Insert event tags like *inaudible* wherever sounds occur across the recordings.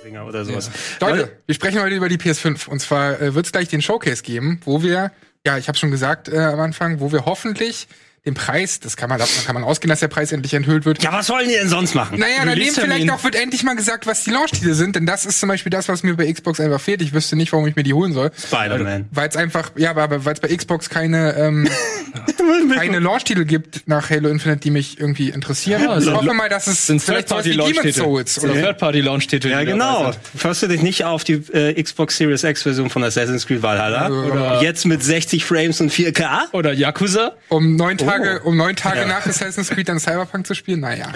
Springer oder sowas. Leute, wir sprechen heute über die PS5. Und zwar äh, wird es gleich den Showcase geben, wo wir, ja, ich habe schon gesagt äh, am Anfang, wo wir hoffentlich den Preis, das kann man, davon kann man ausgehen, dass der Preis endlich enthüllt wird. Ja, was sollen die denn sonst machen? Naja, daneben Release-Termin. vielleicht auch wird endlich mal gesagt, was die Launch-Titel sind, denn das ist zum Beispiel das, was mir bei Xbox einfach fehlt. Ich wüsste nicht, warum ich mir die holen soll. Spider-Man. Weil es einfach, ja, aber weil es bei Xbox keine, *laughs* ähm, *laughs* keine Launch-Titel gibt nach Halo Infinite, die mich irgendwie interessieren. ich hoffe mal, dass es Sind vielleicht sowas wie Third-Party-Launch-Titel. Demon's Souls Sind oder so. Third-Party-Launch-Titel. Ja, die genau. dabei sind. Först du dich nicht auf die äh, Xbox Series X Version von Assassin's Creed Valhalla? Oder- Jetzt mit 60 Frames und 4K? Oder Yakuza. Um neun Tage, Oh. um neun Tage nach Assassin's Creed dann Cyberpunk zu spielen, naja.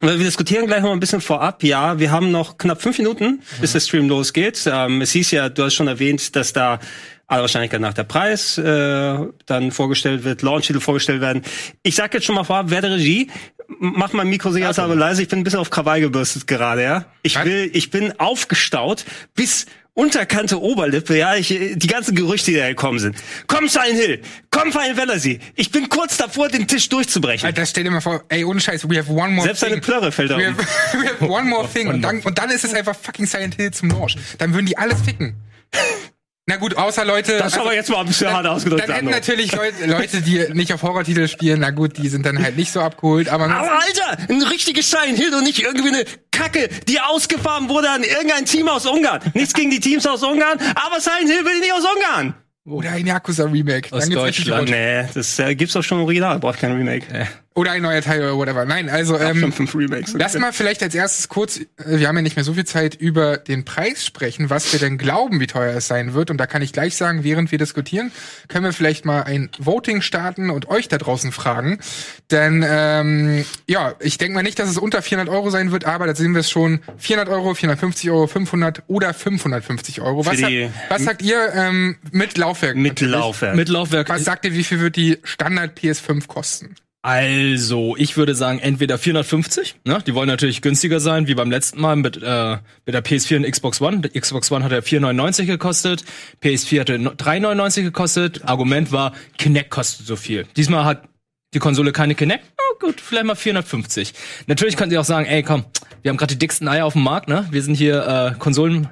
Wir diskutieren gleich noch mal ein bisschen vorab. Ja, wir haben noch knapp fünf Minuten, bis der Stream losgeht. Ähm, es hieß ja, du hast schon erwähnt, dass da aller Wahrscheinlichkeit nach der Preis äh, dann vorgestellt wird, Launch-Titel vorgestellt werden. Ich sag jetzt schon mal vorab, wer der Regie, M- mach mein Mikro sicher, aber leise. Ich bin ein bisschen auf Krawall gebürstet gerade, ja. Ich Was? will, ich bin aufgestaut bis unterkante Oberlippe, ja, ich, äh, die ganzen Gerüchte, die da gekommen sind. Komm, Silent Hill! Komm, Final Fantasy! Ich bin kurz davor, den Tisch durchzubrechen. Alter, stell dir mal vor, ey, ohne Scheiß, we have one more Selbst thing. deine Plörre fällt da we um. have, *laughs* we have one more thing. Und dann, und dann ist es einfach fucking Silent Hill zum Launch. Dann würden die alles ficken. *laughs* Na gut, außer Leute. also, Das ist aber Also, jetzt mal ein bisschen hart ausgedrückt. Dann hätten Sandro. *laughs* natürlich Leute, Leute, die nicht auf Horrortitel spielen, na gut, die sind dann halt nicht so abgeholt, aber Aber Alter, ein richtiges Silent Hill und nicht irgendwie eine Kacke, die ausgefahren wurde an irgendein Team aus Ungarn. Nichts gegen die Teams aus Ungarn, aber Silent Hill will ich nicht aus Ungarn. oder ein Yakuza Remake. Aus richtig Deutschland. rund. Nee, das äh, gibt's doch schon im Original, braucht kein Remake. Oder ein neuer Teil oder whatever. Nein, also ähm, Schon Äh, fünf Remakes. lass mal vielleicht als erstes kurz, äh, wir haben ja nicht mehr so viel Zeit, über den Preis sprechen, was wir denn glauben, wie teuer es sein wird. Und da kann ich gleich sagen, während wir diskutieren, können wir vielleicht mal ein Voting starten und euch da draußen fragen. Denn ähm, ja, ich denke mal nicht, dass es unter 400 Euro sein wird, aber da sehen wir es schon. 400 Euro, 450 Euro, 500 oder 550 Euro. Was, Für die- sagt- was sagt ihr ähm, mit Laufwerk? Mit natürlich. Laufwerk. Mit Laufwerk. Was sagt ihr, wie viel wird die Standard PS5 kosten? Also, ich würde sagen, entweder 450, ne? Die wollen natürlich günstiger sein, wie beim letzten Mal mit, äh, mit der PS4 und Xbox One. Die Xbox One hat ja 4,99 gekostet, PS4 hatte no- 3,99 gekostet. Argument war, Kinect kostet so viel. Diesmal hat die Konsole keine Kinect. Oh gut, vielleicht mal 450. Natürlich können sie auch sagen, ey, komm, wir haben gerade die dicksten Eier auf dem Markt, ne? Wir sind hier äh, Konsolen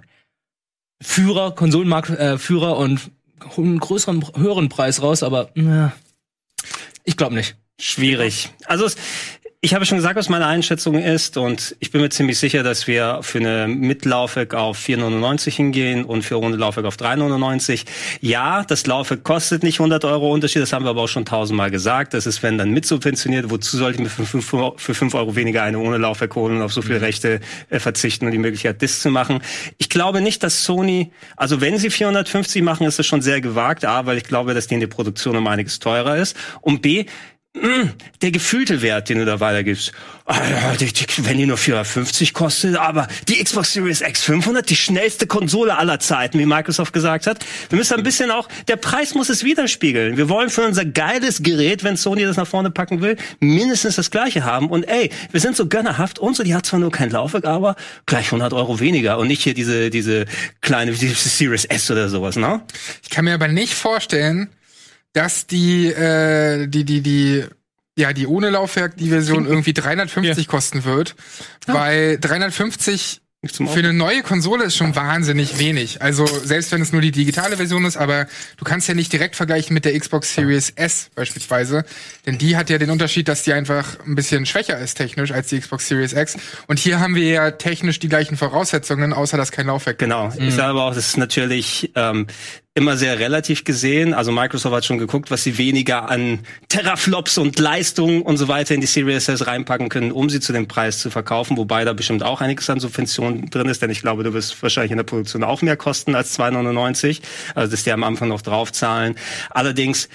Führer, Konsolenmarktführer äh, Führer und holen einen größeren, höheren Preis raus, aber na, ich glaube nicht. Schwierig. Also es, ich habe schon gesagt, was meine Einschätzung ist und ich bin mir ziemlich sicher, dass wir für eine mit Laufwerk auf 4,99 hingehen und für ohne Laufwerk auf 3,99. Ja, das Laufwerk kostet nicht 100 Euro Unterschied, das haben wir aber auch schon tausendmal gesagt. Das ist, wenn dann mitsubventioniert, wozu sollte ich mir für 5, Euro- für 5 Euro weniger eine ohne Laufwerk holen und auf so viele Rechte äh, verzichten und die Möglichkeit, das zu machen. Ich glaube nicht, dass Sony, also wenn sie 450 machen, ist das schon sehr gewagt. A, weil ich glaube, dass die in der Produktion um einiges teurer ist. Und B, der gefühlte Wert, den du da weitergibst. Ah, ja, die- die- Wenn die nur 450 kostet, aber die Xbox Series X 500, die schnellste Konsole aller Zeiten, wie Microsoft gesagt hat. Wir müssen ein bisschen auch, der Preis muss es widerspiegeln. Wir wollen für unser geiles Gerät, wenn Sony das nach vorne packen will, mindestens das gleiche haben. Und ey, wir sind so gönnerhaft. Unsere, die hat zwar nur kein Laufwerk, aber gleich 100 Euro weniger. Und nicht hier diese, diese kleine die Series S oder sowas, ne? Ich kann mir aber nicht vorstellen, dass die, äh, die, die, die, ja, die ohne Laufwerk, die Version irgendwie 350 kosten wird. Weil 350 Nicht zum für eine neue Konsole ist schon wahnsinnig wenig. Also selbst wenn es nur die digitale Version ist, aber du kannst ja nicht direkt vergleichen mit der Xbox Series S beispielsweise. Denn die hat ja den Unterschied, dass die einfach ein bisschen schwächer ist technisch als die Xbox Series X. Und hier haben wir ja technisch die gleichen Voraussetzungen, außer dass kein Laufwerk Genau. Ich sage aber auch, das ist natürlich ähm, immer sehr relativ gesehen. Also Microsoft hat schon geguckt, was sie weniger an Teraflops und Leistungen und so weiter in die Series S reinpacken können, um sie zu dem Preis zu verkaufen. Wobei da bestimmt auch einiges an Subventionen drin ist, denn ich glaube, du wirst wahrscheinlich in der Produktion auch mehr kosten als 2,99. Also dass die am Anfang noch draufzahlen. Allerdings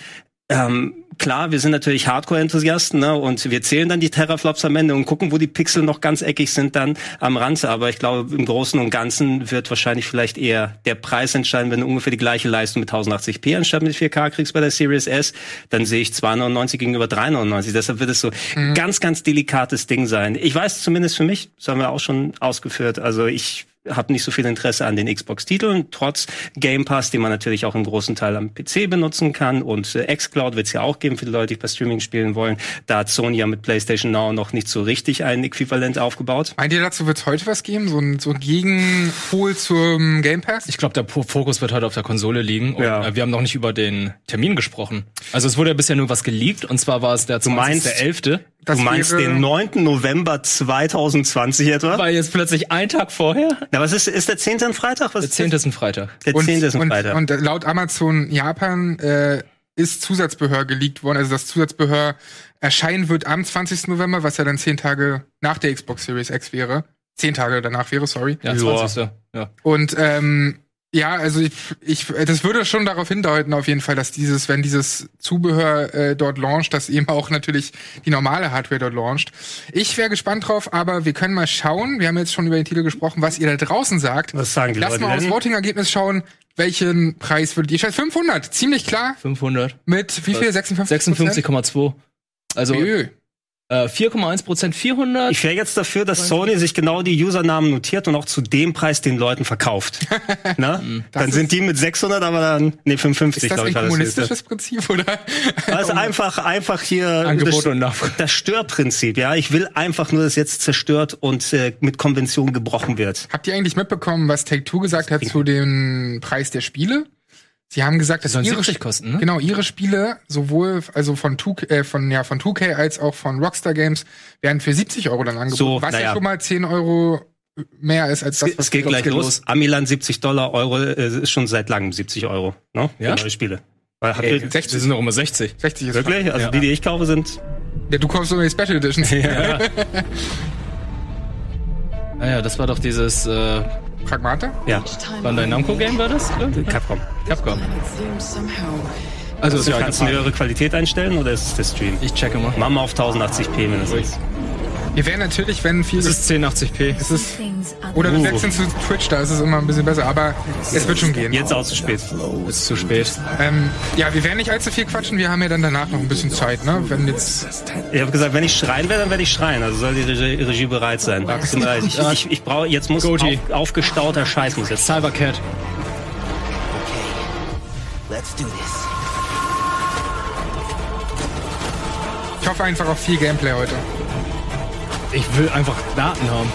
ähm, klar, wir sind natürlich Hardcore-Enthusiasten ne? und wir zählen dann die Teraflops am Ende und gucken, wo die Pixel noch ganz eckig sind dann am Rand. Aber ich glaube, im Großen und Ganzen wird wahrscheinlich vielleicht eher der Preis entscheiden, wenn du ungefähr die gleiche Leistung mit 1080p anstatt mit 4K kriegst bei der Series S, dann sehe ich 299 gegenüber 399. Deshalb wird es so ein ganz, ganz delikates Ding sein. Ich weiß zumindest für mich, das haben wir auch schon ausgeführt, also ich habe nicht so viel Interesse an den Xbox-Titeln, trotz Game Pass, den man natürlich auch im großen Teil am PC benutzen kann. Und äh, Xcloud wird es ja auch geben für die Leute, die per Streaming spielen wollen. Da hat Sony ja mit PlayStation Now noch nicht so richtig ein Äquivalent aufgebaut. Meint ihr, dazu wird heute was geben? So ein so ein Gegenpol zum Game Pass? Ich glaube, der Po- Fokus wird heute auf der Konsole liegen. Und, Ja. äh, wir haben noch nicht über den Termin gesprochen. Also es wurde ja bisher nur was geleakt und zwar war es der meinst- 20.11. Das du meinst wäre- den 9. November 2020 etwa? War jetzt plötzlich ein Tag vorher? Na, was ist, ist der 10. ein Freitag? Was Der 10. ist ein Freitag. Der 10. ist ein und, Freitag. und laut Amazon Japan äh, ist Zusatzbehör geleakt worden. Also das Zusatzbehör erscheinen wird am 20. November, was ja dann zehn Tage nach der Xbox Series X wäre. Zehn Tage danach wäre, sorry. Ja, Ja. 20. Ja. Und ähm, ja, also ich, ich, das würde schon darauf hindeuten, auf jeden Fall, dass dieses, wenn dieses Zubehör äh, dort launcht, dass eben auch natürlich die normale Hardware dort launcht. Ich wäre gespannt drauf, aber wir können mal schauen. Wir haben jetzt schon über den Titel gesprochen, was ihr da draußen sagt. Was sagen die Lass Leute mal aufs denn? Voting-Ergebnis schauen, welchen Preis würdet ihr? Ich weiß 500, ziemlich klar. 500. Mit wie viel? Öh, 56? 56,2. Also äh, Jö. 4,1 Prozent, 400. Ich wäre jetzt dafür, dass Sony sich genau die Usernamen notiert und auch zu dem Preis den Leuten verkauft. *laughs* Ne? dann Hm, Das sind die mit 600, aber dann, nee, 55, Ist das glaube ein ich, war das höchste. kommunistisches Prinzip, oder? Also einfach, einfach hier das, Angebot und Nachfrage. das Störprinzip, ja. Ich will einfach nur, dass jetzt zerstört und äh, mit Konvention gebrochen wird. Habt ihr eigentlich mitbekommen, was Take-Two gesagt hat zu dem Preis der Spiele? Sie haben gesagt, dass sollen ihre 70 kosten, ne? Genau, ihre Spiele, sowohl also von 2K, äh, von, ja, von 2K als auch von Rockstar Games, werden für 70 Euro dann angeboten, So, was naja. ja schon mal 10 Euro mehr ist als das, was es geht gleich los. Amiland 70 Dollar, Euro äh, ist schon seit langem 70 Euro, ne? Ja? Für neue Spiele. Weil, habt Ey, ihr, 60. sind noch immer 60. 60 ist wirklich? Also die, die ich kaufe, sind fast- Ja, du kaufst nur die *laughs* Special Editions. Naja, Ah das war doch dieses äh, Pragmata? ja Bandai Namco Game war das? Äh, Capcom. Capcom. Also ist Du ja kannst genau. eine höhere Qualität einstellen oder ist es der Stream? Ich checke mal. Mama auf 1080p mindestens. Wir werden natürlich, wenn viel. Das ist 1080p. es ist, oder wir Uh. wechseln zu Twitch, da ist es immer ein bisschen besser, aber es wird schon gehen. Jetzt auch zu spät. Oh, Ist zu spät. Ähm, ja, wir werden nicht allzu viel quatschen, wir haben ja dann danach noch ein bisschen Zeit, ne? Wenn jetzt. Ich habe gesagt, wenn ich schreien werde, dann werde ich schreien. Also soll die Regie, Regie bereit sein. Tut mir leid. Ich, ich, ich brauche jetzt muss auf, Goatee. aufgestauter Scheiß muss jetzt. Cybercat. Let's do this. Ich hoffe einfach auf viel Gameplay heute. Ich will einfach Daten haben.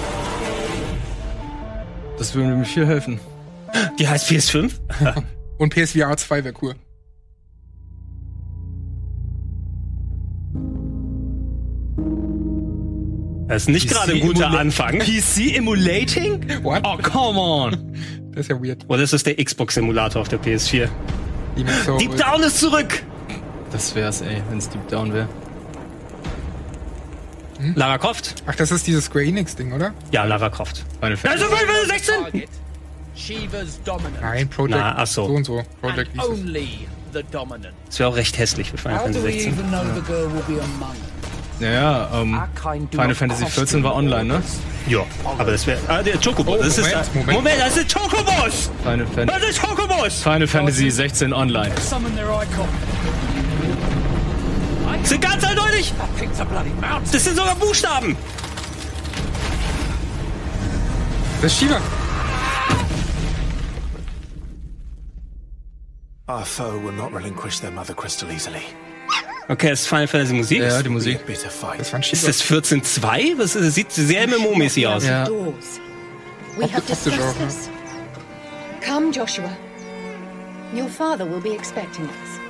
Das würde mir viel helfen. Die heißt PS5. Und PSVR 2 wäre cool. Das ist nicht PC gerade ein guter Emula- Anfang. PC Emulating? What? Oh, come on. Das ist ja weird. Oder ist das der Xbox-Simulator auf der PS4? Demon Souls. Deep Down ist zurück! Das wär's, ey, wenn's Deep Down wär. Hm? Lara Croft? Ach, das ist dieses Square Enix-Ding, oder? Ja, Lara Croft. Final Also Fantasy. 16! target, Shiva's dominant, Nein, Project. Na, ach so. So und so. and Project hieß es. only the dominant. Das wäre auch recht hässlich für Final How do Fantasy we 16. even know the girl will be among us? Naja, ähm, Our kind do Final not Fantasy cost 14 war online, ne? Ja, aber das wäre. Ah, der Chocobo. das ist, Oh, Moment, Moment. Moment, das sind Chocobos! Final Das Fantasy. sind Chocobos! Final Fantasy 16 online. Summon their icon. Sind ganz eindeutig! I picked a bloody mountain. Das sind sogar Buchstaben! Das ist Shiva. Our foe will not relinquish their mother crystal easily. Okay, das ist Final Fantasy Musik. Ja, die Be Musik. a bitter fight. Das war ein Ist Shiva. das 14.2? Das ist- sieht sehr MMO-mäßig aus. Ja. doors. We have optisch auch, discussed ne? this. Come, Joshua. Your father will be expecting us.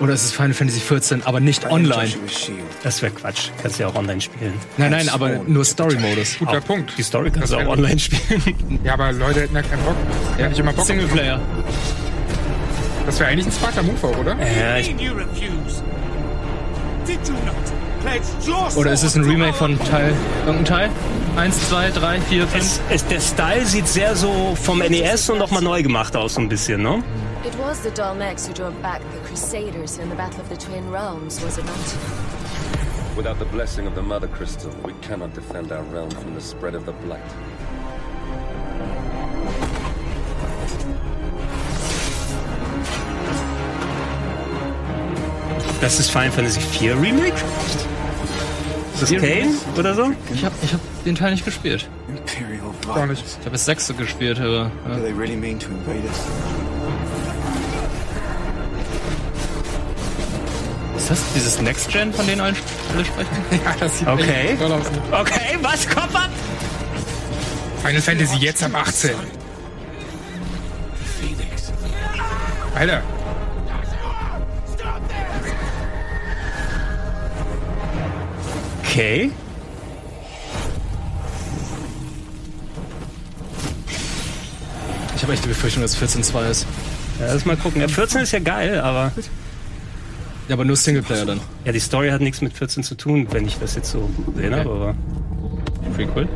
Oder ist es Final Fantasy 14, aber nicht I am online? Joshua's shield. Das wäre Quatsch. Kannst du ja auch online spielen. Nein, nein, aber nur Story-Modus. Guter Punkt. Die Story kannst du Das auch wär- online *laughs* spielen. Ja, aber Leute hätten ja keinen Bock. Ja. Nicht immer Bock. Singleplayer. Das wäre eigentlich ein smarter Move, auch, oder? Ja, I ich, mean you refuse. Did you not pledge your Oder ist es ein sword to Remake our von Teil, irgendein Teil? Eins, zwei, drei, vier, fünf. es, es, der Style sieht sehr so vom NES und nochmal neu gemacht aus, so ein bisschen, ne? It was the Dalmeks who drove back the Crusaders in the Battle of the Twin Realms, was it not? Without the blessing of the Mother Crystal, we cannot defend our realm from the spread of the Blight. Das ist Final Fantasy 4 Remake? Ist das Kane oder so? Ich hab, ich hab den Teil nicht gespielt. Imperial Gar nicht. Ich habe das sechste gespielt, aber. Do Ja. they really mean to invade us? Ist das dieses Next Gen, von denen alle sprechen? Ja, das sieht Okay. echt toll aus. Okay, was? Kopf ab! Final Fantasy jetzt ab 18. Alter. Okay. Ich habe echt die Befürchtung, dass es 14.2 ist. Ja, lass mal gucken. Ja, 14 ist ja geil, aber Ja, aber nur Singleplayer dann. ja, die Story hat nichts mit 14 zu tun, wenn ich das jetzt so erinnere, Okay. aber Prequel.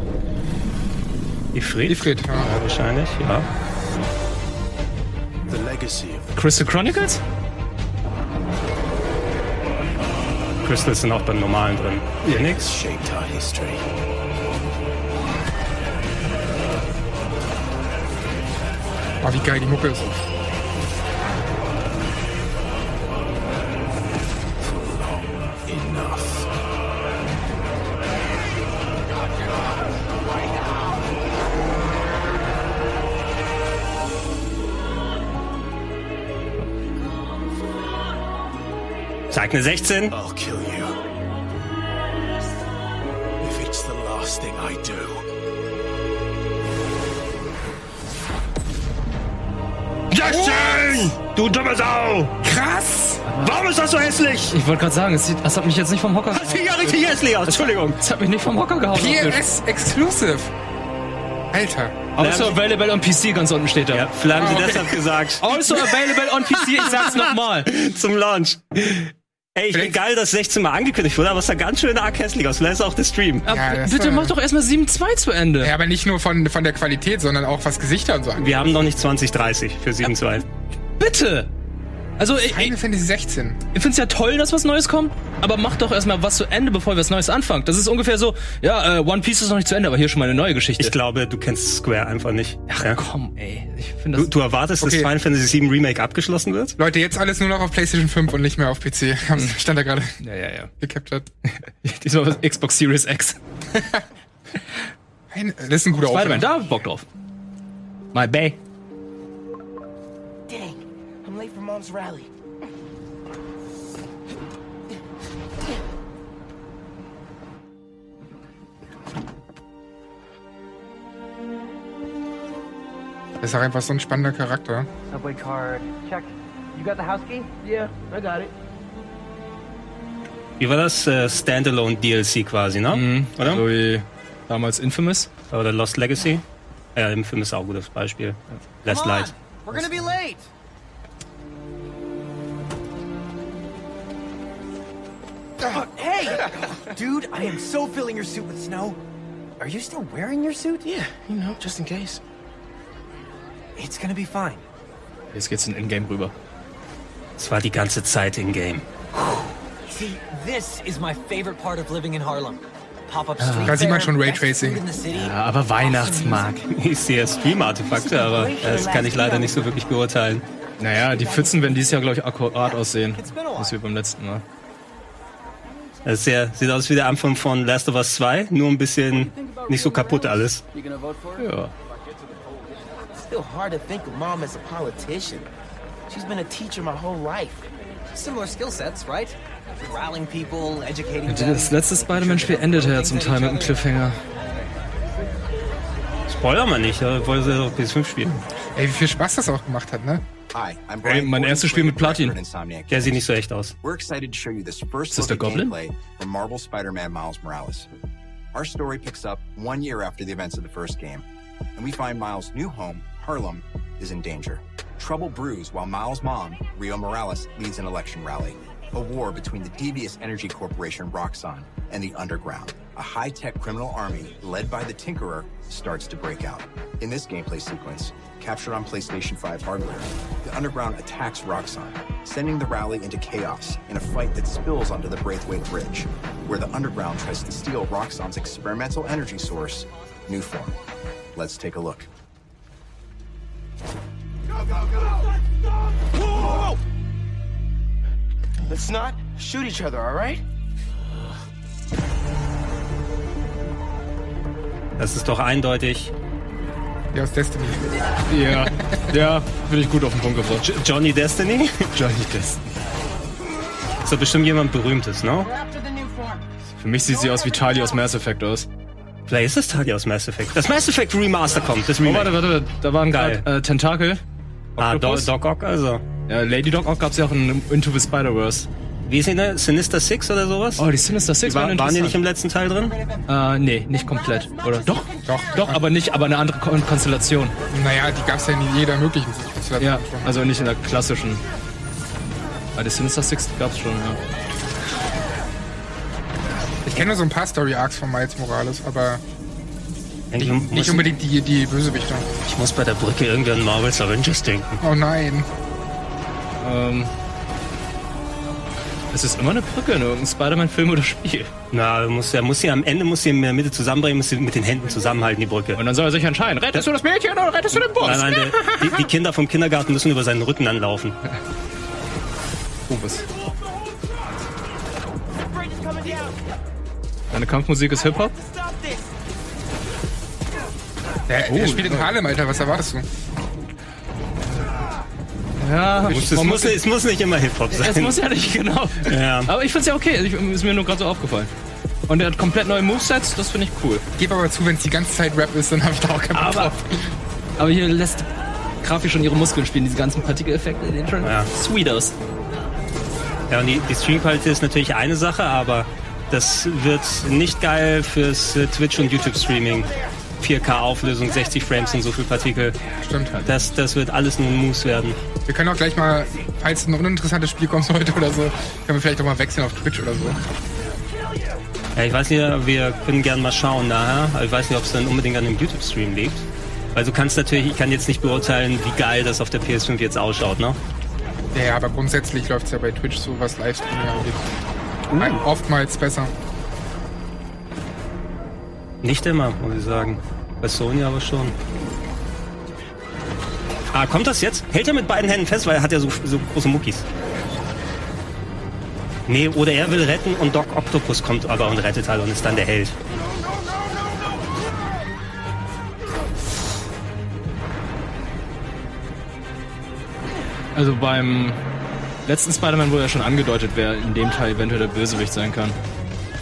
die Fred? Ifrit. Ja. Ja, wahrscheinlich, ja. The legacy of the Crystal Chronicles? Crystals sind auch beim normalen drin. Ja, nix. shaped our history. Oh, wie geil die Mucke ist. Enough. Sag eine 16. I'll kill you. If it's the last thing I do. Justin! Du dumme Sau! Krass! Warum ist das so hässlich? Ich wollte gerade sagen, es sieht, das hat mich jetzt nicht vom Hocker Das sieht ja richtig hässlich aus, Entschuldigung. Das hat mich nicht vom Hocker gehauen. PS Exclusive. Alter. Also available on PC, ganz unten steht da. Ja, vielleicht haben sie okay. deshalb gesagt. *laughs* Also available on PC, ich *laughs* sag's nochmal. Zum Launch. Ey, ich bin Vielleicht- geil, dass 16 Mal angekündigt wurde, aber es sah ganz schön arg hässlich aus. Vielleicht ist auch der Stream. Ja, das Bitte war- mach doch erstmal 7.2 zu Ende. Ja, aber nicht nur von, von der Qualität, sondern auch was Gesichter und so angeht. Wir haben noch nicht 2030 für 7 zu 1. Bitte! Also, ich, ich, Final Fantasy 16. ich find's ja toll, dass was Neues kommt, aber mach doch erstmal was zu Ende, bevor wir was Neues anfangen. Das ist ungefähr so, ja, äh, One Piece ist noch nicht zu Ende, aber hier schon mal eine neue Geschichte. Ich glaube, du kennst Square einfach nicht. Ach ja? komm, ey. Ich finde du, das. du erwartest, dass Okay. Final Fantasy VII Remake abgeschlossen wird? Leute, jetzt alles nur noch auf PlayStation 5 und nicht mehr auf *laughs* PC. Hm. Haben's- Stand da gerade ja, ja, ja. gecaptured. *laughs* Diesmal was Xbox Series X. Ein- Das ist ein guter Spider-Man, Aufwand. da hab ich Bock drauf. My Bay. Dang, I'm late for Mom's rally. Das ist auch einfach so ein spannender Charakter. Subway card. Check. You got the house key? Yeah, I got it. Wie war das? Äh, Standalone DLC quasi, ne? Oder? So wie damals Infamous. Oder Lost Legacy? Ja, im Film ist auch ein gutes Beispiel. Last Light. We're gonna be late. *laughs* Hey! Dude, I am so filling your suit with snow. Are you still wearing your suit? Yeah. You know, just in case. It's gonna be fine. Jetzt geht's in Ingame rüber. Es war die ganze Zeit in Game. See, this is my favorite part of living in Harlem. Pop-up Ah. street Da sieht man fair, schon best Raytracing. food in the city. Ja, aber Weihnachtsmarkt. *laughs* Ich sehe Stream-Artefakte, aber äh, das kann ich leider nicht so wirklich beurteilen. Naja, die Pfützen werden dieses Jahr, glaube ich, akkurat aussehen. It's been a while. Das wie beim letzten Mal. Das ist Äh, sehr, sieht aus wie der Anfang von Last of Us 2, nur ein bisschen nicht so kaputt alles. Ja. Still hard to think of mom as a politician. She's been a teacher my whole life. Similar skill sets, right? Rallying people, educating them. Das letzte Spider-Man-Spiel endete ja zum Teil mit einem Cliffhanger. Spoiler mal nicht, da wollte sie doch PS5 spielen. Ey, wie viel Spaß das auch gemacht hat, ne? Hi, I'm Ey, mein erstes Spiel mit Platin. Der sieht nicht so echt aus. We're excited to show you this first Ist das der Goblin? play from Marvel Spider-Man Miles Morales. Our story picks up one year after the events of the first game, and we find Miles' new home, Harlem, is in danger. Trouble brews while Miles' mom, Rio Morales, leads an election rally. A war between the devious energy corporation Roxxon and the Underground, a high-tech criminal army led by the Tinkerer, starts to break out. In this gameplay sequence, captured on PlayStation 5 hardware, the Underground attacks Roxxon, sending the rally into chaos in a fight that spills onto the Braithwaite Bridge, where the Underground tries to steal Roxxon's experimental energy source, New Form. Let's take a look. Let's not shoot each other, all right? Das ist doch eindeutig. Ja, aus Destiny. Ja, ja, bin ich gut auf den Punkt gebracht. J Johnny Destiny? *laughs* Johnny Destiny. Ist doch bestimmt jemand Berühmtes, ne? Für mich sieht sie aus wie Tali aus Mass Effect aus. Vielleicht ist es Tali aus Mass Effect. Das Mass Effect Remaster kommt, das Oh, Remake. warte, warte, warte, da waren Geil. gerade äh, Tentakel. ah, Do Octopus. Doc Ock, also. Ja, Lady Dog auch gab's ja auch in Into the Spider-Verse. Wie ist die denn? Sinister Six oder sowas? Oh, die Sinister Six War, waren die nicht im interessant. letzten Teil drin? Äh, nee, nicht komplett. Oder doch? Doch, Doch, aber nicht, aber eine andere Kon Konstellation. Naja, die gab's ja in jeder möglichen Konstellation Ja, schon. also nicht in der klassischen. Ah, die Sinister Six gab's schon, ja. Ich kenne nur so ein paar Story-Arcs von Miles Morales, aber Ich nicht muss, unbedingt die, die Bösewichtung. ich muss bei der Brücke irgendwie an Marvel's Avengers denken. Oh nein. Ähm, es ist immer eine Brücke in irgendeinem Spider-Man-Film oder Spiel. Na, er muss, er muss sie am Ende, muss sie in der Mitte zusammenbringen, muss sie mit den Händen zusammenhalten, die Brücke. Und dann soll er sich entscheiden, rettest du das Mädchen oder rettest du den Bus? Nein, nein, der, die, die Kinder vom Kindergarten müssen über seinen Rücken anlaufen. Bubis. Deine Kampfmusik ist Hip-Hop? Der, Oh, der spielt in Harlem, Alter, was erwartest du? Ja, Es muss, es muss nicht immer Hip-Hop sein. Es muss ja nicht, genau. Ja. Aber ich find's ja okay, ich, ist mir nur gerade so aufgefallen. Und er hat komplett neue Movesets, das finde ich cool. Gib aber zu, wenn es die ganze Zeit Rap ist, dann hab ich da auch keinen Bock Aber, drauf. aber hier lässt die Grafik schon ihre Muskeln spielen, diese ganzen Partikeleffekte, die sehen schon Ja. sweet aus. Ja, und die, die Streamqualität ist natürlich eine Sache, aber das wird nicht geil fürs äh, Twitch und YouTube Streaming. 4K Auflösung, 60 Frames und so viel Partikel. Stimmt halt. Das, das wird alles nur ein Moves werden. Wir können auch gleich mal, falls ein uninteressantes Spiel kommt heute oder so, können wir vielleicht auch mal wechseln auf Twitch oder so. Ja, ich weiß nicht, wir können gerne mal schauen nachher. Aber ich weiß nicht, ob es dann unbedingt an dem YouTube Stream liegt. Weil du kannst natürlich, ich kann jetzt nicht beurteilen, wie geil das auf der PS5 jetzt ausschaut, ne? Ja, ja, aber grundsätzlich läuft's ja bei Twitch so, was Livestreaming angeht. Uh. Ein- Oftmals besser. Nicht immer, muss ich sagen. Bei Sony aber schon. Ah, kommt das jetzt? Hält er mit beiden Händen fest, weil er hat ja so, so große Muckis. Nee, oder er will retten und Doc Octopus kommt aber und rettet halt und ist dann der Held. Also beim letzten Spider-Man wurde ja schon angedeutet, wer in dem Teil eventuell der Bösewicht sein kann.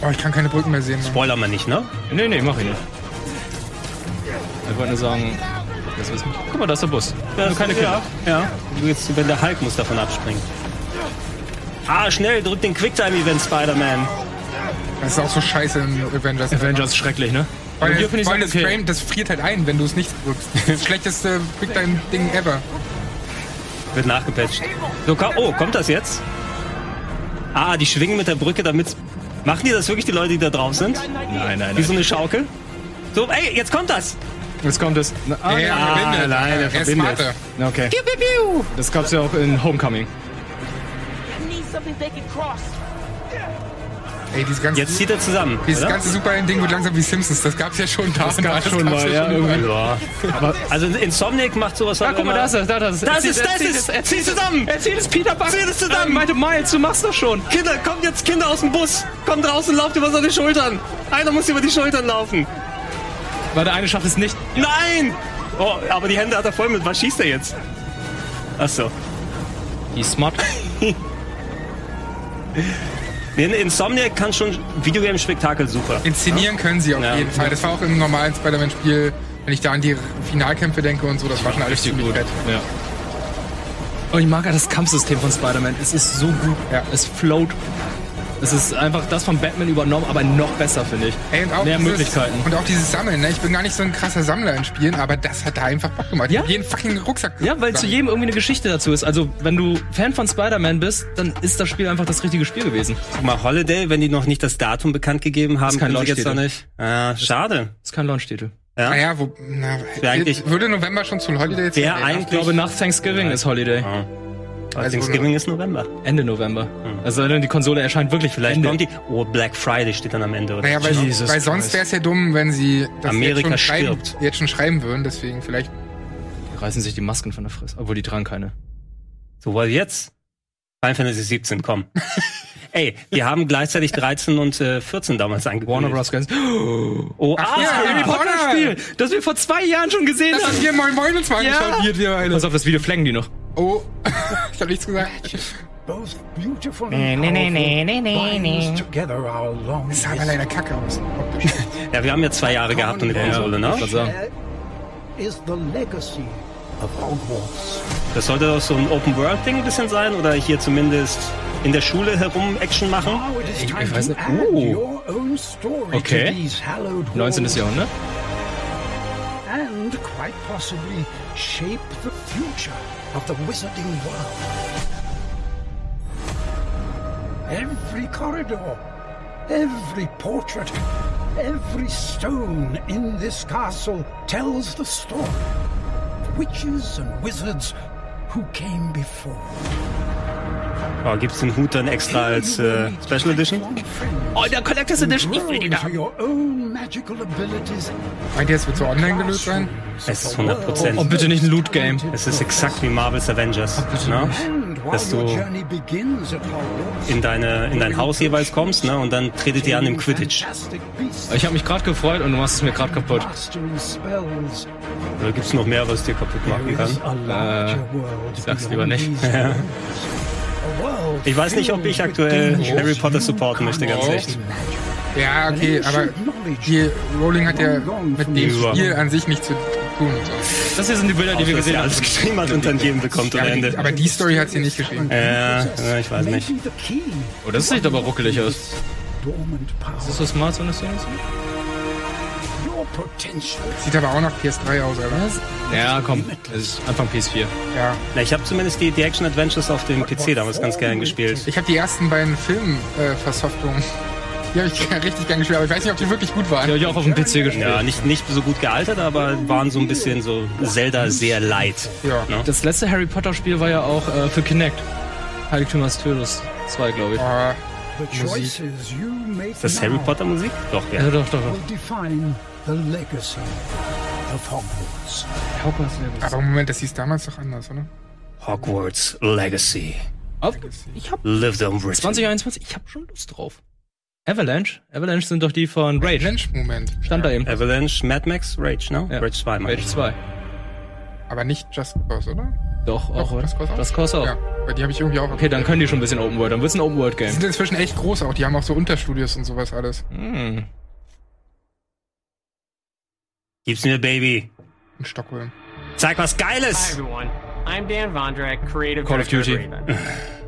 Oh, ich kann keine Brücken mehr sehen. Mann. Spoiler mal nicht, ne? Nee, nee, mach ich nicht. Ich wollte nur sagen, das wissen. Guck mal, da ist der Bus. Das, keine Kinder. Ja, ja. Du Jetzt, wenn der Hulk muss davon abspringen. Ah, schnell, drück den Quicktime-Event, Spider-Man. Das ist auch so scheiße in Avengers. Avengers ist schrecklich, ne? Weil, Und hier das, finde ich weil es das okay. Frame, das friert halt ein, wenn du es nicht drückst. Das schlechteste Big Time Ding ever. Wird nachgepatcht. So, ko- oh, kommt das jetzt? Ah, die schwingen mit der Brücke, damit... Machen die das wirklich, die Leute, die da drauf sind? Nein, nein, Wie so nein. eine Schaukel. So, ey, jetzt kommt das! Jetzt kommt es. Na, Ah, er ah, verbindet. nein, er er ist verbindet. smarter. Na, Okay. Das gab's ja auch in Homecoming. Ey, dieses ganze, Jetzt zieht er zusammen, dieses oder? ganze Superhelden-Ding wird langsam wie Simpsons. Das gab's ja schon da. Das gab's schon mal, ja, irgendwie. Ja. Aber, also Insomniac macht sowas Ah, halt guck mal, immer- da ist er, da, da ist er. Das Er ist- zieht- er das zieht ist- es, er zieh zieht es. zusammen. Er zieht es, Peter Buck. Zieh das zusammen. Äh, meinte, Miles, du machst das schon. Kinder, kommt jetzt Kinder aus dem Bus! Kommt raus und lauft über seine Schultern! Einer muss über die Schultern laufen! Weil der eine schafft es nicht. Nein! Oh, aber die Hände hat er voll mit. Was schießt er jetzt? Ach so. Die smart. Nee, nee, Insomniac kann schon Videogame-Spektakel super. Inszenieren können sie auf Ja. jeden Fall. Das war auch im normalen Spider-Man-Spiel, wenn ich da an die Finalkämpfe denke und so, das war schon alles ziemlich fett. Ja. Und Oh, ich mag ja das Kampfsystem von Spider-Man. Es ist so gut. Ja. Es float. Es ist einfach das von Batman übernommen, aber noch besser, finde ich. Ey, und auch Mehr dieses, Möglichkeiten. Und auch dieses Sammeln, ne? Ich bin gar nicht so ein krasser Sammler in Spielen, aber das hat da einfach Bock gemacht. Ich Ja? hab jeden fucking Rucksack. Ja, weil zu gesammelt. jedem irgendwie eine Geschichte dazu ist. Also, wenn du Fan von Spider-Man bist, dann ist das Spiel einfach das richtige Spiel gewesen. Guck mal, Holiday, wenn die noch nicht das Datum bekannt gegeben haben, Ist kein können sie jetzt noch Launch-Titel. nicht. Ah, schade. ist kein Launch-Titel. Naja, Ah wo, na, eigentlich- würde November schon zu Holiday jetzt Wer sein, ja? eigentlich. Ich glaube, nach Thanksgiving ist Holiday. Aber Thanksgiving ist November. Ende November. Hm. Also, denn die Konsole erscheint wirklich Vielleicht Ende. kommt die. Oh, Black Friday steht dann am Ende, oder? Naja, weil, Jesus weil sonst Christ. wäre es ja dumm, wenn sie das Amerika jetzt, schon stirbt. Schreiben, jetzt schon schreiben würden. Deswegen vielleicht. Die reißen sich die Masken von der Fresse. Obwohl, die tragen keine. *laughs* So, weil jetzt. Final Fantasy 17, komm. Ey, wir haben gleichzeitig 13 und äh, 14 damals angekündigt. Warner Bros. Games. Oh, ah, das ja. Harry Potter Spiel, das wir vor zwei Jahren schon gesehen Das haben haben. wir Moin Moin uns mal Ja. angeschaut. Hier, wir eine. Pass auf, das Video flängen die noch. Oh, *laughs* ich hab nichts gesagt. Both beautiful and powerful binds together our long Das sah aber leider kacke aus. Optisch. ja, wir haben ja zwei Jahre gehabt und eine Konsole, ne? Ich sagen. is the legacy of Hogwarts. Das sollte doch so ein Open-World-Ding ein bisschen sein oder hier zumindest in der Schule herum Action machen. Now it is Ich- time ich weiß to nicht. add Oh. your own story Okay. to these hallowed 19. walls Jahrhundert. and quite possibly shape the future of the wizarding world. Every corridor, every portrait, every stone in this castle tells the story of witches and wizards who came before. Oh, gibt's den Hut dann extra als äh, Special Edition? Oh, der Collectors Edition. Ich will die da. Meint ihr, es wird so online gelöst sein? Es ist 100 Prozent. Oh, bitte nicht ein Loot-Game. Es ist exakt wie Marvel's Avengers, ne? Dass du in, deine, in dein Haus jeweils kommst ne? und dann tretet ihr an im Quidditch. Ich habe mich gerade gefreut und du machst es mir gerade kaputt. Da gibt's noch mehr, was dir kaputt machen kann. Äh, ich sag's lieber nicht. Ich weiß nicht, ob ich aktuell Harry Potter supporten möchte, ganz Oh. echt. Ja, okay, aber die Rowling hat ja mit dem Ja. Spiel an sich nichts zu tun. Das hier sind die Bilder, die wir Dass gesehen ihr haben. alles *laughs* geschrieben hat und dann jedem bekommt Ja, am aber, die, Ende. aber die Story hat sie nicht geschrieben. Ja, ja, ich weiß nicht. Oh, das sieht aber ruckelig aus. Ist das so smart, so eine Szene? Sieht aber auch nach PS3 aus, oder? Ja, komm. Es ist Anfang PS4. Ja. Na, ich habe zumindest die, die Action Adventures auf dem PC damals ganz gern gespielt. Ich habe die ersten beiden Filmversoftungen. *laughs* die habe ich *laughs* richtig gern gespielt, aber ich weiß nicht, ob die wirklich gut Die waren. habe ich auch auf dem PC gespielt. Ja, nicht, nicht so gut gealtert, aber waren so ein bisschen so Zelda sehr light. Ja. Ne? Das letzte Harry Potter Spiel war ja auch äh, für Kinect. Heiligtümer Astyros 2, glaube ich. Aber Ist das Harry Potter Musik? Doch, ja. Ja, Äh, doch, doch, doch. define the legacy of Hogwarts. aber Moment, das hieß damals doch anders, oder? Hogwarts Legacy. Auf, ich habe Live the Unwritten. 2021, ich habe schon Lust drauf. Avalanche? Avalanche sind doch die von Rage. Mensch, Moment. Stand da eben. Avalanche, Mad Max, Rage, ne? Ja. Rage 2, meine Rage ich. 2. Aber nicht Just Cause, oder? Doch, auch. oder? Just Cause auch. Das kostet auch. Ja, weil die habe ich irgendwie auch. Okay, dann können die schon ein bisschen Open World. Dann wird's ein Open World Die Game. sind inzwischen echt groß auch. Die haben auch so Unterstudios und sowas alles. Hm. Gib's mir, Baby. In Stockholm. Zeig was Geiles! everyone. I'm Dan Vondrek, creative Call of director Duty. at Raven.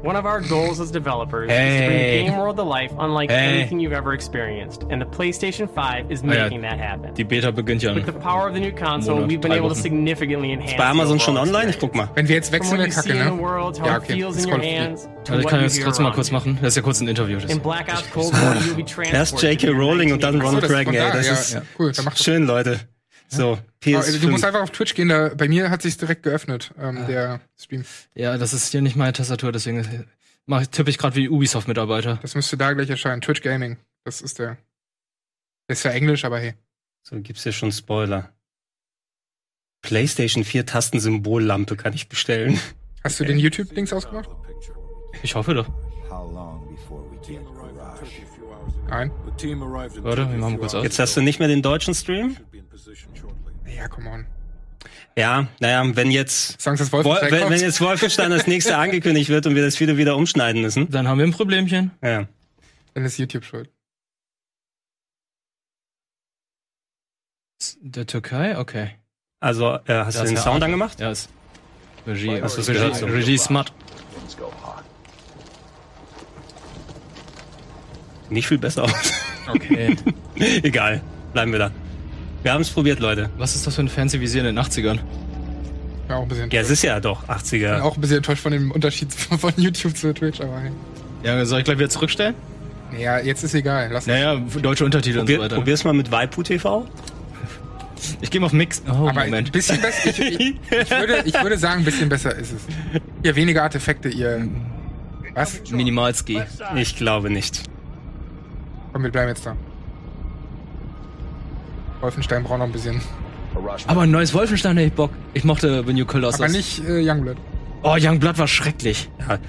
One of our goals as developers is to Hey. bring the game world to life unlike Hey. Oh, anything you've ever experienced, and the PlayStation 5 is yeah. making that happen. Die Beta beginnt ja. ne? With the power of the new console, Monat, we've been drei able to Wochen. significantly enhance. Ist bei the Amazon overall schon online? Ich experience. guck mal. Wenn wir jetzt From wechseln, what wäre you see kacke, in the ne? world, how Ja, it okay, feels das in ist your Call of Duty. hands, to Also ich what kann you das hear trotzdem mal around kurz you. machen. Das ist ja kurz ein Interview. Das In ist Black Ops Cold War, you'll be transported. Erst J.K. to the Rowling und dann 1980s. Ron Achso, das ist Dragon, von ey. da, Das ja, ist ja. Cool, dann mach das. schön, Leute. So, Aber Du musst halt- PS5. einfach auf Twitch gehen, da, bei mir hat sich direkt geöffnet, ähm, der Stream. ja, das ist hier nicht meine Tastatur, deswegen mach, tippe ich gerade wie Ubisoft-Mitarbeiter. Das müsste da gleich erscheinen. Twitch Gaming. Das ist der. Der ist zwar Englisch, aber hey. So gibt's ja schon Spoiler. PlayStation 4 Tastensymbollampe kann ich bestellen. Hast du den YouTube-Dings ausgemacht? Ich hoffe doch. How long before we get Mirage? Nein. Warte, wir machen kurz aus. Jetzt hast du nicht mehr den deutschen Stream? Ja, come on. Ja, naja, wenn jetzt, Sonst ist Wol Wolfenstein. wenn, kommt. wenn jetzt Wolfenstein das *laughs* nächste angekündigt wird und wir das Video wieder umschneiden müssen. Dann haben wir ein Problemchen. Ja. Dann ist YouTube schuld. Der Türkei? Okay. Also, äh, hast Das du den ist Sound eine angemacht? Ja, ist Regie. Also Hast du's gehört? Regie, Regie smart. Nicht viel besser aus. Okay. *laughs* Egal, bleiben wir da. Wir haben es probiert, Leute. Was ist das für ein fancy Visier in den 80ern? Ja, auch ein bisschen. Ja, es ist ja doch 80er. Auch ein bisschen enttäuscht von dem Unterschied *laughs* von von YouTube zu Twitch, aber hey. Ja, soll ich gleich wieder zurückstellen? Naja, jetzt ist egal. Lass Naja, deutsche Untertitel und so Probier, weiter. probier's mal mit Waipu TV. Ich gehe mal auf Mix. Oh, aber ein Moment. bisschen besser. Ich, *laughs* ich, ich, würde, ich würde sagen, ein bisschen besser ist es. Ihr weniger Artefakte, ihr. Mhm. Was? Minimalski. Ich glaube nicht. Komm, wir bleiben jetzt da. Wolfenstein braucht noch ein bisschen. Aber ein neues Wolfenstein hätte ich Bock. Ich mochte The New Colossus. Aber nicht äh, Youngblood. Oh, Young Blood war schrecklich. Ja.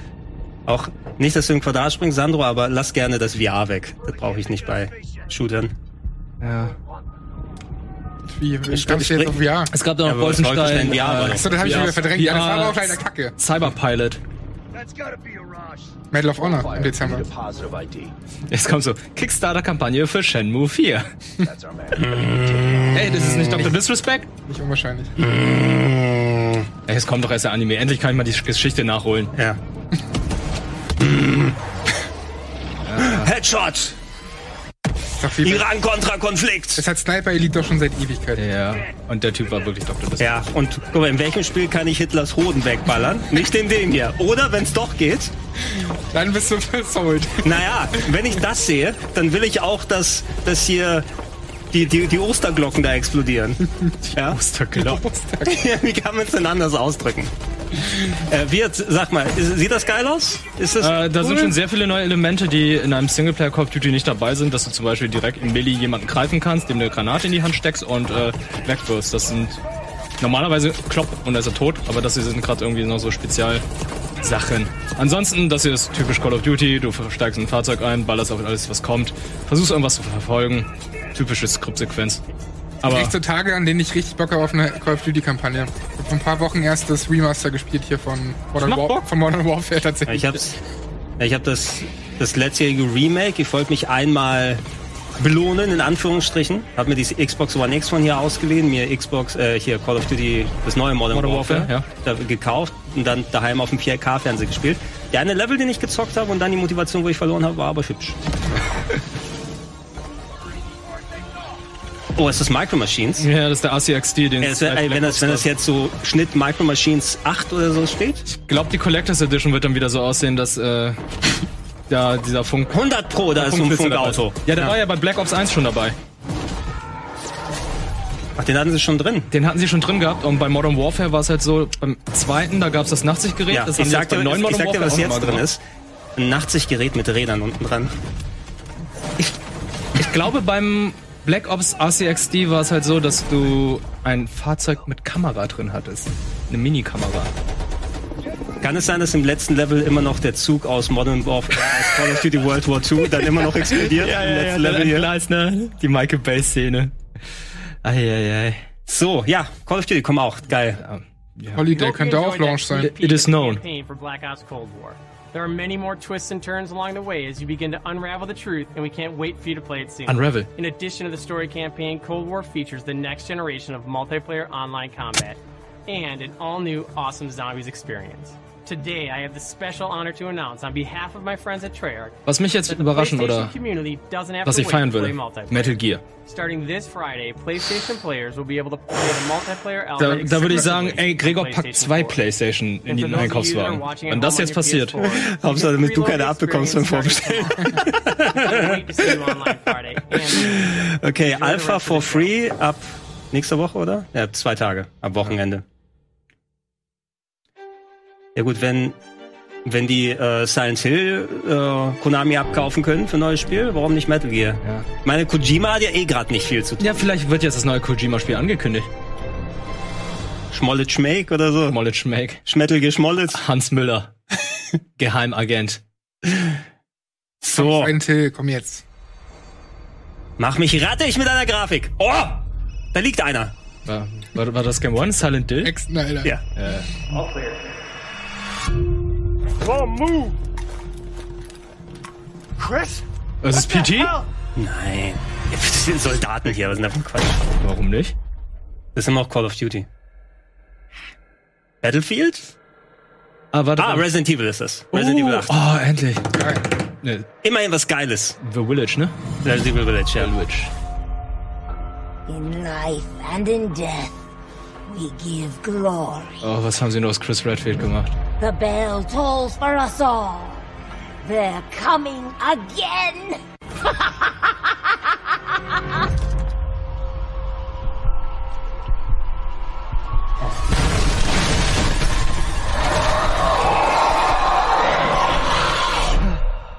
Auch nicht, dass du im Quadrat springst, Sandro, aber lass gerne das VR weg. Das brauche ich nicht bei Shootern. Ja. Wie, ich glaub, ich jetzt auf VR. Es gab Ja, da noch aber das wollte ich Wolfenstein. denn, ja, aber- Achso, das habe ich schon wieder verdrängt. Ja, das war aber auch leider leider kacke. Cyberpilot. Medal of Honor im Dezember. Positive ID. Jetzt kommt so, Kickstarter-Kampagne für Shenmue 4. That's our man. *laughs* Hm. Ey, das ist nicht Dr. Disrespect? Nicht unwahrscheinlich. Ey, es kommt doch erst der Anime. Endlich kann ich mal die Geschichte nachholen. Ja. Headshots! Ist doch viel besser. Iran-Kontra-Konflikt! Das hat Sniper Elite doch schon seit Ewigkeit. Ja. Und der Typ war wirklich Dr. Disrespect. Ja, und guck mal, in welchem Spiel kann ich Hitlers Hoden wegballern? Nicht in dem hier. Oder wenn's doch geht, Dann bist du *laughs* versold. naja, wenn ich das sehe, dann will ich auch, dass, dass hier die, die, die Osterglocken da explodieren. ja? Osterglocken. ja, *laughs* wie kann man es denn anders ausdrücken? Äh, wie jetzt, sag mal, ist, sieht das geil aus? Ist das Äh, da sind cool? schon sehr viele neue Elemente, die in einem Singleplayer Call of Duty nicht dabei sind, dass du zum Beispiel direkt im Melee jemanden greifen kannst, dem eine Granate in die Hand steckst und äh, wegwirfst. Das sind normalerweise klopp und dann ist er tot, aber das hier sind gerade irgendwie noch so Spezialsachen. Ansonsten, das hier ist typisch Call of Duty, du steigst in ein Fahrzeug ein, ballerst auf alles, was kommt, versuchst irgendwas zu verfolgen. Typische Skriptsequenz. Aber Echt so Tage, an denen ich richtig Bock habe auf eine Call of Duty Kampagne. Ich hab vor ein paar Wochen erst das Remaster gespielt hier von Modern, macht War Bock. von Modern Warfare Ja, tatsächlich. Ich hab's, ja, ich hab das, das letztjährige Remake. Ich wollte mich einmal belohnen, in Anführungsstrichen. Hab mir diese Xbox One X von hier ausgeliehen, mir Xbox, äh, hier Call of Duty, das neue Modern, Modern Warfare, Warfare, da, gekauft und dann daheim auf dem 4K-Fernseher gespielt. Der eine Level, den ich gezockt habe und dann die Motivation, wo ich verloren habe, war aber hübsch. Oh, ist das Micro Machines? ja, das ist halt der ACXD, den Äh, es es wär- als ey, wenn, das, wenn das Blackbox jetzt so Schnitt Micro Machines 8 oder so steht, gab. glaub, die Collectors Edition wird dann wieder so aussehen, dass äh, *laughs* da dieser Funk 100 Pro, da ist so ein Funkfilter dabei. Funkauto. Ja, der war ja bei Black Ops 1 schon dabei. Ach, den hatten sie schon drin. Den hatten sie schon drin gehabt und bei Modern Warfare war es halt so, beim zweiten, da gab es das Nachtsichtgerät, Ja, das ich haben sie sag jetzt dir, beim neuen ich Modern sag dir Warfare was auch jetzt nochmal drin gemacht. ist. Ein Nachtsichtgerät mit Rädern unten dran. Ich glaube, beim Black Ops RCXD war es halt so, dass du ein Fahrzeug mit Kamera drin hattest. Eine Minikamera. Kann es sein, dass im letzten Level immer noch der Zug aus Modern Warfare, aus Call of Duty World War II dann immer noch explodiert? im letzten Level hier? ne? Die Michael Bay-Szene. Eieiei. So, ja, Call of Duty, komm auch, geil. Holiday könnte auch Launch sein. It is known. Campaign for Black Ops Cold War. There are many more twists and turns along the way as you begin to unravel the truth, and we can't wait for you to play it soon. Unravel. In addition to the story campaign, Cold War features the next generation of multiplayer online combat and an all new awesome zombies experience. Today, I have the special honor to announce on behalf of my friends at Treyarch Was mich jetzt that the überraschen PlayStation oder community doesn't have was to ich wait feiern to würde, play multiplayer. Metal Gear. Starting this Friday, PlayStation players will be able to play the multiplayer Da, element da würde ich sagen, exclusively ey, Gregor on packt PlayStation zwei 4. Playstation in And for den those of you Einkaufswagen. that are watching at Wenn das home on jetzt your passiert. PS4, Hauptsache, damit du Reload keine abbekommst beim experience Vorbestellen. starting tomorrow. Wait to see you online *laughs* Friday. And- Okay, the Alpha rest for of the show. free ab nächster Woche, oder? Ja, zwei Tage, ab Wochenende. Ja gut, wenn, wenn die äh, Silent Hill äh, Konami abkaufen können für ein neues Spiel, warum nicht Metal Gear? Ja. Ich meine, Kojima hat ja eh gerade nicht viel zu tun. Ja, vielleicht wird jetzt das neue Kojima-Spiel angekündigt. Schmollitz Schmeck oder so. Mollet Schmeck. Schmettel geschmollitz. Hans Müller. Geheimagent. So, Ein Till, komm jetzt. mach mich rattig mit deiner Grafik. Oh, da liegt einer. War, war, war das Game One? Silent Dill? Exten, Alter. Ja. Chris? Das ist PT? Nein. Das sind Soldaten hier, was ist denn da für ein Quatsch? Warum nicht? Das ist immer noch Call of Duty. Battlefield? Ah, warte. Ah, warte. Resident Evil ist das. Resident Evil 8. Oh, endlich. Nee, Immerhin was Geiles. The Village, ne? Resident Evil Village, ja. Village. In life and in death, we give glory. Oh, was haben sie nur aus Chris Redfield gemacht? The bell tolls for us all. They're coming again.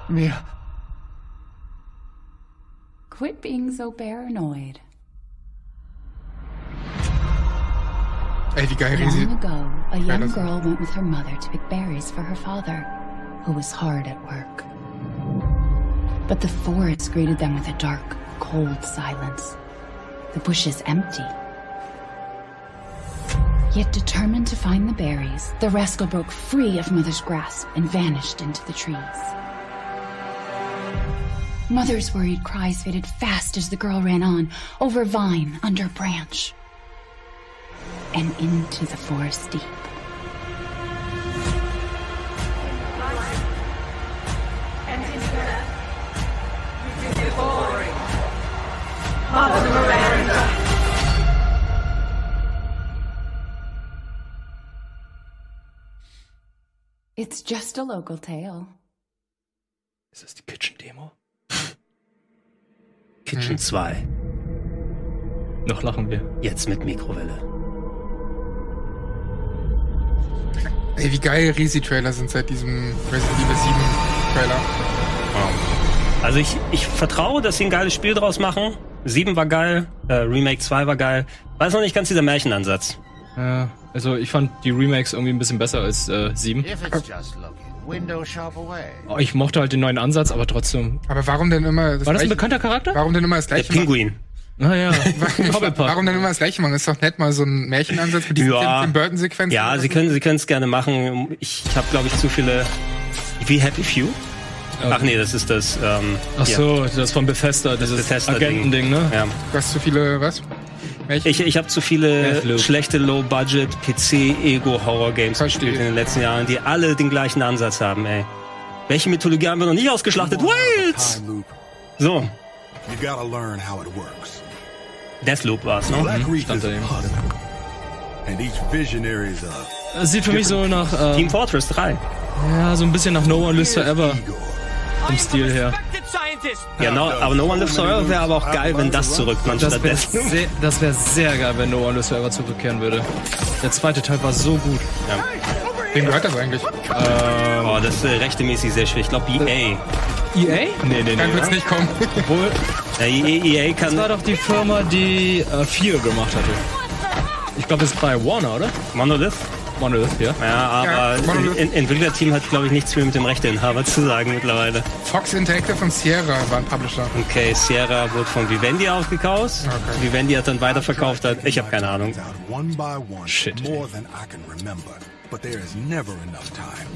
Mia. Quit being so paranoid. Ey, wie geil Long riesig. ago, a young das- girl went with her mother to pick berries for her father. who was hard at work. But the forest greeted them with a dark, cold silence, the bushes empty. Yet determined to find the berries, the rascal broke free of Mother's grasp and vanished into the trees. Mother's worried cries faded fast as the girl ran on, over vine, under branch, and into the forest deep. It's just a local tale. Ist das die Kitchen-Demo? Mhm. Kitchen 2. Noch lachen wir. Jetzt mit Mikrowelle. Ey, wie geil Resi-Trailer sind seit diesem Resident Evil 7 Trailer. Also ich, ich vertraue, dass sie ein geiles Spiel draus machen. 7 war geil, äh, Remake 2 war geil. Weiß noch nicht ganz dieser Märchenansatz. Äh, also ich fand die Remakes irgendwie ein bisschen besser als äh, 7. If it's just looking, window shop away. Oh, Ich mochte halt den neuen Ansatz, aber trotzdem. Aber warum denn immer das War das ein gleiche- bekannter Charakter? Ah, Warum denn immer das gleiche? machen? Naja, *laughs* Warum denn immer das gleiche machen? Ist doch nett mal so ein Märchenansatz mit diesen Tim Burton-Sequenzen. Ja, sie können sie können es gerne machen. Ich habe glaube ich zu viele wie Happy Few. Ach nee, das ist das ähm, Ach hier. so, das von Bethesda, dieses Agentending, ne? Ja. Du hast zu viele, was? Ich, ich habe zu viele Deathloop. schlechte Low-Budget PC-Ego-Horror-Games gespielt in den letzten Jahren, die alle den gleichen Ansatz haben, ey. Welche Mythologie haben wir noch nicht ausgeschlachtet? Wales! So, You gotta learn how it works. Deathloop war's, ne? Black Reef is a Oh, puzzle. And each visionary is a Das sieht für mich so nach. Äh, Team Fortress 3. Ja, so ein bisschen nach No One Lives Forever. Vom Stil her. Ja, no, aber No One Lives Forever wäre aber auch geil, wenn das zurückkommt Das wäre stattdessen. *laughs* sehr, das wär sehr geil, wenn No One Lives Forever zurückkehren würde. Der zweite Teil war so gut. Ja. Wem gehört das eigentlich? oh, das ist äh, rechtemäßig sehr schwer. Ich E glaube EA. EA? Nee, nee, Dann nee. wird's nicht kommen. *laughs* Obwohl. Ja, E EA kann. Das war doch die Firma, die äh, 4 gemacht hatte. Ich glaube, das ist bei Warner, oder? Monolith? Monolith, ja. Ja, aber Ja, Monolith. in, in, Entwicklerteam hat, glaube ich, nichts mehr mit dem Rechteinhaber zu sagen mittlerweile. Fox Interactive und Sierra waren Publisher. Okay, Sierra wurde von Vivendi aufgekauft. Vivendi hat dann weiterverkauft. Hat, ich habe keine Ahnung. one by one more than I can remember. But there is never enough time.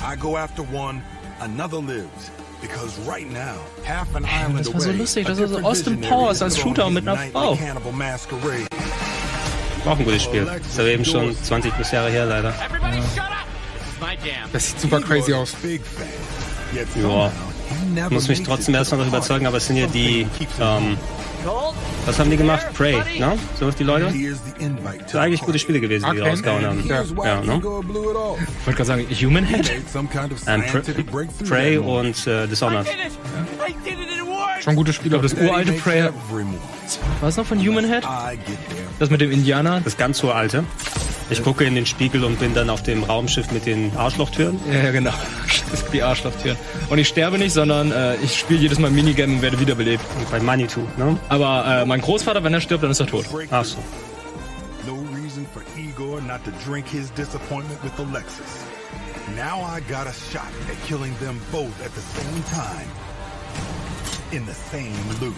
I go after one, another lives. Because right now, half an Hey, island das war so away, lustig, a das war so different Austin visionary Powers is als throwing Shooter his mit einer nightly Frau. Cannibal masquerade. War Auch ein gutes Spiel. Ist aber eben schon 20 plus Jahre her, leider. My jam. Das sieht super crazy aus. Ja. Muss mich trotzdem erstmal noch überzeugen, aber es sind ja die, ähm, was haben die gemacht? Prey, ne? So die Leute? Das sind eigentlich gute Spiele gewesen, die die Arcane? rausgehauen haben. Ja. Ja, ne? *laughs* Ich wollte gerade sagen, Human Head? Ähm, Pre- Prey und äh, Dishonored. Schon gute Spiele. Ich glaube, das uralte Prey. Was noch von Human Head? Das mit dem Indianer? Das ganz uralte. Ich gucke in den Spiegel und bin dann auf dem Raumschiff mit den Arschlochtüren. Ja, ja, genau. *laughs* Das ist die Arschlofftür. Und ich sterbe nicht, sondern äh, ich spiele jedes Mal Minigame und werde wiederbelebt. Bei Manitou, ne? Aber äh, mein Großvater, wenn er stirbt, dann ist er tot. Ach so. No reason for Igor not to drink his disappointment with Alexis. Now I got a shot at killing them both at the same time. In the same loop.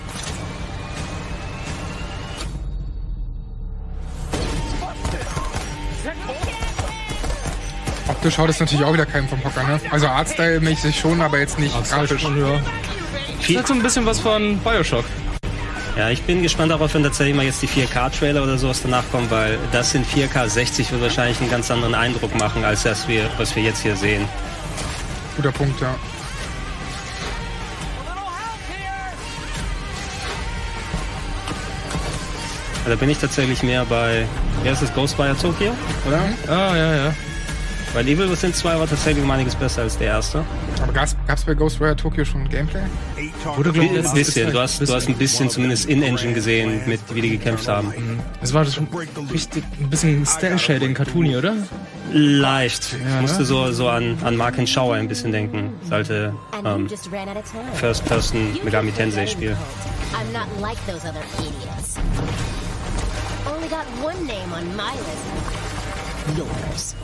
Optisch haut es natürlich auch wieder keinem vom Hocker, ne? Also Artstyle-mäßig schon, aber jetzt nicht grafisch. Das hat so ein bisschen was von Bioshock. Ja, ich bin gespannt darauf, wenn tatsächlich mal jetzt die 4K-Trailer oder sowas danach kommen, weil das in 4K 60 wird wahrscheinlich einen ganz anderen Eindruck machen, als das, wir, was wir jetzt hier sehen. Guter Punkt, ja. Also Da bin ich tatsächlich mehr bei, wer ist das, Ghostwire Tokyo, oder? Ah, ja, ja. Weil Evil Within 2 war tatsächlich um einiges besser als der erste. Oh, Aber gab's, gab's bei Ghostwire Tokyo schon Gameplay? Wurde ein bisschen, du hast, du hast ein bisschen zumindest in-Engine gesehen, mit, wie die gekämpft haben. Das war schon richtig ein bisschen Style-Shading, cartoony, oder? Leicht. Ja, ich musste ne? so, so an, an Mark and Shower ein bisschen denken. Das alte ähm, Just ran out of time. First-Person Megami Tensei-Spiel. I'm not like those other idiots. Only got one name on my list. Yours.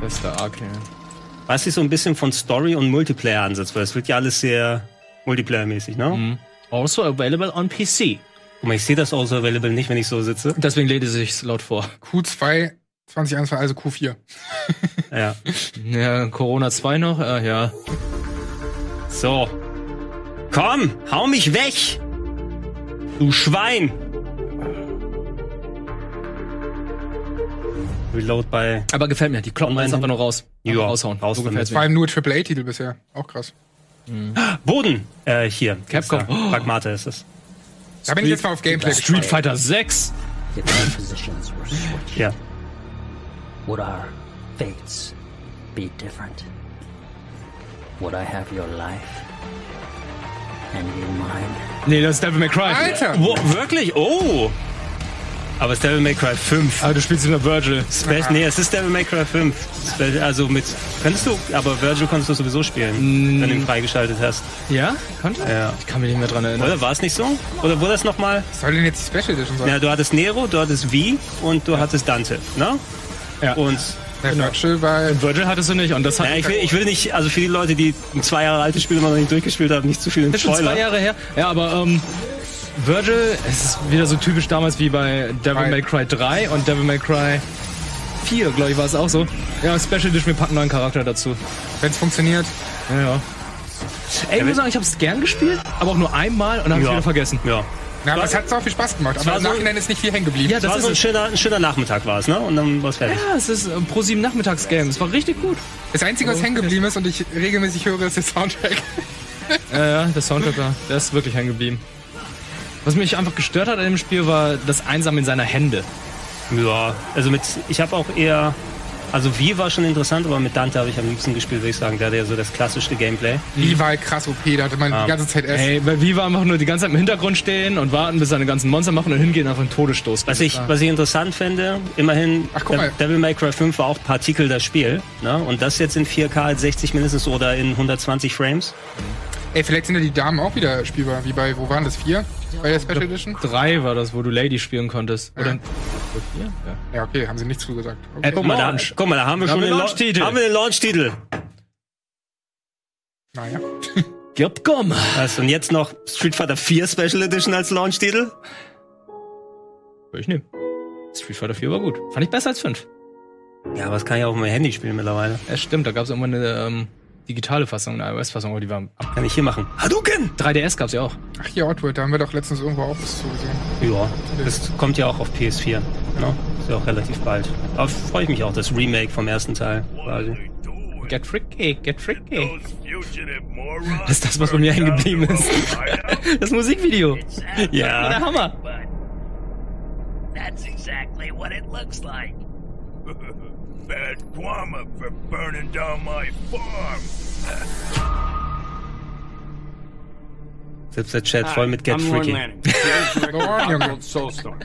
Fester Arcane. Was ich so ein bisschen von Story und Multiplayer ansatz, weil es wird ja alles sehr Multiplayer-mäßig, ne? Also available on PC. Guck mal, ich sehe das also available nicht, wenn ich so sitze. Deswegen lese ich es laut vor. Q2 2021, also Q4. Ja. ja Corona 2 noch? Ah, ja. So. Komm, hau mich weg! Du Schwein! Reload bei. Aber gefällt mir, die kloppen Online- jetzt einfach nur raus. Ja, raushauen. raus damit. Vor allem nur AAA-Titel bisher. Auch krass. Boden! Äh, hier. Capcom. Gibt's da. Pragmata ist es. Da bin ich jetzt mal auf Gameplay Street gespannt. Fighter 6. If our positions were switched, Ja. would our fates be different? Would I have your life and you mine? Nee, das ist Devil May Cry. Alter! Wo, wirklich? Oh! Aber es ist Devil May Cry 5. Ah, du spielst immer Virgil. Spe nee, es ist Devil May Cry 5. Spe also mit. Könntest du, aber Virgil konntest du sowieso Mm. spielen, wenn du ihn freigeschaltet hast. Ja? Konnte? Ja. Ich kann mich nicht mehr dran erinnern. Oder war es nicht so? Oder wurde das nochmal? Was soll denn jetzt die Special Edition sein? Ja, du hattest Nero, du hattest V und du hattest Dante, ne? Ja. Und Der genau. Virtual war Virgil hattest du nicht und das hat. ja, ich, will, ich will nicht, also für die Leute, die ein zwei Jahre altes Spiel immer noch nicht durchgespielt haben, nicht zu viel in Das ist schon zwei Spoiler. Jahre her. Ja, aber ähm, Virgil, es ist wieder so typisch damals wie bei Devil Drei. May Cry 3 und Devil May Cry 4, glaube ich, war es auch so. Ja, Special Edition, wir packen neuen Charakter dazu. Wenn's funktioniert. Ja, ja. Ey, ich wenn- muss sagen, ich habe es gern gespielt, aber auch nur einmal und habe es Ja. wieder vergessen. Ja. Na, aber es hat so viel Spaß gemacht. war Aber im so- Nachhinein ist nicht viel hängen geblieben. Ja, Das war das so ein ist schöner, ein schöner Nachmittag war es, ne? Und dann war es fertig. Ja, es ist äh, pro sieben Nachmittagsgame. Es war richtig gut. Das Einzige, was hängen geblieben ist und ich regelmäßig höre, ist der Soundtrack. Ja, ja, der Soundtrack war, der ist wirklich hängen geblieben. Was mich einfach gestört hat an dem Spiel war das Einsammeln seiner Hände. Ja, also mit, ich habe auch eher, also V war schon interessant, aber mit Dante habe ich am liebsten gespielt, würde ich sagen. Der hat ja so das klassischste Gameplay. Die war halt krass OP, da hatte man die ganze Zeit S. Ey, bei Viva einfach nur die ganze Zeit im Hintergrund stehen und warten, bis seine ganzen Monster machen und hingehen und einfach einen Todesstoß. geben. Was ich, was ich interessant fände, immerhin, Ach, guck mal. De- Devil May Cry 5 war auch Partikel das Spiel. Ne? Und das jetzt in 4K als 60 mindestens oder in 120 Frames. Ey, vielleicht sind ja die Damen auch wieder spielbar, wie bei, wo waren das, vier? Bei der Special Edition? Drei war das, wo du Lady spielen konntest. Oder vier? Ja. Ja, okay, haben sie nicht zugesagt. Okay. Äh, Guck mal, da, Launch. guck mal, da haben wir Da schon haben wir den Lau- Launch-Titel. Haben wir den Launch-Titel. Naja. Gib komm. Was, Und jetzt noch Street Fighter 4 Special Edition als Launch-Titel? Würde ich nehmen. Street Fighter 4 war gut. Fand ich besser als 5. Ja, aber das kann ich auch auf meinem Handy spielen mittlerweile. Es stimmt, da gab es irgendwann eine ähm, digitale Fassung, eine iOS-Fassung, aber die war ab. Kann ich hier machen. Hadouken! 3DS gab's ja auch. Ach, hier Outward, da haben wir doch letztens irgendwo auch was zugesehen. *laughs* Ja, das kommt ja auch auf PS4. Genau. Ist ja auch relativ bald. Aber freue ich mich auch, das Remake vom ersten Teil quasi. Get freaky, get freaky. Das Das ist das, was bei mir hängen geblieben ist. *laughs* Das Musikvideo. Ja. Der Hammer. That's exactly what it looks like. *laughs* Bad karma for burning down my farm. Selbst der Chat voll mit Get I'm Lauren Freaky. Lanning, creative *laughs* director Lauren of Lanning. Outworld Soulstorm.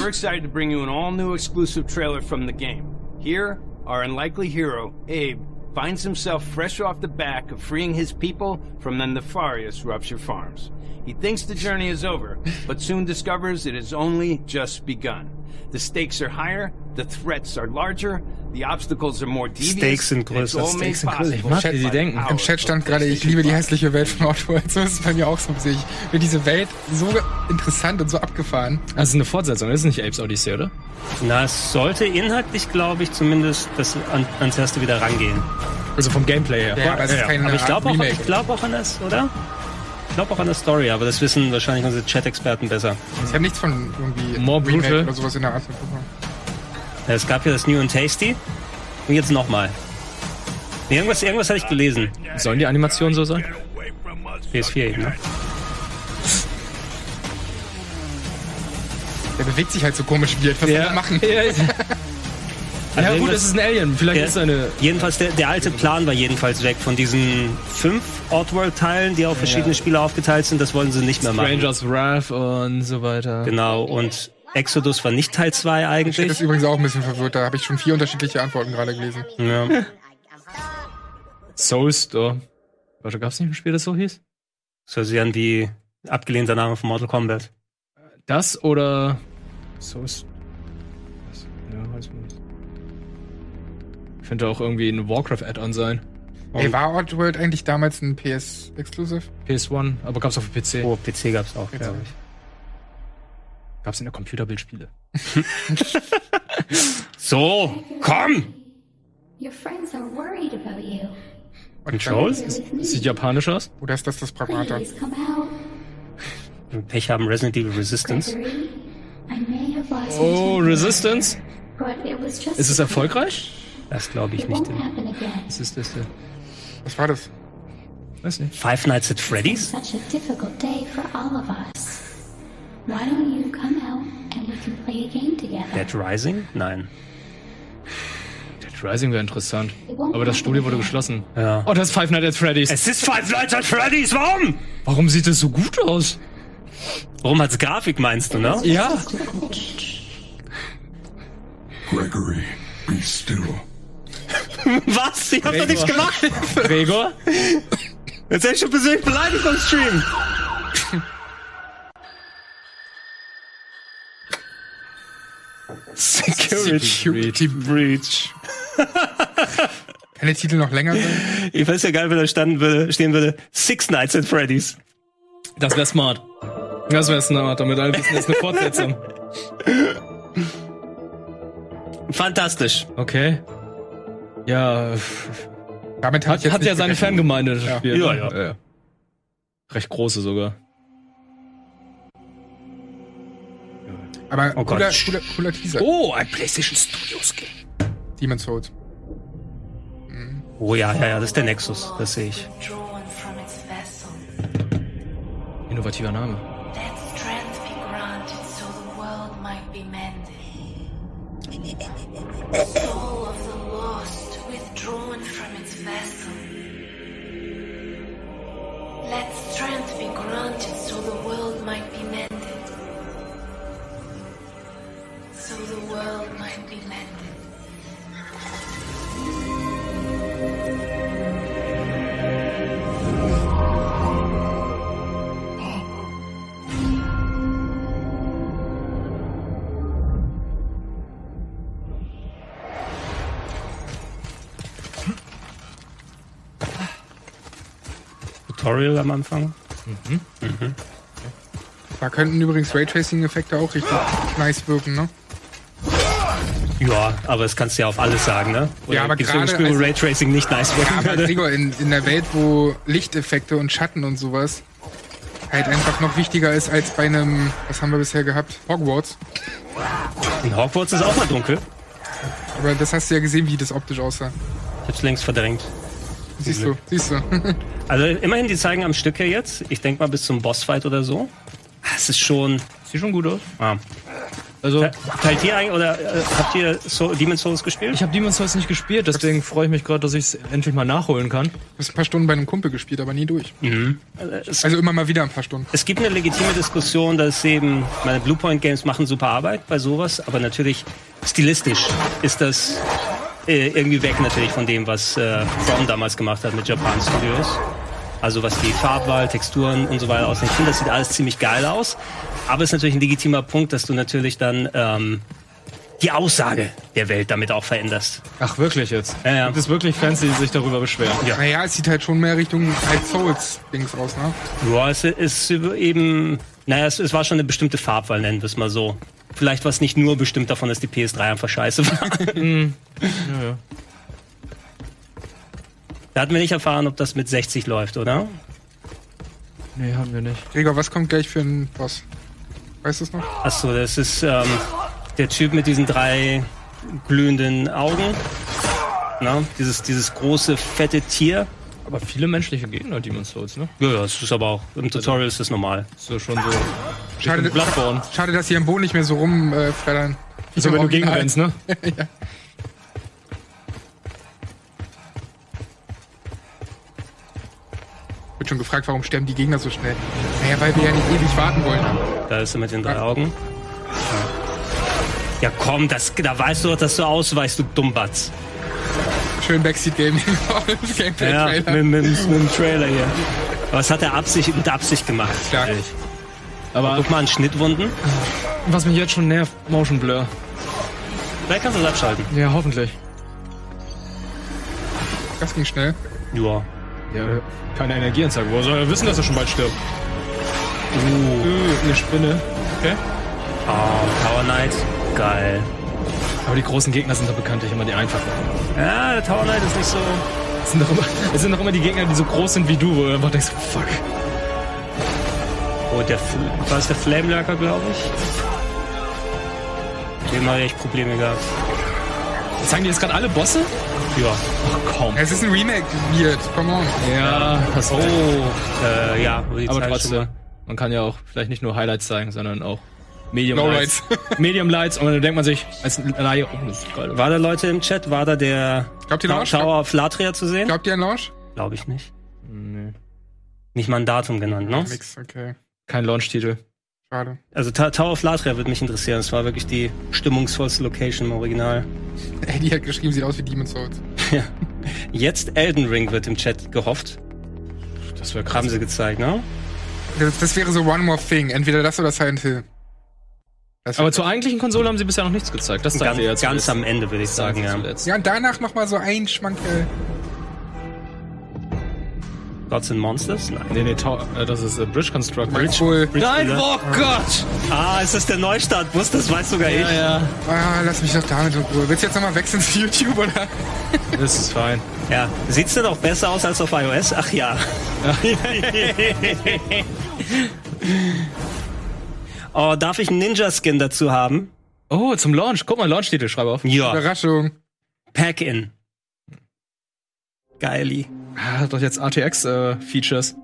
We're excited to bring you an all-new exclusive trailer from the game. Here, our unlikely hero, Abe, finds himself fresh off the back of freeing his people from the nefarious Rupture Farms. He thinks the journey *laughs* is over, but soon discovers it has only just begun. The stakes are higher, the threats are larger, the obstacles are more devious. Stakes sind and it's größer, all made Stakes sind größer. possible Ich mag, wie sie by denken. our Im Chat stand gerade, ich liebe die hässliche Welt von Outward. So ist es bei mir auch so. Ich finde diese Welt so interessant und so abgefahren. Also eine Fortsetzung, das ist nicht Apes Odyssey, oder? Na, es sollte inhaltlich, glaube ich, zumindest das an, ans erste wieder rangehen. Also vom Gameplay her. Ja, aber es ist keine Aber ich Art glaube auch, Remake. ich glaube auch an das, oder? Ich glaube auch an das Story, aber das wissen wahrscheinlich unsere Chat-Experten besser. Ich habe nichts von irgendwie More brutal. oder sowas in der Art mitbekommen. Ja, Es gab ja das New and Tasty und jetzt nochmal. Nee, irgendwas, irgendwas hatte ich gelesen. Sollen die Animationen so sein? PS4 eben, ne? Der bewegt sich halt so komisch weird. Was soll er machen? Ja, ja. Also ja gut, irgendwas- es ist ein Alien. Vielleicht Ja. ist es eine. Jedenfalls, der, der alte Plan war jedenfalls weg von diesen fünf Oddworld-Teilen, die auf verschiedene Spiele aufgeteilt sind. Das wollen sie nicht mehr machen. Rangers Wrath und so weiter. Genau, und Exodus war nicht Teil 2 Das ist eigentlich. übrigens auch ein bisschen verwirrt. Da habe ich schon vier unterschiedliche Antworten gerade gelesen. Ja. Soulstorm. oh. Warte, gab's nicht ein Spiel, das so hieß? Das hört sich an wie ein abgelehnter Name von Mortal Kombat. Das oder. Soulstorm. Ja, weiß man nicht. Könnte auch irgendwie ein Warcraft-Add-on sein. Ey, war Oddworld eigentlich damals ein PS-Exclusive? PS1, aber gab's auf dem PC. Oh, PC gab's auch, Jetzt glaube hab ich. Gab's in der Computerbildspiele. So, komm! Your friends are worried about you. Und Controls? Sieht japanisch aus. Oder ist das das Pragmata? Please come out, Pech haben Resident Evil Resistance. Gregory. I may have lost Oh, you, Resistance? but it was just. Ist es erfolgreich? Das glaube ich It nicht. won't happen again. Was ist das denn? Was war das? Weiß nicht. Five Nights at Freddy's? Such a difficult day for all of us. Why don't you come out and we can play a game together? Dead Rising? Nein. Dead Rising wäre interessant. Aber das Studio wurde geschlossen. Ja. Oh, das ist Five Nights at Freddy's. Es ist Five Nights at Freddy's, warum? Warum sieht es so gut aus? Warum hat's Grafik, meinst du, ne? Ja. Gregory, be still. Was? Ich hab doch nichts gemacht! *laughs* Gregor? Jetzt hätte ich schon persönlich beleidigt am Stream. *laughs* Security Breach. Kann der Titel noch länger sein? Ich weiß ja geil, wenn da standen würde, stehen würde, Six Nights at Freddy's. Das wäre smart. Das wäre smart, damit alle wissen, das ist eine Fortsetzung. Fantastisch. *laughs* Okay. Ja, Damit hab hat, ich jetzt hat nicht ja seine gerechnet. Fangemeinde. das Ja. Spiel, Ja, ne? ja. Recht große sogar. Aber Oh Gott. cooler, cooler, cooler Teaser. Oh, ein PlayStation Studios Game. Demon's Souls. Oh ja, ja, ja, das ist der Nexus, das sehe ich. Drawn from its vessel, Innovativer Name. let strength be granted so the world might be mended. The soul of the lost withdrawn from its vessel. Let strength be granted so the world might be mended. So the world might be mended. Tutorial am Anfang. Da könnten übrigens Raytracing-Effekte auch richtig Ah. nice wirken, ne? Ja, aber das kannst du ja auf alles sagen, ne? Ja, aber gibt's irgendein gerade- also Spiel, wo Raytracing nicht nice Ja, wirken *laughs* aber würde? Gregor, in, in der Welt, wo Lichteffekte und Schatten und sowas halt einfach noch wichtiger ist als bei einem, was haben wir bisher gehabt? Hogwarts. *laughs* In Hogwarts ist auch mal dunkel. Aber das hast du ja gesehen, wie das optisch aussah. Ich hab's längst verdrängt. Siehst du, siehst du. *laughs* Also immerhin, die zeigen am Stück her jetzt. Ich denk mal bis zum Bossfight oder so. Ah, Es ist schon. Sieht schon gut aus. Ah. Also, Te- Teilt ihr eigentlich oder äh, habt ihr so Demon's Souls gespielt? ich habe Demon's Souls nicht gespielt, deswegen freue ich mich gerade, dass ich es endlich mal nachholen kann. Ich hab ein paar Stunden bei einem Kumpel gespielt, aber nie durch. es, Also immer mal wieder ein paar Stunden. es gibt eine legitime Diskussion, dass eben meine Bluepoint Games machen super Arbeit bei sowas, aber natürlich stilistisch ist das äh, irgendwie weg natürlich von dem, was äh, From damals gemacht hat mit Japan Studios. Also was die Farbwahl, Texturen und so weiter aussehen. Ich finde, das sieht alles ziemlich geil aus. Aber es ist natürlich ein legitimer Punkt, dass du natürlich dann ähm, die Aussage der Welt damit auch veränderst. Ach, wirklich jetzt? Ja, ja. Gibt es wirklich Fans, die sich darüber beschweren? Naja, es sieht halt schon mehr Richtung halt Souls-Dings aus, ne? Ja, es ist eben, naja, es, es war schon eine bestimmte Farbwahl, nennen wir es mal so. Vielleicht war es nicht nur bestimmt davon, dass die PS3 einfach scheiße war. Da hatten wir nicht erfahren, ob das mit 60 läuft, oder? Nee, haben wir nicht. Gregor, was kommt gleich für ein Boss? Weißt du es noch? Achso, das ist ähm, der Typ mit diesen drei glühenden Augen. Na, dieses, dieses große, fette Tier. Aber viele menschliche Gegner, Demon's Souls, ne? Ja, ja, das ist aber auch, im Tutorial ist das normal. Ist ja schon so. Schade, Bloodborne. schade dass sie am Boden nicht mehr so rumflattern. Äh, So, wenn du gegen rennst, ne? Wird schon gefragt, warum sterben die Gegner so schnell? Naja, weil wir ja nicht ewig warten wollen. Da ist er mit den drei Augen. Ja, komm, das, da weißt du doch, dass du ausweichst, du Dummbatz. Schön *laughs* Backseat-Gaming. Gameplay Ja, mit, Trailer. mit, mit, dem Trailer hier. Aber es hat er Absicht, mit Absicht gemacht. Klar. Aber Guck mal an Schnittwunden. was mich jetzt schon nervt, Motion Blur. Vielleicht kannst du das abschalten. Ja, hoffentlich. Das ging schnell. Ja. Ja, keine Energieanzeige. Wo soll er wissen, dass er schon bald stirbt? Uh. Äh, eine Spinne. Okay. Ah, Tower Knight. Geil. Aber die großen Gegner sind doch bekanntlich immer die einfachen. Ja, der Tower Knight ist nicht so. Es sind, doch immer, es sind doch immer die Gegner, die so groß sind wie du, wo du einfach denkst, fuck. Oh, der, F- war es der Flame Lurker, glaube ich? Dem habe ich echt Probleme gehabt. Zeigen die jetzt gerade alle Bosse? Ja. Ach komm. Es ist ein Remake, weird. Come on. Ja, das Oh, äh, ja, aber die Aber Zeit schon trotzdem, man kann ja auch vielleicht nicht nur Highlights zeigen, sondern auch Medium Lowlights. Lights. *laughs* Medium Lights und dann denkt man sich, als Laie, oh, das ist geil. War da Leute im Chat? War da der Glaubt ihr Ta- Launch? Tower of Latria zu sehen? Glaubt ihr an Launch? Glaube ich nicht. Nee. Nicht mal ein Datum genannt, ne? Nix, okay. Kein Launch-Titel. Schade. Also Ta Tower of Latria würde mich interessieren. Es war wirklich die stimmungsvollste Location im Original. Eddie hat geschrieben, sieht aus wie Demon's Souls. Ja. Jetzt Elden Ring wird im Chat gehofft. Das wäre Haben sie gezeigt, ne? Das, das wäre so One More Thing. Entweder das oder Silent Hill. Das Aber wär- zur eigentlichen Konsole haben sie bisher noch nichts gezeigt. Das Ganz- sagen wir jetzt. ganz am Ende, würde ich sagen, ja. ja, und danach nochmal so ein Schmankerl. Gods and Monsters? Nein. Nee, nee, Tau- äh, das ist äh, Bridge Construct. Cool. Nein, oh Gott! Ah, es ist der Neustartbus, das weiß sogar ich. ja. Ah, lass mich doch damit in Ruhe. Willst du jetzt nochmal wechseln zu YouTube, oder? Das ist fein. Ja. Sieht's denn auch besser aus als auf iOS? Ach ja. *laughs* oh, darf ich einen Ninja-Skin dazu haben? Oh, zum Launch. Guck mal, Launch-Titel, schreibe auf. Ja. Überraschung. Pack-In. Geili. Ah, Hat doch jetzt äh, RTX-Features.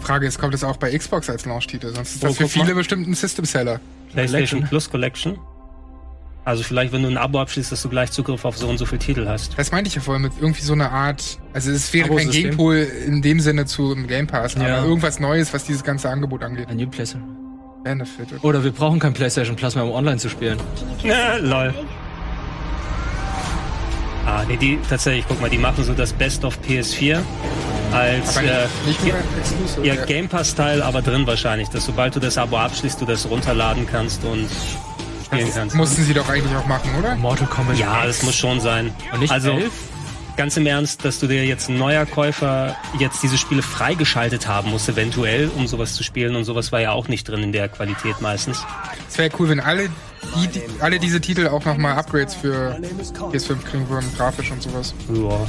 Frage ist, kommt das auch bei Xbox als Launch-Titel? Sonst ist das Oh, für guck mal. viele bestimmt ein System-Seller. PlayStation Plus Collection. Also vielleicht, wenn du ein Abo abschließt, dass du gleich Zugriff auf so und so viel Titel hast. *laughs* Das meinte ich ja vorhin mit irgendwie so einer Art, also es wäre kein Abo-System. Gegenpol in dem Sinne zu im Game Pass, Ja. aber irgendwas Neues, was dieses ganze Angebot angeht. A new PlayStation. Benefit. oder- Oder wir brauchen kein PlayStation Plus mehr, um online zu spielen. Äh, lol. Ah, nee, die, tatsächlich, guck mal, die machen so das Best of PS4 als Aber äh, nicht, nicht Ge- nur Exclusive. ja, ja. Game Pass-Teil, aber drin wahrscheinlich, dass sobald du das Abo abschließt, du das runterladen kannst und spielen kannst. Mussten sie doch eigentlich auch machen, oder? Mortal Kombat. Ja, das muss schon sein. Und nicht also, elf? ganz im Ernst, dass du dir jetzt ein neuer Käufer jetzt diese Spiele freigeschaltet haben musst, eventuell, um sowas zu spielen. Und sowas war ja auch nicht drin in der Qualität meistens. Es wäre cool, wenn alle, die, die, alle diese Titel auch nochmal Upgrades für PS5 kriegen würden, grafisch und sowas. Ja.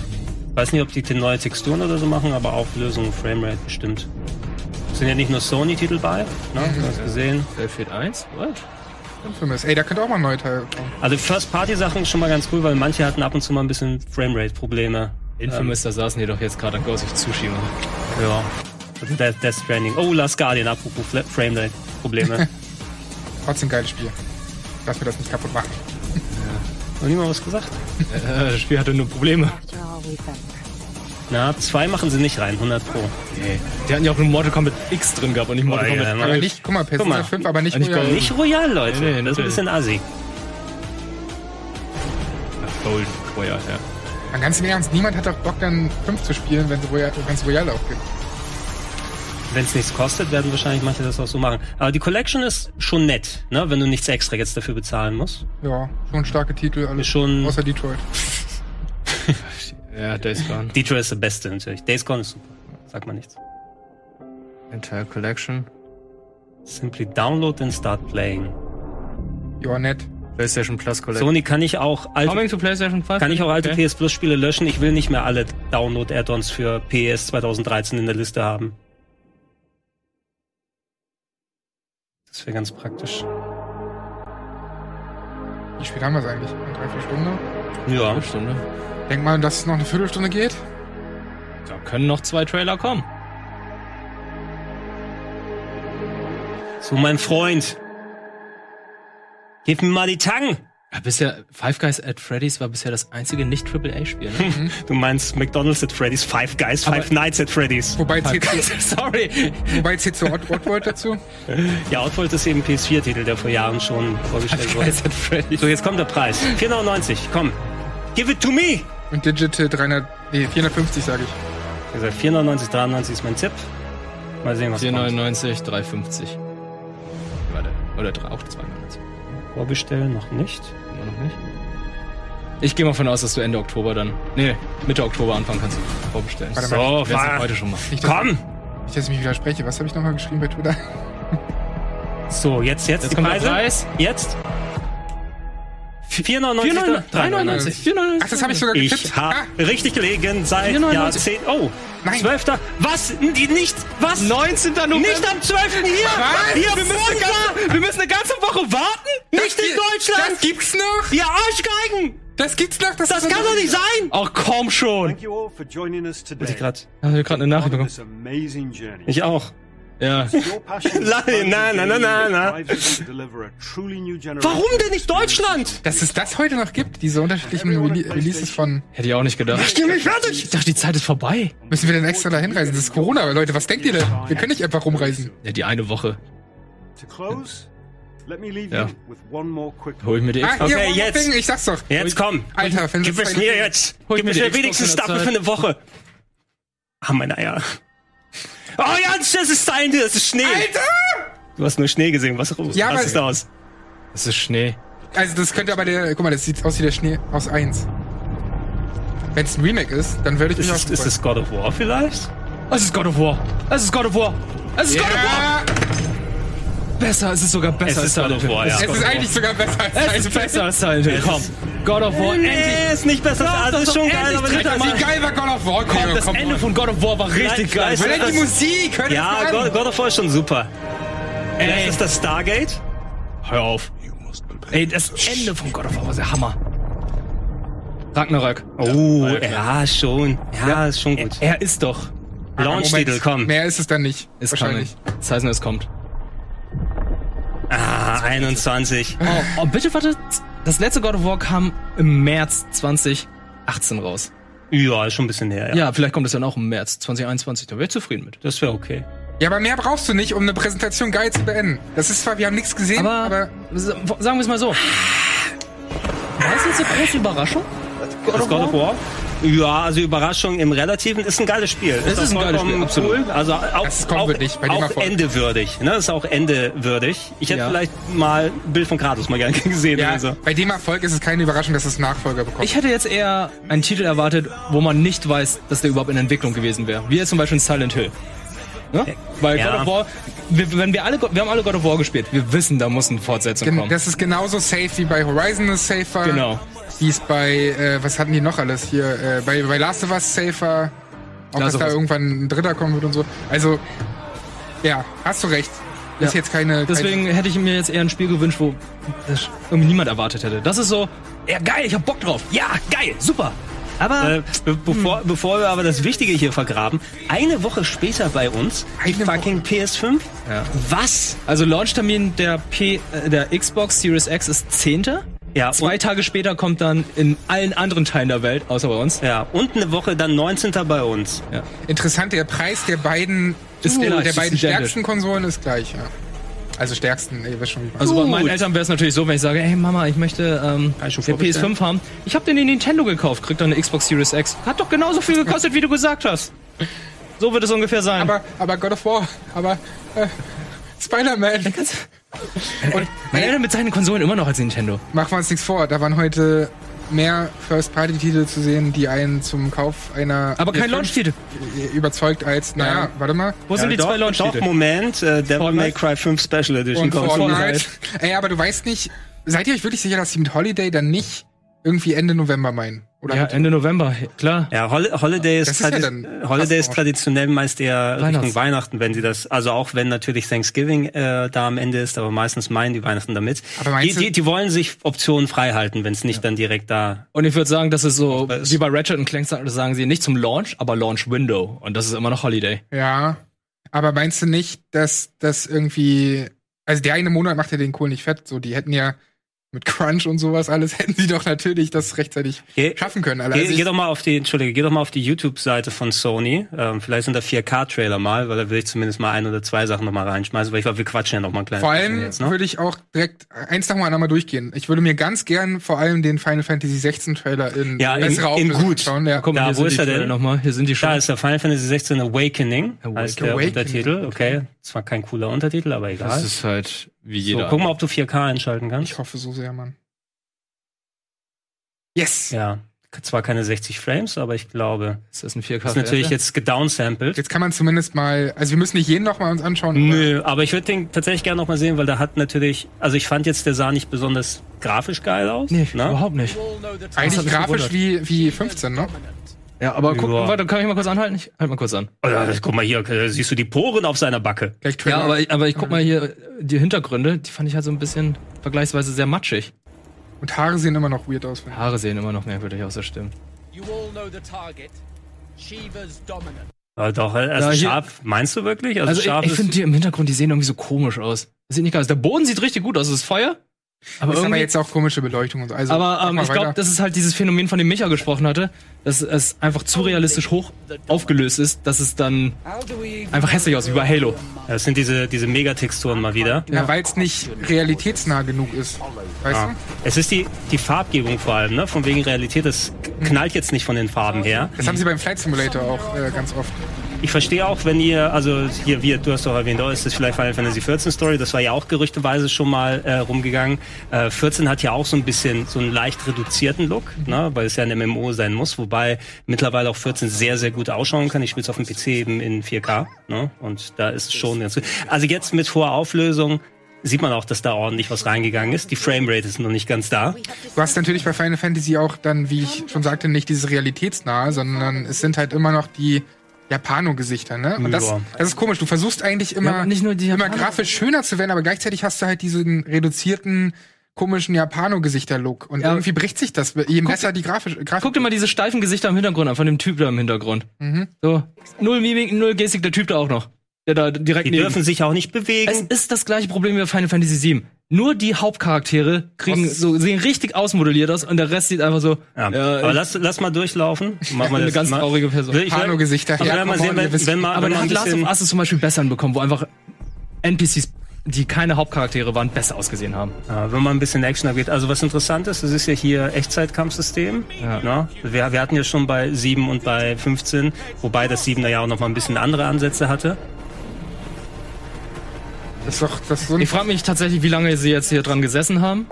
Weiß nicht, ob die neue Texturen oder so machen, aber Auflösung und Framerate bestimmt. Sind ja nicht nur Sony-Titel bei, ne? Mhm. Du hast gesehen. Battlefield 1? What? Infamous. Ey, da könnte auch mal ein neuer Teil kommen. Also First-Party-Sachen schon mal ganz cool, weil manche hatten ab und zu mal ein bisschen Framerate-Probleme. Ähm, Infamous, da saßen die doch jetzt gerade an Ghost of Tsushima. Ja. Und Death, Death Stranding. Oh, Last Guardian, apropos Fla- Framerate-Probleme. *laughs* Trotzdem geiles Spiel. Lass mir das nicht kaputt machen. Noch niemand was gesagt? Äh, das Spiel hatte nur Probleme. After all we've been through. Na, zwei machen sie nicht rein, 100 pro. Die hatten ja auch nur Mortal Kombat X drin gehabt und nicht Mortal Boah, Kombat ja, Aber Mann. 11. nicht, guck mal, Äh, Guck mal. Äh, PS5, aber nicht, Und ich Royal. glaub Nicht royal, Leute. Nee, nee, das ist ein bisschen assi. Gold Royal, ja. Mal ganz im Ernst, niemand hat doch Bock, dann 5 zu spielen, wenn es Royal, wenn's Royal aufgibt. Wenn es nichts kostet, werden wahrscheinlich manche das auch so machen. Aber die Collection ist schon nett, ne? wenn du nichts extra jetzt dafür bezahlen musst. Ja, schon starke Titel, alles. Ist schon- Außer Detroit. Ja, Days Gone. Detroit ist der beste natürlich. Days Gone ist super. Sag mal nichts. Entire Collection. Simply download and start playing. Ja, nett. PlayStation Plus Collection. Sony kann ich auch alte, Coming to PlayStation 5? kann ich auch alte Okay. PS Plus Spiele löschen. Ich will nicht mehr alle Download-Add-ons für PS 2013 in der Liste haben. Das wäre ganz praktisch. Wie spät haben wir es eigentlich? Eine Dreiviertelstunde? Ja. Eine Stunde. Denk mal, dass es noch eine Viertelstunde geht. Da können noch zwei Trailer kommen. So, mein Freund. Gib mir mal die Tang. Ja, bisher, Five Guys at Freddy's war bisher das einzige Nicht-AAA-Spiel. Ne? Du meinst McDonald's at Freddy's, Five Guys, Five Nights at Freddy's. Wobei zählt, *laughs* Sorry. wobei zählt so Odd- Oddworld dazu. Ja, Outworld ist eben PS4-Titel, der vor Jahren schon *laughs* vorgestellt wurde. Guys at Freddy's. So, jetzt kommt der Preis. 4,99, komm. Give it to me! Und Digital 300, nee, 450 sage ich. Wie gesagt, 4,99, 93 ist mein Tipp. Mal sehen, was kommt. 4,99, 3,50. Warte. Oder drei- auch 2,99. Vorbestellen noch nicht. Immer noch nicht. Ich gehe mal von aus, dass du Ende Oktober dann. Nee, Mitte Oktober anfangen kannst du vorbestellen. Warte so, mal, wir war- sind heute schon mal. Nicht, dass- Nicht, dass ich mich widerspreche. Was habe ich nochmal geschrieben bei Twitter? So, jetzt, jetzt, Jetzt die kommt der Preise. Preis. Jetzt. 4,99. 4,99. 4,99. Ach, das habe ich sogar getippt. Ah. Ich habe richtig gelegen seit 4,99. Jahrzehnt. Oh, 12. Was? N- die- Nicht, was? 19. November. Nicht am 12. hier. Was? Hier, Wir müssen eine ganze- wir müssen eine ganze Woche warten? Nicht in Deutschland. Das gibt's noch? Ihr Arschgeigen. Das gibt's noch. Das, Das ist kann doch nicht sein. Ach komm schon. Thank you all for joining us Muss today. ich gerade. Hast du gerade eine Nachricht bekommen? This amazing journey. Ich auch. Ja. *laughs* Nein, nein, nein, nein, nein, nein. Warum denn nicht Deutschland? Dass es das heute noch gibt, diese unterschiedlichen Rele Releases von. Hätte ich auch nicht gedacht. Ich bin nicht fertig. Ich dachte, die Zeit ist vorbei. Müssen wir denn extra da hinreisen? Das ist Corona, aber Leute, was denkt ihr denn? Wir können nicht einfach rumreisen. Ja, die eine Woche. To close, let me leave Ja. you with one more quick. Hol ich mir die Ah, extra. hier, one more thing, ich sag's doch. Jetzt komm. Alter, wenn Gib das es mir jetzt. Hol Gib mir es die mir Xbox wenigstens in der Staffel Zeit. für eine Woche. Ah, meine Eier. Oh ja, das ist Stein, das ist Schnee. Alter! Du hast nur Schnee gesehen. Was, Ja, was aber- ist da aus? Das ist Schnee. Also das könnte aber der. Guck mal, das sieht aus wie der Schnee aus 1. Wenn es ein Remake ist, dann würde ich mich Ist, auch. es- ist es God of War vielleicht? Es ist God of War. Es ist God of War. Es ist God of War. Ja, Besser, es ist sogar besser Es ist als God Silent of War, Hill. ja. es ist eigentlich sogar besser als Es ist Silent Hill. besser als Silent Hill. Komm. God of War, Nee, endlich. ist nicht besser. Lass als das das ist schon doch geil, endlich aber nicht direkt als mal. Wie geil war God of War? Komm, Das Ende von God of War war richtig Vielleicht- geil. vielleicht- Allein die Musik, hör dir Ja, das mal God, an. God of War ist schon super. Ey. Das ist das Stargate. Hör auf. Ey, das Ende von God of War war der Hammer. Ragnarök. Oh, ja, schon. Ja, ist schon gut. Er ist doch. Launch-Titel, Moment, komm. Mehr ist es dann nicht. Es kann wahrscheinlich. nicht. Das heißt nur, es kommt. Ah, 21. Oh, oh, bitte warte. Das letzte God of War kam im März 2018 raus. Ja, ist schon ein bisschen her, Ja, ja. vielleicht kommt es dann auch im März 2021. Da wäre ich zufrieden mit. Das wäre okay. Ja, aber mehr brauchst du nicht, um eine Präsentation geil zu beenden. Das ist zwar, wir haben nichts gesehen, Aber, aber, Ah. sa- sagen wir es mal so. War es jetzt eine große Überraschung? Das God of War? Ja, also Überraschung im Relativen ist ein geiles Spiel. Es ist auch ein geiles vollkommen Spiel, absolut. Cool. Also auch, Das kommt auch, wirklich bei dem auch Erfolg. endewürdig. Ne? Das ist auch endewürdig. Ich hätte Ja. vielleicht mal ein Bild von Kratos mal gerne *laughs* gesehen. ja, oder so. Also, bei dem Erfolg ist es keine Überraschung, dass es Nachfolger bekommt. Ich hätte jetzt eher einen Titel erwartet, wo man nicht weiß, dass der überhaupt in Entwicklung gewesen wäre. Wie jetzt zum Beispiel in Silent Hill. Ne? Weil Ja. God of War, wir, wenn wir alle, Go- wir haben alle God of War gespielt. Wir wissen, da muss eine Fortsetzung Gen- kommen. das ist genauso safe wie bei Horizon ist safer. Genau. Wie es bei, äh, was hatten die noch alles hier? Äh, bei, bei Last of Us safer. Auch Last dass of da Us. irgendwann ein Dritter kommen wird und so. Also, ja, hast du recht. Ist Ja. jetzt keine. Deswegen hätte ich mir jetzt eher ein Spiel gewünscht, wo das irgendwie niemand erwartet hätte. Das ist so, ja geil, ich hab Bock drauf. Ja, geil, super. Aber Äh, be bevor, bevor wir aber das Wichtige hier vergraben, eine Woche später bei uns, die Eine Woche. fucking PS5. Ja. Was? Also Launchtermin der P äh, der Xbox Series X ist 10. Ja, Zwei Tage später kommt dann in allen anderen Teilen der Welt, außer bei uns. ja, und eine Woche dann 19. bei uns. Ja. Kein, interessant, der Preis der beiden, Ist der, gleich, der ist beiden identisch. stärksten Konsolen ist gleich, ja. Also stärksten, ey, ihr wisst schon, wie ich meine. Also bei Gut. meinen Eltern wäre es natürlich so, wenn ich sage, hey Mama, ich möchte ähm, ich schon der vorbestellen? PS5 haben. Ich habe den in Nintendo gekauft, kriegt dann eine Xbox Series X. Hat doch genauso viel gekostet, wie du gesagt hast. So wird es ungefähr sein. aber, aber God of War, aber äh, Spider-Man. Und Meine Eltern mit seinen Konsolen immer noch als Nintendo. machen wir uns nichts vor, da waren heute mehr First-Party-Titel zu sehen, die einen zum Kauf einer Aber kein PS5 Launch-Titel. überzeugt als, naja, Ja. warte mal. Wo sind die doch, zwei Doch, Launch-Titel? Moment, äh, Devil May Fortnite? Cry 5 Special Edition Und kommt. Fortnite. Ey, aber du weißt nicht, seid ihr euch wirklich sicher, dass sie mit Holiday dann nicht irgendwie Ende November meinen? Oder Ja, Ende November, klar. Ja, Hol Holiday ist, Das ist ja tradi- dann Holiday ist fast Orange. traditionell meist eher Weihnachts- Richtung Weihnachten, wenn sie das, also auch wenn natürlich Thanksgiving äh, da am Ende ist, aber meistens meinen die Weihnachten damit. Aber meinst die, du- die, die wollen sich Optionen frei halten, wenn es nicht dann direkt da. Und ich würde sagen, das ist so, Weiß. wie bei Ratchet und Clank sagen sagen sie nicht zum Launch, aber Launch Window. Und das ist immer noch Holiday. Ja, aber meinst du nicht, dass das irgendwie, also der eine Monat macht ja den Kohl nicht fett, so die hätten ja mit Crunch und sowas alles, *laughs* hätten sie doch natürlich das rechtzeitig Geh- schaffen können. Alter. Geh, Also geh ich- doch mal auf die, entschuldige, geh doch mal auf die YouTube-Seite von Sony. Ähm, vielleicht sind da 4K-Trailer mal, weil da will ich zumindest mal ein oder zwei Sachen noch mal reinschmeißen, weil ich glaube, wir quatschen ja noch mal ein kleines Vor bisschen allem jetzt, ne? würde ich auch direkt eins nochmal einmal durchgehen. Ich würde mir ganz gern vor allem den Final Fantasy 16 Trailer in Ja, in- besserer in Auflösung gut. schauen. Ja. Guck mal, Da, hier wo sind ist die er denn? Trailer nochmal. Hier sind die schon. Da ist der Final Fantasy 16 Awakening, heißt der Awakening, Untertitel. Okay, zwar kein cooler Untertitel, aber egal. Das ist halt wie so, jeder. guck mal, ob du 4K einschalten kannst. Ich hoffe so sehr, Mann. Yes! Ja. Zwar keine 60 Frames, aber ich glaube. Ist das ein 4K? Ist natürlich Werte? jetzt gedownsampled. Jetzt kann man zumindest mal, also wir müssen nicht jeden nochmal uns anschauen. Nö, aber ich würde den tatsächlich gerne nochmal sehen, weil der hat natürlich, also ich fand jetzt, der sah nicht besonders grafisch geil aus. Nee, ne? überhaupt nicht. Eigentlich mich grafisch gewundert. wie, wie 15, ne? Ja, aber guck, Ja. warte, kann ich mal kurz anhalten? Ich, halt mal kurz an. Oh ja, das- guck mal hier, äh, siehst du die Poren auf seiner Backe? Gleich Trailer. Ja, aber, ich- aber ich guck mal hier, die Hintergründe, die fand ich halt so ein bisschen vergleichsweise sehr matschig. Und Haare sehen immer noch weird aus. Haare sehen immer noch merkwürdig aus, das stimmt. You all know the target. Shiva's dominant. Ja, doch, also Ja, hier- scharf, meinst du wirklich? Also, scharf ich, ist- ich finde die im Hintergrund, die sehen irgendwie so komisch aus. Das sieht nicht geil aus. Der Boden sieht richtig gut aus, das ist Feuer. Aber ist aber irgendwie jetzt auch komische Beleuchtung und so. Also, Aber ähm, mach mal ich glaube, weiter. das ist halt dieses Phänomen, von dem Micha gesprochen hatte, dass es einfach zu realistisch hoch aufgelöst ist, dass es dann einfach hässlich aussieht, wie bei Halo. Das sind diese, diese Megatexturen mal wieder. Ja, weil es nicht realitätsnah genug ist. Weißt Ja. Es ist die, die Farbgebung vor allem, ne? Von wegen Realität, das knallt jetzt nicht von den Farben her. du? Das haben sie beim Flight Simulator auch äh, ganz oft. Ich verstehe auch, wenn ihr, also hier, wir, du hast doch erwähnt, oh, ist das vielleicht Final Fantasy 14 Story? Das war ja auch gerüchteweise schon mal äh, rumgegangen. Äh, 14 hat ja auch so ein bisschen so einen leicht reduzierten Look, ne, weil es ja ein MMO sein muss, wobei mittlerweile auch 14 sehr, sehr gut ausschauen kann. Ich spiele es auf dem PC eben in 4K, ne, und da ist schon ganz gut. Also jetzt mit hoher Auflösung sieht man auch, dass da ordentlich was reingegangen ist. Die Framerate ist noch nicht ganz da. Du hast natürlich bei Final Fantasy auch dann, wie ich schon sagte, nicht dieses realitätsnahe, sondern es sind halt immer noch die Japano-Gesichter, ne? Und das, Ja. das ist komisch. Du versuchst eigentlich immer, Ja, aber nicht nur die immer Japaner- grafisch schöner zu werden, aber gleichzeitig hast du halt diesen reduzierten, komischen Japano-Gesichter-Look. Und Ja. irgendwie bricht sich das, je besser die Grafisch, Grafik. Guck dir mal diese steifen Gesichter im Hintergrund an, von dem Typ da im Hintergrund. So, null Mimik, null Gestik, der Typ da auch noch. Der da direkt Die neben. dürfen sich auch nicht bewegen. Es ist das gleiche Problem wie bei Final Fantasy VII. Nur die Hauptcharaktere kriegen so, sehen richtig ausmodelliert aus und der Rest sieht einfach so. Ja. aber lass, lass mal durchlaufen. Mach mal eine das ganz mal. traurige Person. Will ich- Hanno-Gesichter. Aber Ja, wenn man sehen, komm, wenn, wir wenn man, aber wenn da man hat Last bisschen- of Us es zum Beispiel besser bekommen, wo einfach NPCs, die keine Hauptcharaktere waren, besser ausgesehen haben. Ja, wenn man ein bisschen Action abgeht. Also was interessant ist, es ist ja hier Echtzeitkampfsystem. Ne? Wir, wir hatten ja schon bei 7 und bei 15, wobei das 7er ja auch noch mal ein bisschen andere Ansätze hatte. Das ist doch, das ist so ein Ich frage mich tatsächlich, wie lange sie jetzt hier dran gesessen haben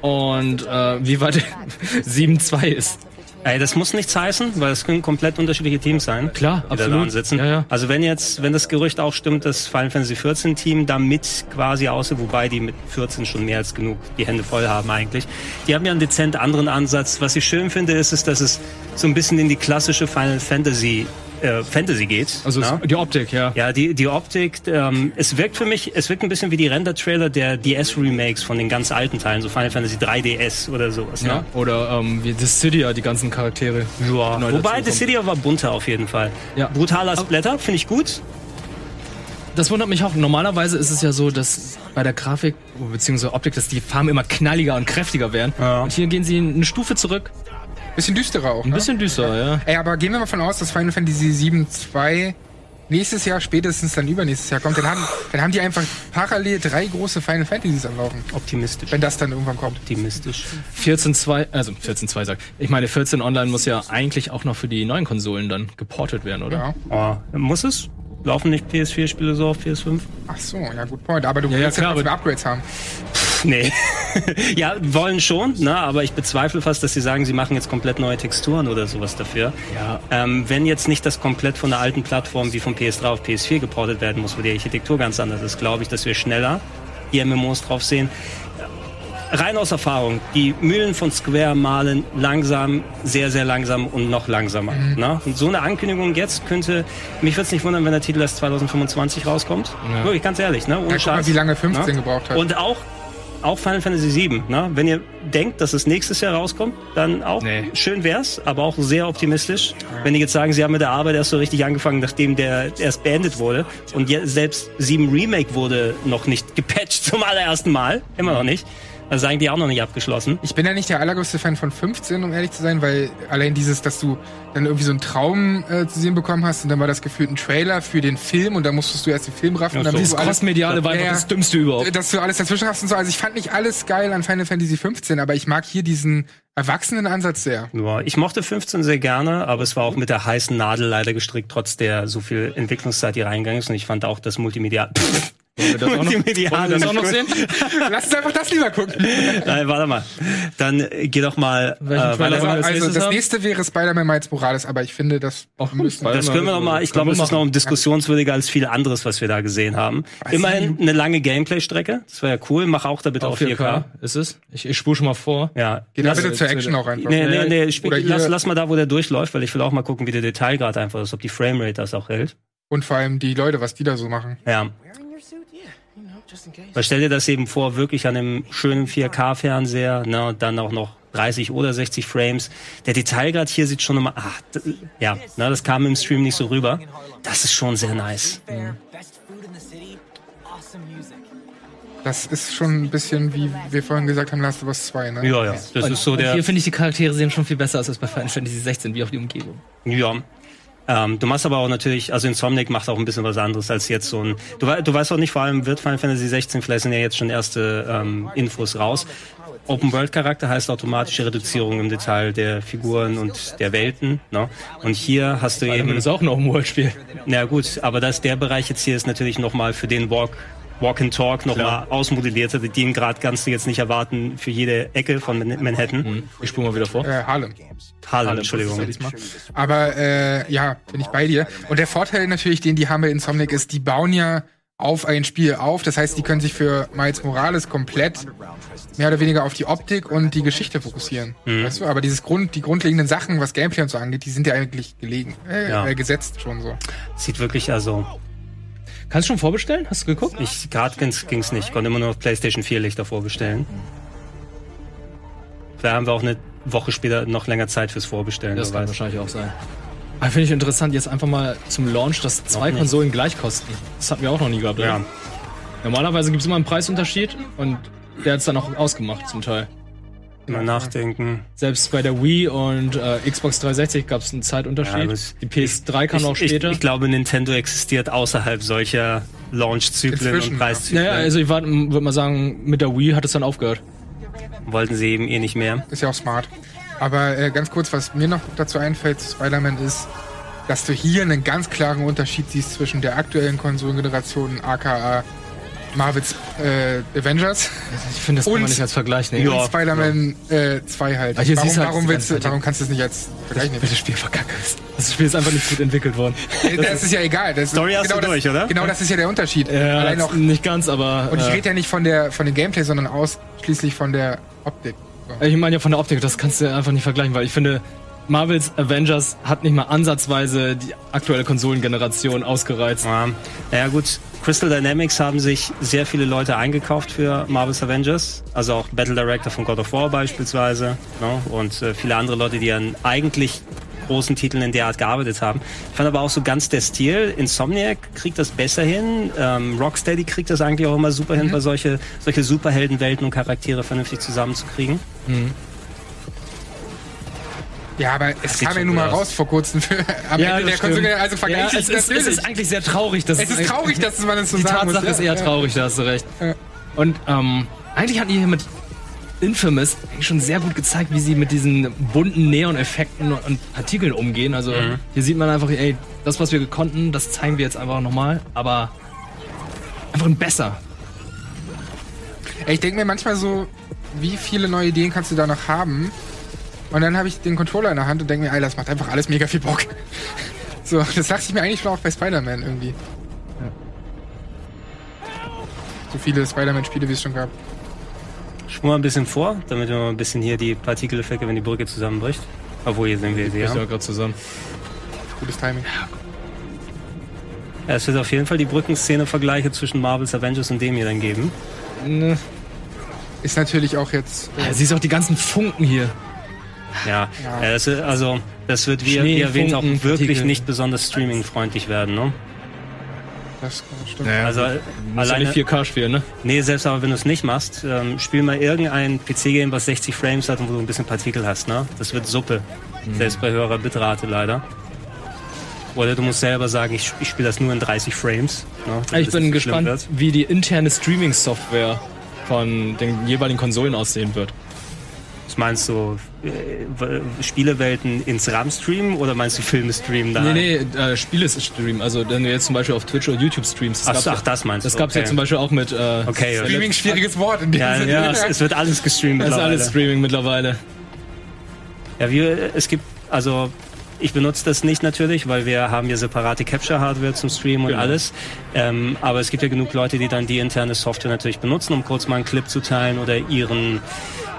und äh, wie weit *laughs* 7-2 ist. Ey, das muss nichts heißen, weil es können komplett unterschiedliche Teams sein. Klar, die da absolut. dran sitzen. Ja, ja. Also wenn jetzt, wenn das Gerücht auch stimmt, das Final Fantasy 14 Team damit quasi aussieht, wobei die mit 14 schon mehr als genug die Hände voll haben eigentlich. Die haben ja einen dezent anderen Ansatz. Was ich schön finde, ist, ist dass es so ein bisschen in die klassische Final Fantasy äh, Fantasy geht. Also ne? es- die Optik, ja. Ja, die, die Optik, ähm, es wirkt für mich, es wirkt ein bisschen wie die Render-Trailer der DS-Remakes von den ganz alten Teilen, so Final Fantasy 3DS oder sowas. Ja, Ne? oder ähm, wie Dissidia, die ganzen Charaktere. Ja, neu wobei dazukommen. Dissidia war bunter auf jeden Fall. Ja. Brutaler Splatter, finde ich gut. Das wundert mich auch. Normalerweise ist es ja so, dass bei der Grafik bzw. Optik, dass die Farben immer knalliger und kräftiger werden. Und hier gehen sie eine Stufe zurück. bisschen düsterer auch. Ein ne? bisschen düster, ja. Ey, aber gehen wir mal von aus, dass Final Fantasy 7 2 nächstes Jahr, spätestens dann übernächstes Jahr kommt. Dann haben, dann haben die einfach parallel drei große Final Fantasies am Laufen. Optimistisch. Wenn das dann irgendwann kommt. Optimistisch. 14.2, also 14.2 sagt. Ich meine, 14 Online muss ja eigentlich auch noch für die neuen Konsolen dann geportet werden, oder? Ja. Oh, muss es? Laufen nicht PS4-Spiele so auf PS5? Ach so, ja, gut Point. Aber du ja, willst ja, klar, trotzdem Upgrades haben. *laughs* Nee. ja, wollen schon, ne? aber ich bezweifle fast, dass sie sagen, sie machen jetzt komplett neue Texturen oder sowas dafür. Ja. Ähm, wenn jetzt nicht das komplett von der alten Plattform wie von PS3 auf PS4 geportet werden muss, wo die Architektur ganz anders ist, glaube ich, dass wir schneller die MMOs drauf sehen. Rein aus Erfahrung, die Mühlen von Square malen langsam, sehr, sehr langsam und noch langsamer. Mhm. Ne? Und so eine Ankündigung jetzt könnte, mich würde es nicht wundern, wenn der Titel erst 2025 rauskommt. Ja. Wirklich ganz ehrlich, ne? Ja, Ohne guck mal, Scheiß. wie lange 15 Ne? gebraucht hat. Und auch, auch Final Fantasy VII. Ne? Wenn ihr denkt, dass es nächstes Jahr rauskommt, dann auch Nee. schön wär's, aber auch sehr optimistisch. Wenn die jetzt sagen, sie haben mit der Arbeit erst so richtig angefangen, nachdem der erst beendet wurde und je, selbst 7 Remake wurde noch nicht gepatcht *laughs* zum allerersten Mal, immer noch nicht. Also sagen die auch noch nicht abgeschlossen. Ich bin ja nicht der allergrößte Fan von 15, um ehrlich zu sein, weil allein dieses, dass du dann irgendwie so einen Traum äh, zu sehen bekommen hast und dann war das gefühlt ein Trailer für den Film und dann musstest du erst den Film raffen. Ja, und dann so. bist Dieses du alles- Crossmediale war einfach Ja, ja. das *laughs* Dümmste überhaupt. dass du alles dazwischen hast und so. Also ich fand nicht alles geil an Final Fantasy 15, aber ich mag hier diesen erwachsenen Ansatz sehr. Ja, ich mochte 15 sehr gerne, aber es war auch mit der heißen Nadel leider gestrickt, trotz der so viel Entwicklungszeit, die reingegangen ist. Und ich fand auch das Multimedia *laughs* Wollen wir das auch noch, wollen wir das auch noch sehen? Lass uns einfach das lieber gucken. Nein, warte mal. Dann äh, geh doch mal äh, Welchen weiter. Trailer wollen wir als Also nächstes das haben? nächste wäre Spider-Man Miles Morales, aber ich finde das Oh, müssen Das können wir noch mal. Ich glaube, es ist noch machen. diskussionswürdiger als viel anderes, was wir da gesehen haben. Immerhin eine lange Gameplay-Strecke. Das war ja cool. Mach auch da bitte auf 4K. Ist es? Ich, ich spule schon mal vor. Ja. Geht da bitte zur Action auch einfach. Nee, nee, nee. Spiel, Oder hier- lass, lass mal da, wo der durchläuft, weil ich will auch mal gucken, wie der Detailgrad einfach ist, ob die Framerate das auch hält. Und vor allem die Leute, was die da so machen. Ja. Weil stell dir das eben vor, wirklich an einem schönen 4K-Fernseher, ne, und dann auch noch 30 oder 60 Frames. Der Detailgrad hier sieht schon immer, ach, d- ja, ne, das kam im Stream nicht so rüber. Das ist schon sehr nice. Best food in the city, awesome music. Das ist schon ein bisschen, wie wir vorhin gesagt haben, Last of Us 2, ne? Ja, ja, das ist so der. Hier finde ich, die Charaktere sehen schon viel besser aus als bei Final Fantasy 16, wie auch die Umgebung. Ja. Ähm, du machst aber auch natürlich, also Insomniac macht auch ein bisschen was anderes als jetzt so ein. Du, wei- du weißt auch nicht, vor allem wird Final Fantasy 16, vielleicht sind ja jetzt schon erste ähm, Infos raus. Open World Charakter heißt automatische Reduzierung im Detail der Figuren und der Welten. Ne? Und hier hast du eben. ist auch ein Open World Spiel. Na gut, aber das der Bereich jetzt hier ist natürlich nochmal für den Walk. Walk and Talk nochmal ausmodelliert hatte, den Grad kannst du jetzt nicht erwarten für jede Ecke von Man- Manhattan. Ich spule mal wieder vor. Äh, Harlem. Harlem, Entschuldigung. Aber äh, ja, bin ich bei dir. Und der Vorteil natürlich, den die haben bei Insomniac, ist, die bauen ja auf ein Spiel auf. Das heißt, die können sich für Miles Morales komplett mehr oder weniger auf die Optik und die Geschichte fokussieren. Mhm. Weißt du? Aber dieses Grund, die grundlegenden Sachen, was Gameplay und so angeht, die sind ja eigentlich gelegen, äh, Ja. äh, gesetzt schon so. Sieht wirklich also. Kannst du schon vorbestellen? Hast du geguckt? Ich gerade ging's, ging's nicht. Ich konnte immer nur auf PlayStation 4 Lichter vorbestellen. Vielleicht haben wir auch eine Woche später noch länger Zeit fürs Vorbestellen. Das wer kann weiß. wahrscheinlich auch sein. Aber Ah, finde ich interessant, jetzt einfach mal zum Launch, dass zwei nicht. Konsolen gleich kosten. Das hatten wir auch noch nie gehabt, oder? Ja. Normalerweise gibt es immer einen Preisunterschied und der hat es dann auch ausgemacht zum Teil. Mal nachdenken. Selbst bei der Wii und äh, Xbox 360 gab es einen Ja, Zeitunterschied. aber es- Die PS3 kam ich, auch später. Ich, ich glaube, Nintendo existiert außerhalb solcher Launch-Zyklen und Inzwischen, Preiszyklen. Naja, also ich würde mal sagen, mit der Wii hat es dann aufgehört. Wollten sie eben eh nicht mehr. Ist ja auch smart. Aber äh, ganz kurz, was mir noch dazu einfällt, zu Spider-Man ist, dass du hier einen ganz klaren Unterschied siehst zwischen der aktuellen Konsolengeneration, aka Marvels äh, Avengers. Ich finde, das kann man nicht als Vergleich nehmen. Und Ja, Spider-Man 2 halt. Ah, hier warum, siehst du halt warum, die willst du, ganze Zeit- warum kannst du es nicht als Vergleich nehmen? Das Spiel verkackt ist. Das Spiel ist einfach nicht gut entwickelt worden. Äh, *laughs* Das ist ja egal. Das Story hast genau du das, durch, oder? Genau, das ist ja der Unterschied. *laughs* Ja, Allein jetzt auch, nicht ganz, aber. und ich äh, rede ja nicht von, der, von dem Gameplay, sondern ausschließlich von der Optik. Ich meine ja von der Optik, das kannst du einfach nicht vergleichen, weil ich finde, Marvels Avengers hat nicht mal ansatzweise die aktuelle Konsolengeneration ausgereizt. Ja. Naja gut, Crystal Dynamics haben sich sehr viele Leute eingekauft für Marvel's Avengers, also auch Battle Director von God of War beispielsweise ne? und äh, viele andere Leute, die an eigentlich großen Titeln in der Art gearbeitet haben. Ich fand aber auch so ganz der Stil. Insomniac kriegt das besser hin, ähm, Rocksteady kriegt das eigentlich auch immer super hin, bei solche, solche Superheldenwelten und Charaktere vernünftig zusammenzukriegen. Ja, aber es sieht kam ja schon nun mal gut aus. raus vor kurzem *laughs* für, am Ende der Konsolengeneration. Also vergleiche ja, ich es, ist, es natürlich. ist eigentlich sehr traurig, dass Es ist traurig, dass man das so Die sagen muss, Tatsache ja, ist ja. eher traurig, da hast du recht. Und ähm, eigentlich hatten die hier mit Infamous eigentlich schon sehr gut gezeigt, wie sie mit diesen bunten Neon-Effekten und Partikeln umgehen. Also Mhm. hier sieht man einfach, ey, das, was wir konnten, das zeigen wir jetzt einfach nochmal, aber einfach ein besser. Ey, ich denke mir manchmal so, wie viele neue Ideen kannst du da noch haben? Und dann habe ich den Controller in der Hand und denke mir, Alter, das macht einfach alles mega viel Bock. *laughs* So, das dachte ich mir eigentlich schon auch bei Spider-Man irgendwie. So viele Spider-Man-Spiele, wie es schon gab. Spul mal ein bisschen vor, damit wir mal ein bisschen hier die Partikeleffekte, wenn die Brücke zusammenbricht. Obwohl, hier sind wir sie, ja. Ist ja gerade zusammen. Gutes Timing. Ja, Äh, es wird auf jeden Fall die Brückenszene-Vergleiche zwischen Marvel's Avengers und dem hier dann geben. Ist natürlich auch jetzt. äh, Ja, siehst auch die ganzen Funken hier. Ja, äh, das ist, also das wird, wie, Schnee, wie erwähnt, auch Funken, wirklich Partikel. nicht besonders streamingfreundlich werden, ne? Das stimmt. also Muss ja alleine, nicht 4K spielen, ne? nee, selbst aber wenn du es nicht machst, ähm, spiel mal irgendein PC-Game, was 60 Frames hat und wo du ein bisschen Partikel hast, ne? Das wird Suppe, Mhm. selbst bei höherer Bitrate leider. Oder du musst selber sagen, ich, ich spiele das nur in 30 Frames. Ne? damit Ich es bin nicht so schlimm gespannt, wird. wie die interne Streaming-Software von den jeweiligen Konsolen aussehen wird. Was meinst du, äh, w- Spielewelten ins RAM streamen oder meinst du Filme streamen da? Nee, nee, äh, Spiele streamen. Also, wenn du jetzt zum Beispiel auf Twitch oder YouTube streamst. Ach gab's so, ja- ach, das meinst Das du, gab's ja okay. zum Beispiel auch mit. Äh, Okay, okay. Streaming, schwieriges Wort in dem Ja, Sinne. ja *laughs* es, es wird alles gestreamt Das ist mittlerweile. alles Streaming mittlerweile. Ja, wir, es gibt, also ich benutze das nicht natürlich, weil wir haben ja separate Capture-Hardware zum Stream und Genau. alles. Ähm, aber es gibt ja genug Leute, die dann die interne Software natürlich benutzen, um kurz mal einen Clip zu teilen oder ihren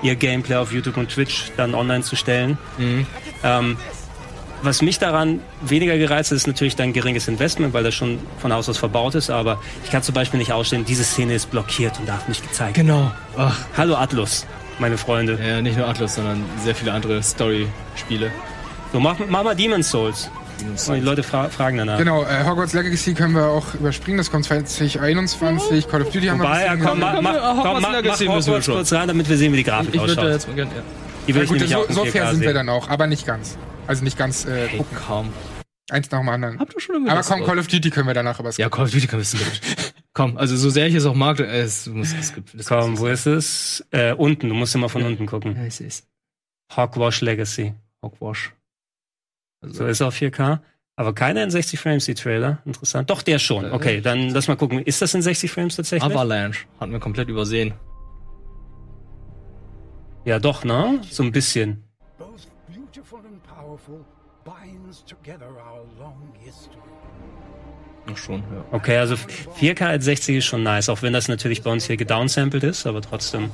ihr Gameplay auf YouTube und Twitch dann online zu stellen. Mhm. Ähm, was mich daran weniger gereizt hat, ist natürlich dein geringes Investment, weil das schon von Haus aus verbaut ist. Aber ich kann zum Beispiel nicht ausstehen, diese Szene ist blockiert und darf nicht gezeigt werden. Genau. Ach. Hallo Atlus, meine Freunde. Ja, nicht nur Atlus, sondern sehr viele andere Story-Spiele. So, mach, mach mal Demon's Souls. Und die Leute fra fragen danach. Genau, äh, Hogwarts Legacy können wir auch überspringen, das kommt 2021, Call of Duty haben Wobei, wir ja, ein bisschen komm, mach, genannt. mach, komm, mach, mach Hogwarts kurz rein, damit wir sehen, wie die Grafik Ich würd da ausschaut. jetzt mal gern, ja. Die will Na ich gut, nämlich so, auch in so 4K fair sind wir sehen. dann auch, aber nicht ganz. Also nicht ganz äh, gucken. Kaum. Eins nach dem anderen. Habt ihr schon über aber das komm, Wort? Call of Duty können wir danach aber Ja, Call of Duty kann wissen. *laughs* Komm, also so sehr ich es auch mag, äh, es muss es gibt. Das Komm, wo ist es? Äh, unten, du musst immer von unten gucken. Ja, ich seh's. Hogwash Legacy. Hogwash. Also so ist auf 4K. Aber keiner in 60 Frames, die Trailer. Interessant. Doch, der schon. Okay, dann lass mal gucken. Ist das in 60 Frames tatsächlich? Avalanche. Hatten wir komplett übersehen. Ja, doch, ne? So ein bisschen. Both beautiful and powerful binds together our long history. Ach schon, ja. Okay, also 4K als 60 ist schon nice, auch wenn das natürlich bei uns hier gedownsampled ist, aber trotzdem.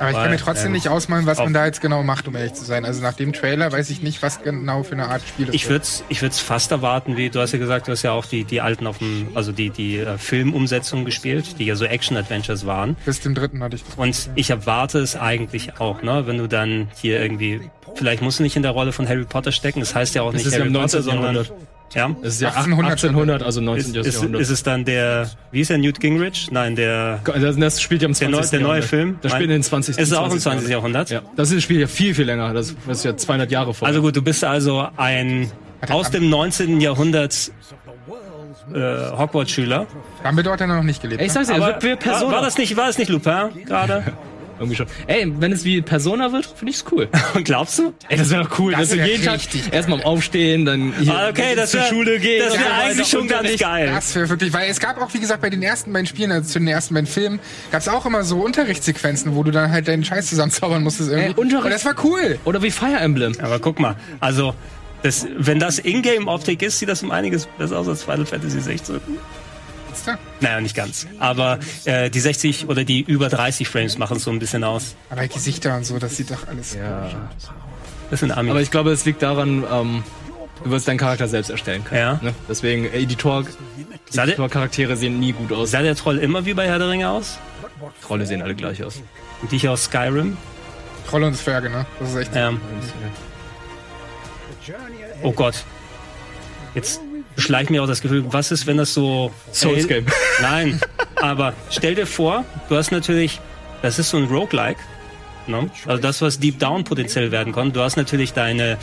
Aber ich kann mir Weil, trotzdem ähm, nicht ausmalen, was auf- man da jetzt genau macht, um ehrlich zu sein. Also nach dem Trailer weiß ich nicht, was genau für eine Art Spiel das Ich würde es ich würd's fast erwarten, wie du hast ja gesagt, du hast ja auch die, die alten auf dem, also die, die äh, Filmumsetzungen gespielt, die ja so Action-Adventures waren. Bis dem dritten hatte ich das. Und ich erwarte es eigentlich auch, ne? Wenn du dann hier irgendwie, vielleicht musst du nicht in der Rolle von Harry Potter stecken, das heißt ja auch Das nicht ist ja Harry im Potter, 19. sondern. Jahrhundert. Ja? Es ist ja 1800, 1800, also 19. Ist, ist, Jahrhundert. ist es dann der, wie ist der Newt Gingrich? Nein, der. Das, das spielt ja im Der 20. neue- der neue Jahrhundert. Film? Das spielt Nein. in den 20. Ist es auch im 20. Jahrhundert? Ja. Das ist- spielt ja viel, viel länger. Das ist ja 200 Jahre vorher. Also gut, du bist also ein aus dem 19. Jahrhundert äh, Hogwarts-Schüler. Dumbledore hat ja noch nicht gelebt. Ey, ich sag's dir, Also ne? Aber- wir- wir Persona- war- war das nicht- war das nicht Lupin gerade? *laughs* Irgendwie schon. Ey, wenn es wie Persona wird, finde ich's cool. Glaubst du? Ey, das wäre doch cool. Das dass du wär jeden richtig Tag erstmal am Aufstehen, dann hier Ah, okay, das zur wär- Schule gehen. das und wär dann eigentlich weiter schon Unterricht. gar nicht geil. Das wäre wirklich, weil es gab auch, wie gesagt, bei den ersten beiden Spielen, also zu den ersten beiden Filmen, gab es auch immer so Unterrichtssequenzen, wo du dann halt deinen Scheiß zusammenzaubern musstest irgendwie. Und das war cool. Oder wie Fire Emblem. Aber guck mal, also das, wenn das Ingame-Optik ist, sieht das um einiges besser aus als Final Fantasy 16. Naja, nicht ganz. Aber äh, die 60 oder die über 30 Frames machen so ein bisschen aus. Aber Gesichter und so, das sieht doch alles komisch aus. Das sind Amis. Aber ich glaube, es liegt daran, ähm, du wirst deinen Charakter selbst erstellen können. Ja. Ne? Deswegen, Editor, Sah der- Editor-Charaktere sehen nie gut aus. Sah der Troll immer wie bei Herr der Ringe aus? Trolle sehen alle gleich aus. Und die hier aus Skyrim? Trolle und Zwerge, ne? Das ist echt. Ähm, oh Gott. Jetzt schleicht mir auch das Gefühl, was ist, wenn das so. Souls Game. *laughs* Nein, aber stell dir vor, du hast natürlich. Das ist so ein Roguelike. Ne? Also das, was Deep Down potenziell werden kann. Du hast natürlich deine.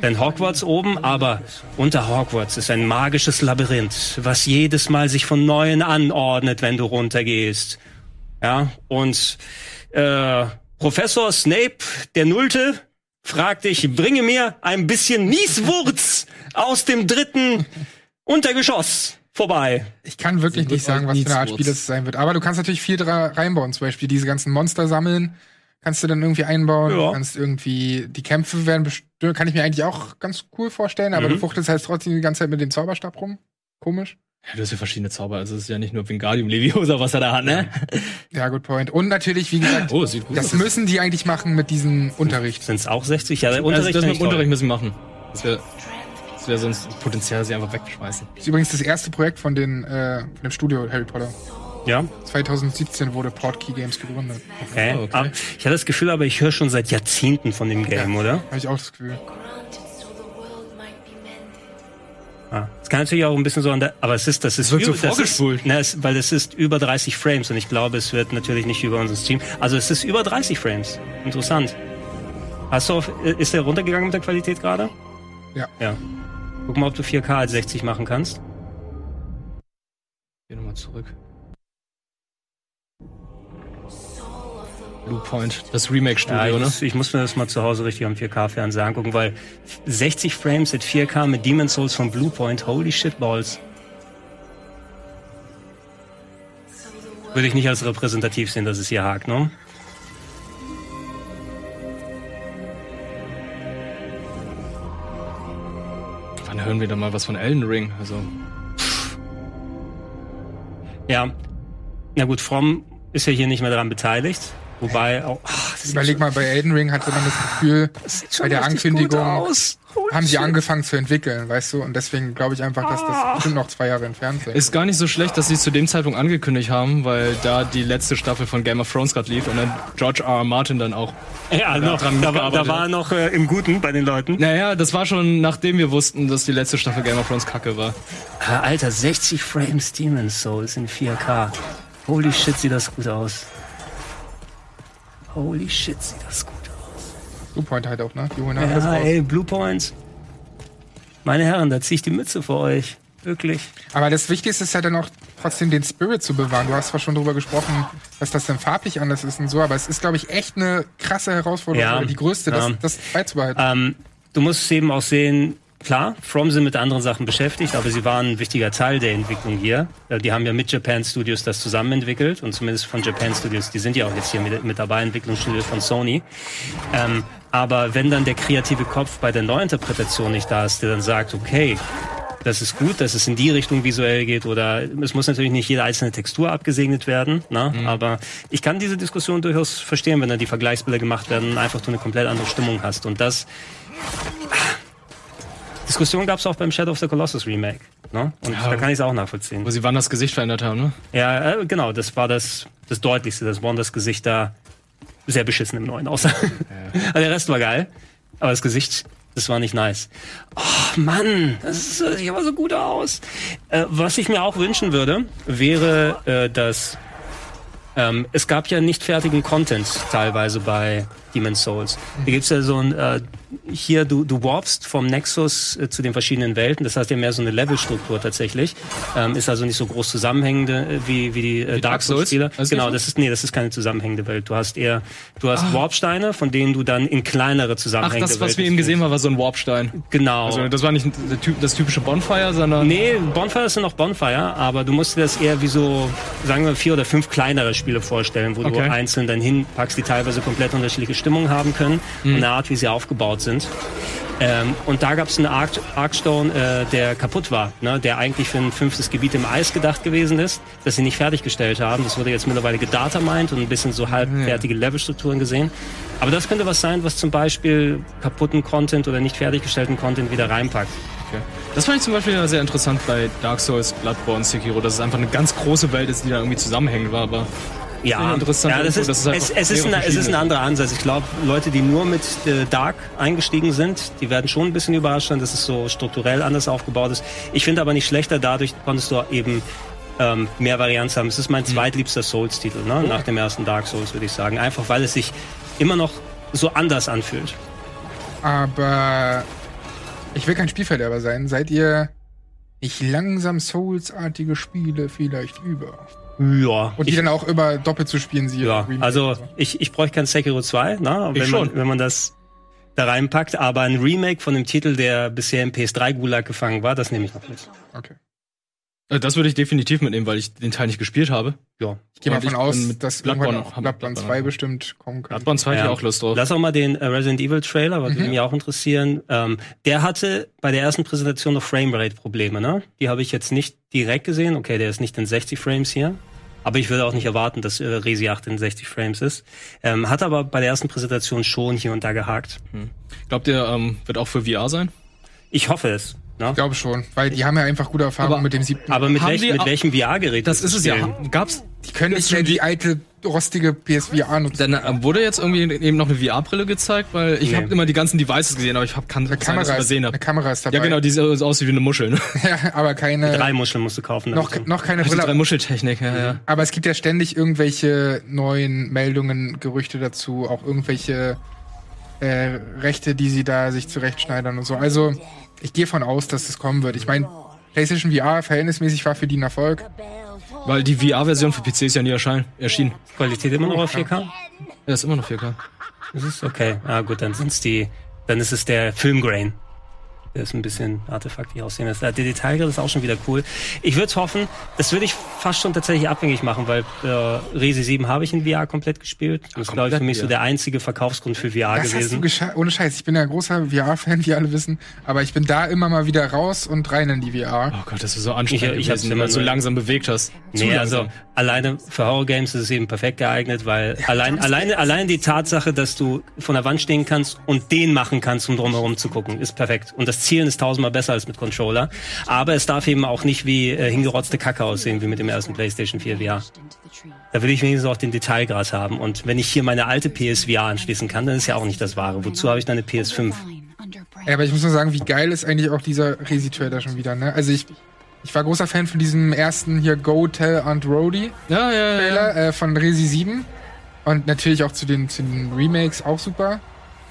Dein Hogwarts oben, aber unter Hogwarts ist ein magisches Labyrinth, was jedes Mal sich von Neuem anordnet, wenn du runtergehst. Ja, und äh, Professor Snape, der Nullte, fragt dich, bringe mir ein bisschen Nieswurz aus dem dritten Untergeschoss vorbei. Ich kann wirklich nicht sagen, was für eine Art Spiel das sein wird. Aber du kannst natürlich viel dra- reinbauen. Zum Beispiel diese ganzen Monster sammeln. Kannst du dann irgendwie einbauen. Ja. Du kannst irgendwie, die Kämpfe werden bestimmt, kann ich mir eigentlich auch ganz cool vorstellen. Aber Mhm. du fuchtelst halt trotzdem die ganze Zeit mit dem Zauberstab rum. Komisch. Ja, du hast ja verschiedene Zauber. Also es ist ja nicht nur Wingardium Leviosa, was er da hat, ne? Ja, good point. Und natürlich, wie gesagt, Oh, sieht gut das aus. müssen die eigentlich machen mit diesem Unterricht. Sind es auch 60? Ja, der Also Unterricht ist das mit dem nicht toll. Unterricht müssen wir machen. Das wäre das wär sonst potenziell sie einfach wegschmeißen. Das ist übrigens das erste Projekt von, den, äh, von dem Studio Harry Potter. Ja. 2017 wurde Portkey Games gegründet. Okay. Oh, Ah, Ich hatte das Gefühl, aber ich höre schon seit Jahrzehnten von dem Game, oder? Habe ich auch das Gefühl. Ah, Es kann natürlich auch ein bisschen so an der, aber es ist, das ist, wird so über- das ist vorgespult. ne, es, weil es ist über 30 Frames und ich glaube, es wird natürlich nicht über unseren Stream. Also es ist über 30 Frames. Interessant. Hast du auf, ist der runtergegangen mit der Qualität gerade? Ja. Ja. Guck mal, ob du 4K als 60 machen kannst. Geh nochmal zurück. Bluepoint, das Remake-Studio, ja, ich, ne? muss- ich muss mir das mal zu Hause richtig am 4K-Fernseher angucken, weil 60 Frames at 4K mit Demon's Souls von Bluepoint, holy shit balls. Würde ich nicht als repräsentativ sehen, dass es hier hakt, ne? Wann hören wir da mal was von Elden Ring? Also, Ja. Na gut, Fromm ist ja hier nicht mehr daran beteiligt. Wobei auch. Ach, das sieht Überleg schon- mal, bei Elden Ring hatte man das Gefühl, bei der richtig Ankündigung gut aus. haben sie angefangen zu entwickeln, weißt du? Und deswegen glaube ich einfach, dass das bestimmt noch zwei Jahre entfernt sind. Ist gar nicht so schlecht, dass sie es zu dem Zeitpunkt angekündigt haben, weil da die letzte Staffel von Game of Thrones gerade lief und dann George R. R. Martin dann auch Ja, noch, da, war- da mitgearbeitet war hat. er noch äh, im Guten bei den Leuten. Naja, das war schon nachdem wir wussten, dass die letzte Staffel Game of Thrones kacke war. Alter, 60 Frames Demon's Souls in 4K. Holy shit, sieht das gut aus. Holy shit, sieht das gut Bluepoint halt auch, ne? Die holen halt alles Ja, raus. ey, Blue Points. Meine Herren, da zieh ich die Mütze vor euch. Wirklich. Aber das Wichtigste ist ja dann auch trotzdem den Spirit zu bewahren. Du hast zwar schon drüber gesprochen, dass das dann farblich anders ist und so, aber es ist, glaube ich, echt eine krasse Herausforderung, Ja, oder die größte, ja. das, das beizubehalten. Ähm, du musst es eben auch sehen, klar, From sind mit anderen Sachen beschäftigt, aber sie waren ein wichtiger Teil der Entwicklung hier. Äh, Die haben ja mit Japan Studios das zusammen entwickelt und zumindest von Japan Studios, die sind ja auch jetzt hier mit, mit dabei, Entwicklungsstudios von Sony. Ähm, aber wenn dann der kreative Kopf bei der Neuinterpretation nicht da ist, der dann sagt, okay, das ist gut, dass es in die Richtung visuell geht oder es muss natürlich nicht jede einzelne Textur abgesegnet werden, ne? aber ich kann diese Diskussion durchaus verstehen, wenn dann die Vergleichsbilder gemacht werden und einfach du eine komplett andere Stimmung hast und das ah, Diskussion gab es auch beim Shadow of the Colossus Remake. Ne? Und Ja. da kann ich es auch nachvollziehen. Wo sie wann das Gesicht verändert haben, ne? Ja, äh, genau, das war das, das Deutlichste, dass Wanders Gesicht da sehr beschissen im Neuen aussah. Also der Rest war geil, aber das Gesicht, das war nicht nice. Oh Mann, das sieht aber so gut aus. Äh, was ich mir auch wünschen würde, wäre, äh, dass ähm, es gab ja nicht fertigen Content teilweise bei Demon's Souls. Hier gibt's ja so ein, äh, hier du, du warpst vom Nexus äh, zu den verschiedenen Welten, das heißt ja mehr so eine Levelstruktur tatsächlich. Ähm, ist also nicht so groß zusammenhängende äh, wie, wie die äh, Dark Souls-Spieler. Also genau, nicht? das ist, nee, das ist keine zusammenhängende Welt. Du hast eher, du hast Warpsteine, von denen du dann in kleinere Ah. Ach, zusammenhängende das, was Welten wir eben gesehen haben, war so ein Warpstein. Genau. Also das war nicht der Typ- das typische Bonfire, sondern. Nee, Bonfires sind auch Bonfire, aber du musst dir das eher wie so, sagen wir, vier oder fünf kleinere Spiele vorstellen, wo du Okay. einzeln dann hinpackst, die teilweise komplett unterschiedliche Stimmungen haben können Mhm. und eine Art, wie sie aufgebaut sind. Ähm, und da gab es einen Arc Arcstone, äh, der kaputt war, ne? der eigentlich für ein fünftes Gebiet im Eis gedacht gewesen ist, das sie nicht fertiggestellt haben. Das wurde jetzt mittlerweile gedatermined und ein bisschen so Ah, halbfertige Levelstrukturen gesehen. Aber das könnte was sein, was zum Beispiel kaputten Content oder nicht fertiggestellten Content wieder reinpackt. Okay. Das fand ich zum Beispiel sehr interessant bei Dark Souls, Bloodborne, Sekiro, dass es einfach eine ganz große Welt ist, die da irgendwie zusammenhängend war, aber. Ja, interessant. ja das ist, es, es, ist ein, es ist ein anderer Ansatz. Ich glaube, Leute, die nur mit äh, Dark eingestiegen sind, die werden schon ein bisschen überrascht sein, dass es so strukturell anders aufgebaut ist. Ich finde aber nicht schlechter, dadurch konntest du eben ähm, mehr Varianz haben. Es ist Mhm. mein zweitliebster Souls-Titel, ne? nach dem ersten Dark Souls, würde ich sagen. Einfach, weil es sich immer noch so anders anfühlt. Aber ich will kein Spielverderber sein. Seid ihr nicht langsam Souls-artige Spiele vielleicht über? Ja. Und die dann auch über doppelt zu spielen, sie Ja, also ich, ich bräuchte kein Sekiro 2, ne? Ich wenn, schon. man, wenn man das da reinpackt, aber ein Remake von dem Titel, der bisher im PS3-Gulag gefangen war, das nehme ich noch mit. Okay. Äh, Das würde ich definitiv mitnehmen, weil ich den Teil nicht gespielt habe. Ja. Ich gehe mal Und davon bin aus, mit dass Bloodborne, irgendwann auch Bloodborne 2 bestimmt kommen kann. Bloodborne 2 hätte ich auch Lust drauf. Mhm. Lass auch mal den äh, Resident Evil Trailer, weil würde mich auch interessieren. Ähm, der hatte bei der ersten Präsentation noch Framerate-Probleme, ne? Die habe ich jetzt nicht direkt gesehen. Okay, der ist nicht in 60 Frames hier. Aber ich würde auch nicht erwarten, dass äh, Resi 8 in 60 Frames ist. Ähm, hat aber bei der ersten Präsentation schon hier und da gehakt. Glaubt ihr, ähm, wird auch für VR sein? Ich hoffe es. Ne? Ich glaube schon, weil die haben ja einfach gute Erfahrungen mit dem siebten. Aber mit, Haben welch, die mit auch- welchem VR-Gerät? Das ist es ja. spielen? Haben- Gab's? Die können nicht mehr die alte, rostige PSVR nutzen. Dann äh, wurde jetzt irgendwie eben noch eine VR-Brille gezeigt, weil ich Nee. habe immer die ganzen Devices gesehen, aber ich hab, kann sein, dass Kamera ich ist- übersehen eine habe. Kamera ist dabei. Ja, genau, die sieht aus wie eine Muschel. Ne? Ja, *laughs* aber keine. Drei Muscheln musst du kaufen. noch, damit du- noch keine *laughs* Die Brille. drei Muscheltechnik, ja, ja. Aber es gibt ja ständig irgendwelche neuen Meldungen, Gerüchte dazu, auch irgendwelche äh, Rechte, die sie da sich zurechtschneidern und so. Also ich gehe von aus, dass es kommen wird. Ich meine, PlayStation VR verhältnismäßig war für die ein Erfolg. Weil die VR-Version für PC ist ja nie erschein- erschienen. Qualität immer noch auf 4K? Ja, ist immer noch 4K. Das ist okay. Ah, gut, dann sind's die, dann ist es der Filmgrain. Der ist ein bisschen artefaktig aussehen. lässt. Ah, Der Detailgrad ist auch schon wieder cool. Ich würde hoffen, das würde ich fast schon tatsächlich abhängig machen, weil äh, Resi 7 habe ich in VR komplett gespielt. Das ist, glaube ich, für mich ja. so der einzige Verkaufsgrund für VR Das hast du gewesen. gescha- ohne Scheiß. Ich bin ja ein großer VR-Fan, wie alle wissen, aber ich bin da immer mal wieder raus und rein in die VR. Oh Gott, das ist so Ich- anstrengend, ich ich, hab's gewesen, immer wenn du so nur- langsam bewegt hast. Zu Nee, langsam. also alleine für Horror Games ist es eben perfekt geeignet, weil allein, alleine, genau. allein die Tatsache, dass du von der Wand stehen kannst und den machen kannst, um drumherum zu gucken, ist perfekt. Und das Zielen ist tausendmal besser als mit Controller. Aber es darf eben auch nicht wie äh, hingerotzte Kacke aussehen, wie mit dem ersten PlayStation 4 VR. Da will ich wenigstens auch den Detailgrad haben. Und wenn ich hier meine alte PSVR anschließen kann, dann ist ja auch nicht das Wahre. Wozu habe ich dann eine PS5? Ja, aber ich muss nur sagen, wie geil ist eigentlich auch dieser Resi-Trailer schon wieder, ne? Also ich, ich war großer Fan von diesem ersten hier Go Tell Aunt Rody Trailer Äh, von Resi 7. Und natürlich auch zu den, zu den Remakes auch super.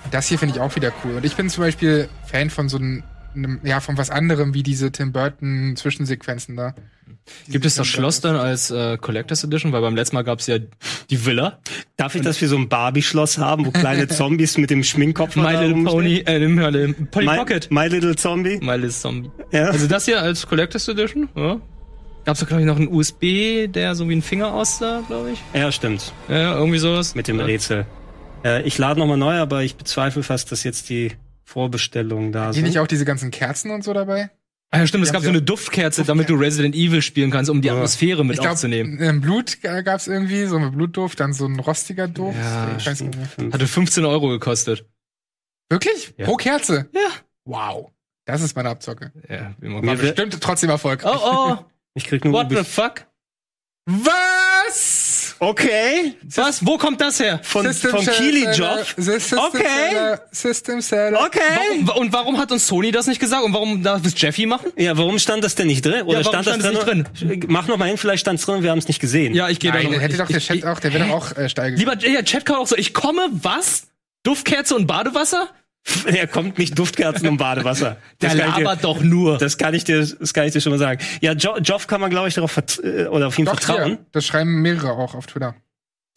Und das hier finde ich auch wieder cool. Und ich bin zum Beispiel Fan von so einem, einem- ja, von was anderem wie diese Tim Burton Zwischensequenzen da. Gibt es das Schloss dann als äh, Collectors Edition? Weil beim letzten Mal gab's ja die Villa. Darf ich das für so ein Barbie-Schloss haben, wo *laughs* kleine Zombies mit dem Schminkkopf My da Little Pony, rumstehen? äh, im- äh, Polly My- Pocket. My Little Zombie. My Little Zombie. Ja. Also das hier als Collectors Edition, ja. Gab's doch, glaube ich, noch einen USB, der so wie ein Finger aussah, glaube ich. Ja, stimmt. Ja, irgendwie sowas. Mit dem Rätsel. Äh, ich lade nochmal neu, aber ich bezweifle fast, dass jetzt die Vorbestellungen da Hat die sind. nicht auch diese ganzen Kerzen und so dabei? Ah, ja, stimmt, es gab so eine Duftkerze, damit du Resident Evil spielen kannst, um die Atmosphäre mit ich glaub, aufzunehmen. ein Blut äh, gab's irgendwie, so ein Blutduft, dann so ein rostiger Duft. Ja, ich weiß nicht mehr. Hatte 15 Euro gekostet. Wirklich? Ja. Pro Kerze? Ja. Wow. Das ist meine Abzocke. Ja, wie War man bestimmt trotzdem erfolgreich. Oh, oh. Ich krieg nur *laughs* What the Ubisoft- fuck? Was? Okay. Was? Wo kommt das her? Von, von Seller- Kili-Job. Sy- System Okay. Seller, System Seller. Okay. Warum, und warum hat uns Sony das nicht gesagt? Und warum darf es Jeffy machen? Ja, warum stand das denn nicht drin? Oder Ja, warum stand, das stand es drin? Mach nochmal hin, vielleicht stand's drin, wir haben es nicht gesehen. Ja, ich gehe da Nein, noch. hätte ich, doch der ich, Chat auch, der wäre doch auch äh, steil gewesen. Lieber ja, Chat kann auch so, ich komme, was? Duftkerze und Badewasser? *laughs* Er kommt nicht Duftkerzen und Badewasser. *laughs* Der kann ich dir- labert doch nur. Das kann ich dir, das kann ich dir schon mal sagen. Ja, jo Joff kann man, glaube ich, darauf vert äh, oder auf ihn Doch, vertrauen. hier, das schreiben mehrere auch auf Twitter.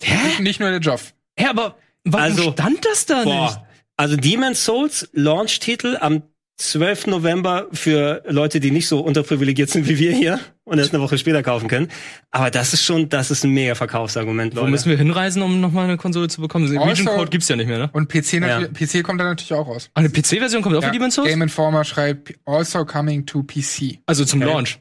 Hä? Nicht nur der Joff. Hä, aber warum Also, stand das da nicht? Boah. Also Demon's Souls Launch-Titel am 12. November für Leute, die nicht so unterprivilegiert sind wie wir hier und erst eine Woche später kaufen können. Aber das ist schon, das ist ein mega Verkaufsargument, Wo Leute. müssen wir hinreisen, um nochmal eine Konsole zu bekommen? Den Region Also- Code gibt's ja nicht mehr, ne? Und PC, Ja. natürlich- PC kommt da natürlich auch raus. Ah, Eine PC-Version kommt auch für Demon's Souls? Game Informer schreibt also coming to PC. Also zum Okay. Launch.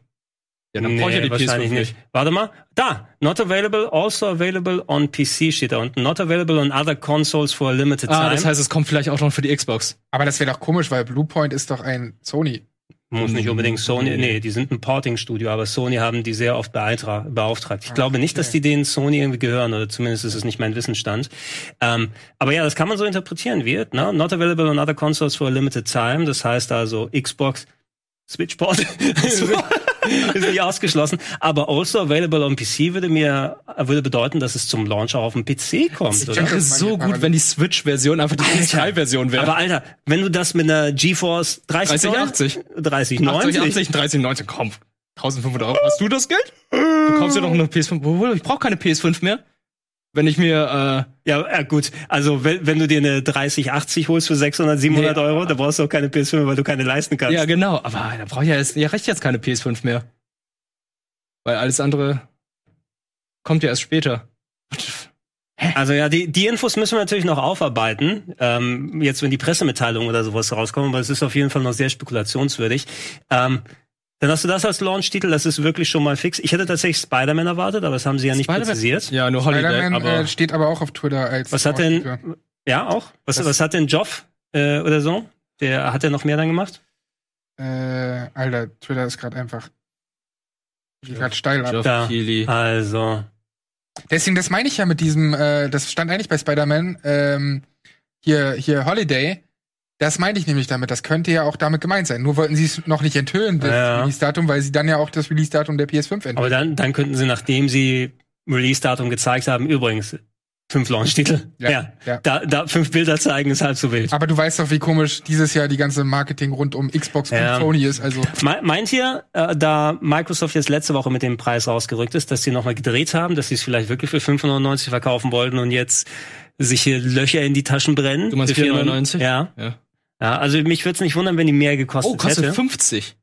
Ja, dann Nee, brauche ich ja die wahrscheinlich PS5 nicht. nicht. Warte mal, da, not available, also available on PC steht da unten. Not available on other consoles for a limited Ah, time. das heißt, es kommt vielleicht auch noch für die Xbox. Aber das wäre doch komisch, weil Bluepoint ist doch ein Sony. Muss nicht unbedingt Sony, nee, die sind ein Porting-Studio, aber Sony haben die sehr oft beeintra- beauftragt. Ich glaube nicht, dass die denen Sony irgendwie gehören, oder zumindest ist es nicht mein Wissensstand. Ähm, aber ja, das kann man so interpretieren, wird, ne? Not available on other consoles for a limited time. Das heißt also Xbox, Switchport *laughs* ist nicht ausgeschlossen. Aber also available on PC würde mir, würde bedeuten, dass es zum Launch auch auf dem PC kommt, Das oder? wäre so gut, wenn die Switch-Version einfach die PS3-Version wäre. Aber Alter, wenn du das mit einer GeForce 30, 3080. 30, 80, 90, 80, 30, 90, komm. 1500 Euro. Hast du das Geld? Du kaufst ja noch eine PS5. Obwohl, Ich brauche keine PS5 mehr. Wenn ich mir, äh, Ja, äh, gut. Also wenn, wenn du dir eine 3080 holst für 600, 700 Nee, Euro, da brauchst du auch keine PS5, weil du keine leisten kannst. ja genau, aber da brauche ich ja, erst, ja recht jetzt keine PS5 mehr. Weil alles andere kommt ja erst später. Also ja, die, die Infos müssen wir natürlich noch aufarbeiten. Ähm, jetzt, wenn die Pressemitteilungen oder sowas rauskommen, weil es ist auf jeden Fall noch sehr spekulationswürdig. Ähm, dann hast du das als Launch-Titel, das ist wirklich schon mal fix. Ich hätte tatsächlich Spider-Man erwartet, aber das haben sie ja nicht Spider-Man- präzisiert. Ja, nur Holiday, Spider-Man aber äh, steht aber auch auf Twitter als Was hat denn, Vorstufe. ja auch, was, Das- was hat denn Joff äh, oder so? Der hat er noch mehr dann gemacht? Äh, Alter, Twitter ist gerade einfach geht gerade steil ab. Geoff Da. Keighley. Also, Deswegen, das meine ich ja mit diesem, äh, das stand eigentlich bei Spider-Man, ähm, hier, hier Holiday. Das meinte ich nämlich damit. Das könnte ja auch damit gemeint sein. Nur wollten sie es noch nicht enthüllen, das Ja. Release-Datum, weil sie dann ja auch das Release-Datum der PS5 enthüllen. Aber dann, dann könnten sie, nachdem sie Release-Datum gezeigt haben, übrigens, fünf Launch-Titel. Ja, ja. Da, da fünf Bilder zeigen ist halb so wild. Aber du weißt doch, wie komisch dieses Jahr die ganze Marketing rund um Xbox Ja. und Sony ist. Also Me- Meint ihr, äh, da Microsoft jetzt letzte Woche mit dem Preis rausgerückt ist, dass sie nochmal gedreht haben, dass sie es vielleicht wirklich für 5,99 verkaufen wollten und jetzt sich hier Löcher in die Taschen brennen? Du meinst Für 4,99? Ja. Ja. ja. Also mich würde es nicht wundern, wenn die mehr gekostet Oh, kostet hätte. 50.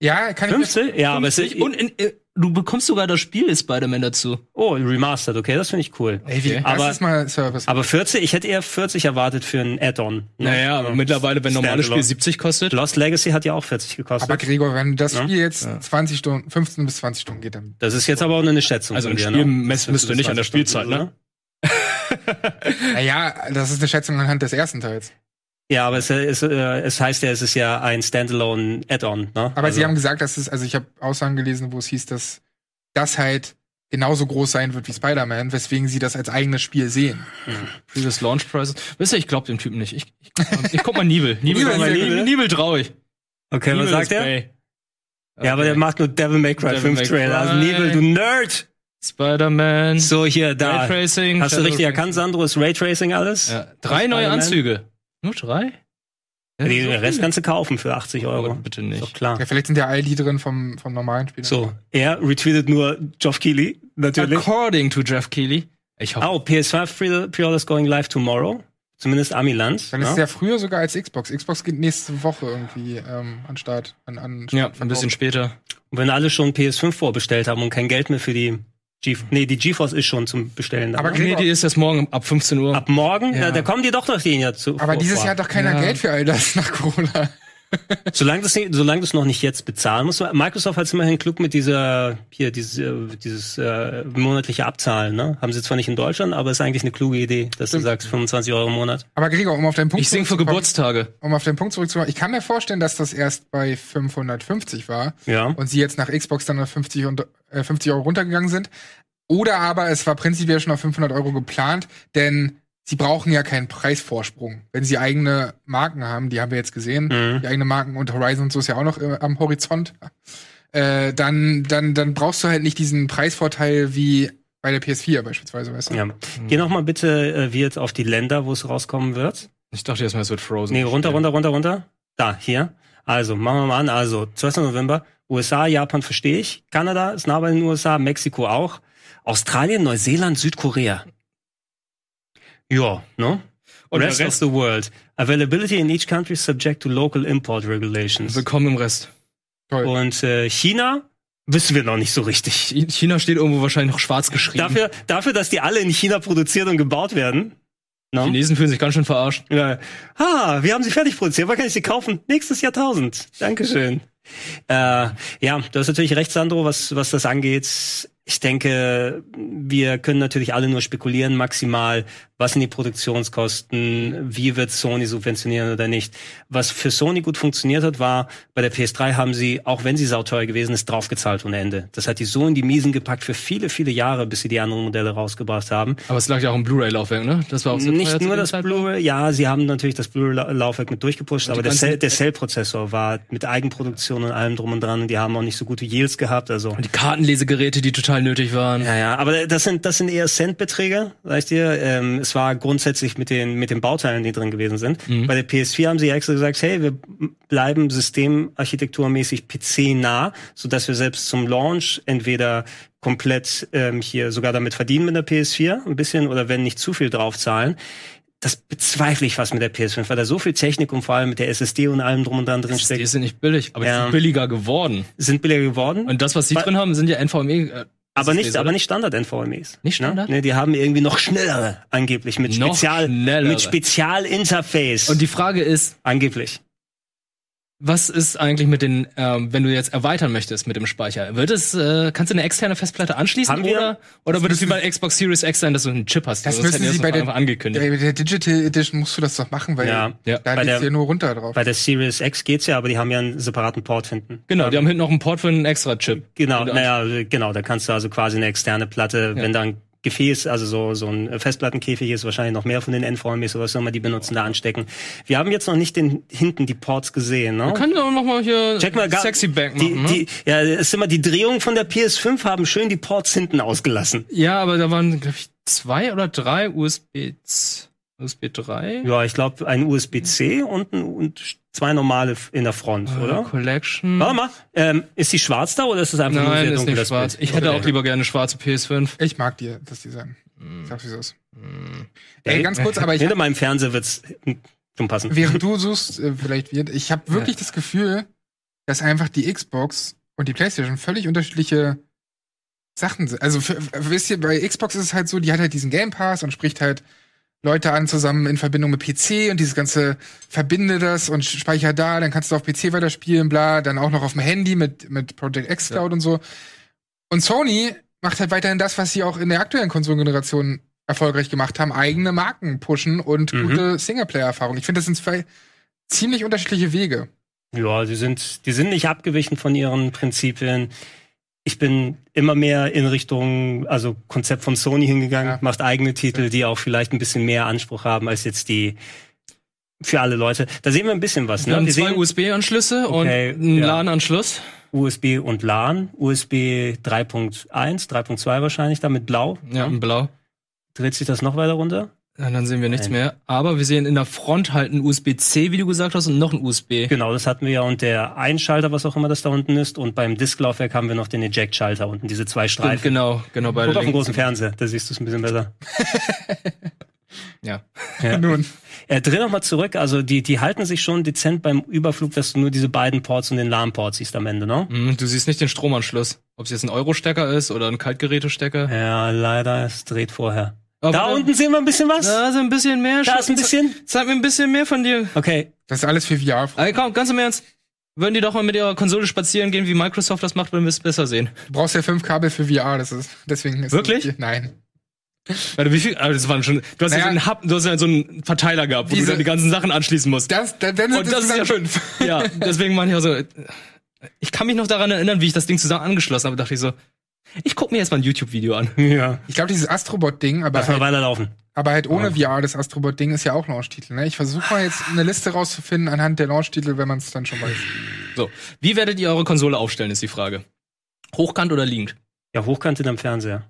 Ja, kann ich mir- 50? Ja, aber es ist- eh- Und in, äh, du bekommst sogar das Spiel Spider-Man dazu. Oh, remastered, okay, das finde ich cool. Ey, wie, aber, das ist mal Service. aber 40, ich hätte eher 40 erwartet für ein Add-on. ne? Naja, aber mittlerweile, wenn normales Standalone. Spiel 70 kostet. Lost Legacy hat ja auch 40 gekostet. Aber Gregor, wenn das Ja. Spiel jetzt 20 Stunden, 15 bis 20 Stunden geht, dann das ist jetzt aber auch nur eine Schätzung. Also von ein dir, Spiel ne? messen müsst ihr nicht an der 20 Stunden, Spielzeit, ne? Naja, also das ist eine Schätzung anhand des ersten Teils. Ja, aber es, es, äh, es heißt ja, es ist ja ein Standalone Add-on, ne? Aber sie haben gesagt, dass es, also ich habe Aussagen gelesen, wo es hieß, dass das halt genauso groß sein wird wie Spider-Man, weswegen sie das als eigenes Spiel sehen. Previous Launch Prices. Wisst ihr, ich glaub dem Typen nicht. Ich, ich, ich guck mal Nibel. Nibel, Nibel, Nibel, Nibel? Nibel, trau ich. Okay, Nibel was sagt ist er? Bay. Ja, aber der macht nur Devil May Cry Devil 5 May Trailer. Also Cry. Nebel, du Nerd! Spider-Man. So, hier, da. Raytracing, Hast du Shadow richtig Racing. erkannt, Sandro? Ist Raytracing alles? Ja, drei neue Spider-Man? Anzüge. Nur drei? Ja, Die, so den Rest viele. kannst du kaufen für 80 Euro. Oh bitte nicht. Ist doch klar. Ja, vielleicht sind ja all die drin vom, vom normalen Spiel. So, er retweetet nur Geoff Keighley, natürlich. According to Jeff Keighley. Ich hoffe. Oh, PS5 pre- Pre-Order is going live tomorrow. Zumindest ne? Amiland. Dann ist es ja früher sogar als Xbox. Xbox geht nächste Woche irgendwie ähm, an Start. An, an Start Ja, ein bisschen später. Und wenn alle schon PS5 vorbestellt haben und kein Geld mehr für die Ge nee, die GeForce ist schon zum Bestellen da. Aber ne? Gregor- Nee, die ist erst morgen ab 15 Uhr. ab morgen, Ja. da, da kommen die doch noch denen ja zu. Aber vor- dieses vor. Jahr hat doch keiner Ja. Geld für all das nach Corona. *laughs* Solange das, nicht- solange das noch nicht jetzt bezahlen muss. Microsoft hat immerhin Glück mit dieser, hier, dieses, dieses äh, monatliche Abzahlen, ne? Haben sie zwar nicht in Deutschland, aber ist eigentlich eine kluge Idee, dass du sagst 25 Euro im Monat. Aber Gregor, um auf deinen Punkt Ich sing für zurückzukommen- Geburtstage. Um auf den Punkt zurückzukommen, ich kann mir vorstellen, dass das erst bei 550 war Ja. und sie jetzt nach Xbox dann auf 50, und, äh, 50 Euro runtergegangen sind. Oder aber es war prinzipiell schon auf 500 Euro geplant, denn sie brauchen ja keinen Preisvorsprung. Wenn sie eigene Marken haben, die haben wir jetzt gesehen, Mhm. die eigene Marken und Horizon und so ist ja auch noch äh, am Horizont, äh, dann, dann, dann brauchst du halt nicht diesen Preisvorteil wie bei der PS4 beispielsweise, weißt du? Ja. Geh noch mal bitte äh, wie jetzt auf die Länder, wo es rauskommen wird. Ich dachte erstmal, es wird Frozen. Nee, runter, runter, runter, runter. Da, hier. Also, machen wir mal an. Also, 12. November, USA, Japan verstehe ich. Kanada ist nah bei den USA, Mexiko auch. Australien, Neuseeland, Südkorea. Ja, ne? Und der rest, Rest? of the world. Availability in each country subject to local import regulations. Willkommen im Rest. Toll. Und äh, China wissen wir noch nicht so richtig. In China steht irgendwo wahrscheinlich noch schwarz geschrieben. Dafür, dafür, dass die alle in China produziert und gebaut werden. Die Ne? Chinesen fühlen sich ganz schön verarscht. Ja. Ah, wir haben sie fertig produziert. Wann kann ich sie kaufen? Nächstes Jahrtausend. Dankeschön. Äh, ja, du hast natürlich recht, Sandro, was, was das angeht. Ich denke, wir können natürlich alle nur spekulieren maximal, was sind die Produktionskosten, wie wird Sony subventionieren oder nicht. Was für Sony gut funktioniert hat, war, bei der PS3 haben sie, auch wenn sie sauteuer gewesen ist, draufgezahlt ohne Ende. Das hat die so in die Miesen gepackt für viele, viele Jahre, bis sie die anderen Modelle rausgebracht haben. Aber es lag ja auch im Blu-ray-Laufwerk, ne? Das war auch sehr teuer Nicht zu nur dem das Zeitpunkt. Blu-ray, ja, sie haben natürlich das Blu-ray-Laufwerk mit durchgepusht, aber der, ganzen- Cell, der Cell-Prozessor war mit Eigenproduktion und allem drum und dran und die haben auch nicht so gute Yields gehabt, also. Die Kartenlesegeräte, die total nötig waren. Ja, ja, aber das sind, das sind eher Centbeträge, sag ich dir. Ähm, es war grundsätzlich mit den, mit den Bauteilen, die drin gewesen sind. Bei der PS4 haben sie ja extra gesagt, hey, wir bleiben systemarchitekturmäßig PC-nah, sodass wir selbst zum Launch entweder komplett ähm, hier sogar damit verdienen mit der PS4 ein bisschen oder wenn nicht zu viel draufzahlen. Das bezweifle ich fast mit der PS5, weil da so viel Technik und vor allem mit der SSD und allem drum und dran drin Die steckt, sind nicht billig, aber die Ja. sind billiger geworden. sind billiger geworden. Und das, was sie Weil- drin haben, sind ja NVMe. äh, Aber SSDs, nicht, oder? aber nicht Standard-NVMEs. Nicht Standard? Ne? Ne, die haben irgendwie noch schnellere, angeblich, mit Noch Spezial, schnellere. mit Spezialinterface. Und die Frage ist, angeblich. was ist eigentlich mit den, ähm, wenn du jetzt erweitern möchtest mit dem Speicher? Wird es, äh, kannst du eine externe Festplatte anschließen Haben wir- oder, oder Das wird es wie müssen- bei Xbox Series X sein, dass du einen Chip hast? Das Also müssen hätten sie die bei das der, einfach angekündigt. bei der Digital Edition musst du das doch machen, weil Ja. Ja. da Bei liegt der- ja nur runter drauf. Bei der Series X geht's ja, aber die haben ja einen separaten Port hinten. Genau, die haben hinten noch einen Port für einen extra Chip. Genau, Den du naja, genau, da kannst du also quasi eine externe Platte, wenn da ein Gefäß, also so, so ein Festplattenkäfig ist, wahrscheinlich noch mehr von den NVMEs oder was auch immer die benutzen, da anstecken. Wir haben jetzt noch nicht den, hinten die Ports gesehen, ne? Wir können doch noch mal hier Check mal, gar- Sexy Bank die, machen. hm? ne? die, ja, es ist immer die Drehung von der PS5 haben schön die Ports hinten ausgelassen. ne? Ja, aber da waren, glaube ich, zwei oder drei USB, USB 3? Ja, ich glaube, ein USB-C und, ein- und zwei normale f- in der Front, Äh, oder? Collection. Warte mal, ähm, ist die schwarz da oder ist es einfach nur ein Nein, sehr ist nicht dunkles schwarz. Bild? Ich hätte Okay. auch lieber gerne schwarze PS5. Ich mag dir das Design. Ich sag's, wie es ist. Ja, Ey, ganz kurz, aber *laughs* ich Hinter meinem Fernseher wird's schon passen. Während du suchst, äh, vielleicht wird. Ich habe wirklich das Gefühl, dass einfach die Xbox und die PlayStation völlig unterschiedliche Sachen sind. Also, für, wisst ihr, bei Xbox ist es halt so, die hat halt diesen Game Pass und spricht halt Leute an zusammen in Verbindung mit PC und dieses ganze verbinde das und speicher da, dann kannst du auf PC weiterspielen, bla, dann auch noch auf dem Handy mit, mit Project X Cloud und so. Und Sony macht halt weiterhin das, was sie auch in der aktuellen Konsolengeneration erfolgreich gemacht haben, eigene Marken pushen und Mhm. gute Singleplayer-Erfahrung. Ich finde, das sind zwei ziemlich unterschiedliche Wege. Ja, die sind, die sind nicht abgewichen von ihren Prinzipien. Ich bin immer mehr in Richtung, also Konzept von Sony hingegangen, macht eigene Titel, die auch vielleicht ein bisschen mehr Anspruch haben als jetzt die für alle Leute. Da sehen wir ein bisschen was, Wir ne? haben Wir zwei sehen USB-Anschlüsse und einen LAN-Anschluss. USB und LAN, USB 3.1, 3.2 wahrscheinlich, da mit blau. Ja, in blau. Dreht sich das noch weiter runter? Ja, dann sehen wir nichts Nein. mehr. Aber wir sehen in der Front halt ein USB-C, wie du gesagt hast, und noch ein USB. Genau, das hatten wir ja und der Einschalter, was auch immer das da unten ist, und beim Disklaufwerk haben wir noch den Eject-Schalter unten, diese zwei Streifen. Stimmt, genau, genau beide Guck auf den links. großen Fernseher, da siehst du es ein bisschen besser. Ja. Ja. Nun. Äh, dreh noch mal zurück, also die, die halten sich schon dezent beim Überflug, dass du nur diese beiden Ports und den LAN-Port siehst am Ende, ne? Hm, Du siehst nicht den Stromanschluss. Ob es jetzt ein Euro-Stecker ist oder ein Kaltgerätestecker. Ja, leider, es dreht vorher. Aber da dann- unten sehen wir ein bisschen was. Da ist ein bisschen mehr. Da ist ein bisschen. *laughs* Zeig mir ein bisschen mehr von dir. Okay. Das ist alles für VR. Ey, komm, ganz im Ernst. Würden die doch mal mit ihrer Konsole spazieren gehen, wie Microsoft das macht, würden wir es besser sehen. Du brauchst ja fünf Kabel für VR, das ist, deswegen ist Wirklich? nein. Warte, wie viel? Aber das waren schon. Du hast ja Naja. so einen Hub, du hast ja so einen Verteiler gehabt, wo Diese- du dann die ganzen Sachen anschließen musst. Das, dann sind Und es Oh, das ist ja insgesamt schon. Ja, deswegen meine ich auch so. Ich kann mich noch daran erinnern, wie ich das Ding zusammen angeschlossen habe. Dachte ich so, ich guck mir jetzt mal ein YouTube-Video an. Ja. Ich glaube, dieses Astrobot-Ding, aber Lass mal halt, weiterlaufen. aber halt ohne Ah. VR, das Astrobot-Ding ist ja auch Launch-Titel. Ne? Ich versuche mal jetzt eine Liste rauszufinden anhand der Launch-Titel, wenn man es dann schon weiß. So, wie werdet ihr eure Konsole aufstellen, ist die Frage. Hochkant oder liegend? Ja, hochkant hinterm Fernseher.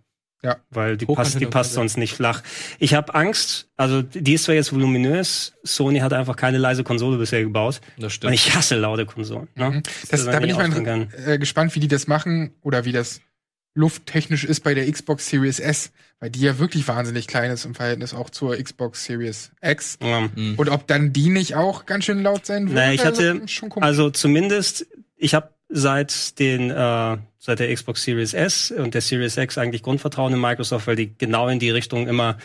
Ja. Weil die Hochkant passt, die hinterm passt Fernseher. sonst nicht flach. Ich habe Angst, also die ist zwar jetzt voluminös, Sony hat einfach keine leise Konsole bisher gebaut. Das Und ich hasse laute Konsolen. Ne? Mhm. Das, Dass da man bin die ich mal aufdrehen kann. äh, gespannt, wie die das machen oder wie das lufttechnisch ist bei der Xbox Series S, weil die ja wirklich wahnsinnig klein ist im Verhältnis auch zur Xbox Series X. Ja. Und ob dann die nicht auch ganz schön laut sein wird, Naja, ich hatte, schon komisch. also zumindest, ich habe seit den, äh, seit der Xbox Series S und der Series X eigentlich Grundvertrauen in Microsoft, weil die genau in die Richtung immer,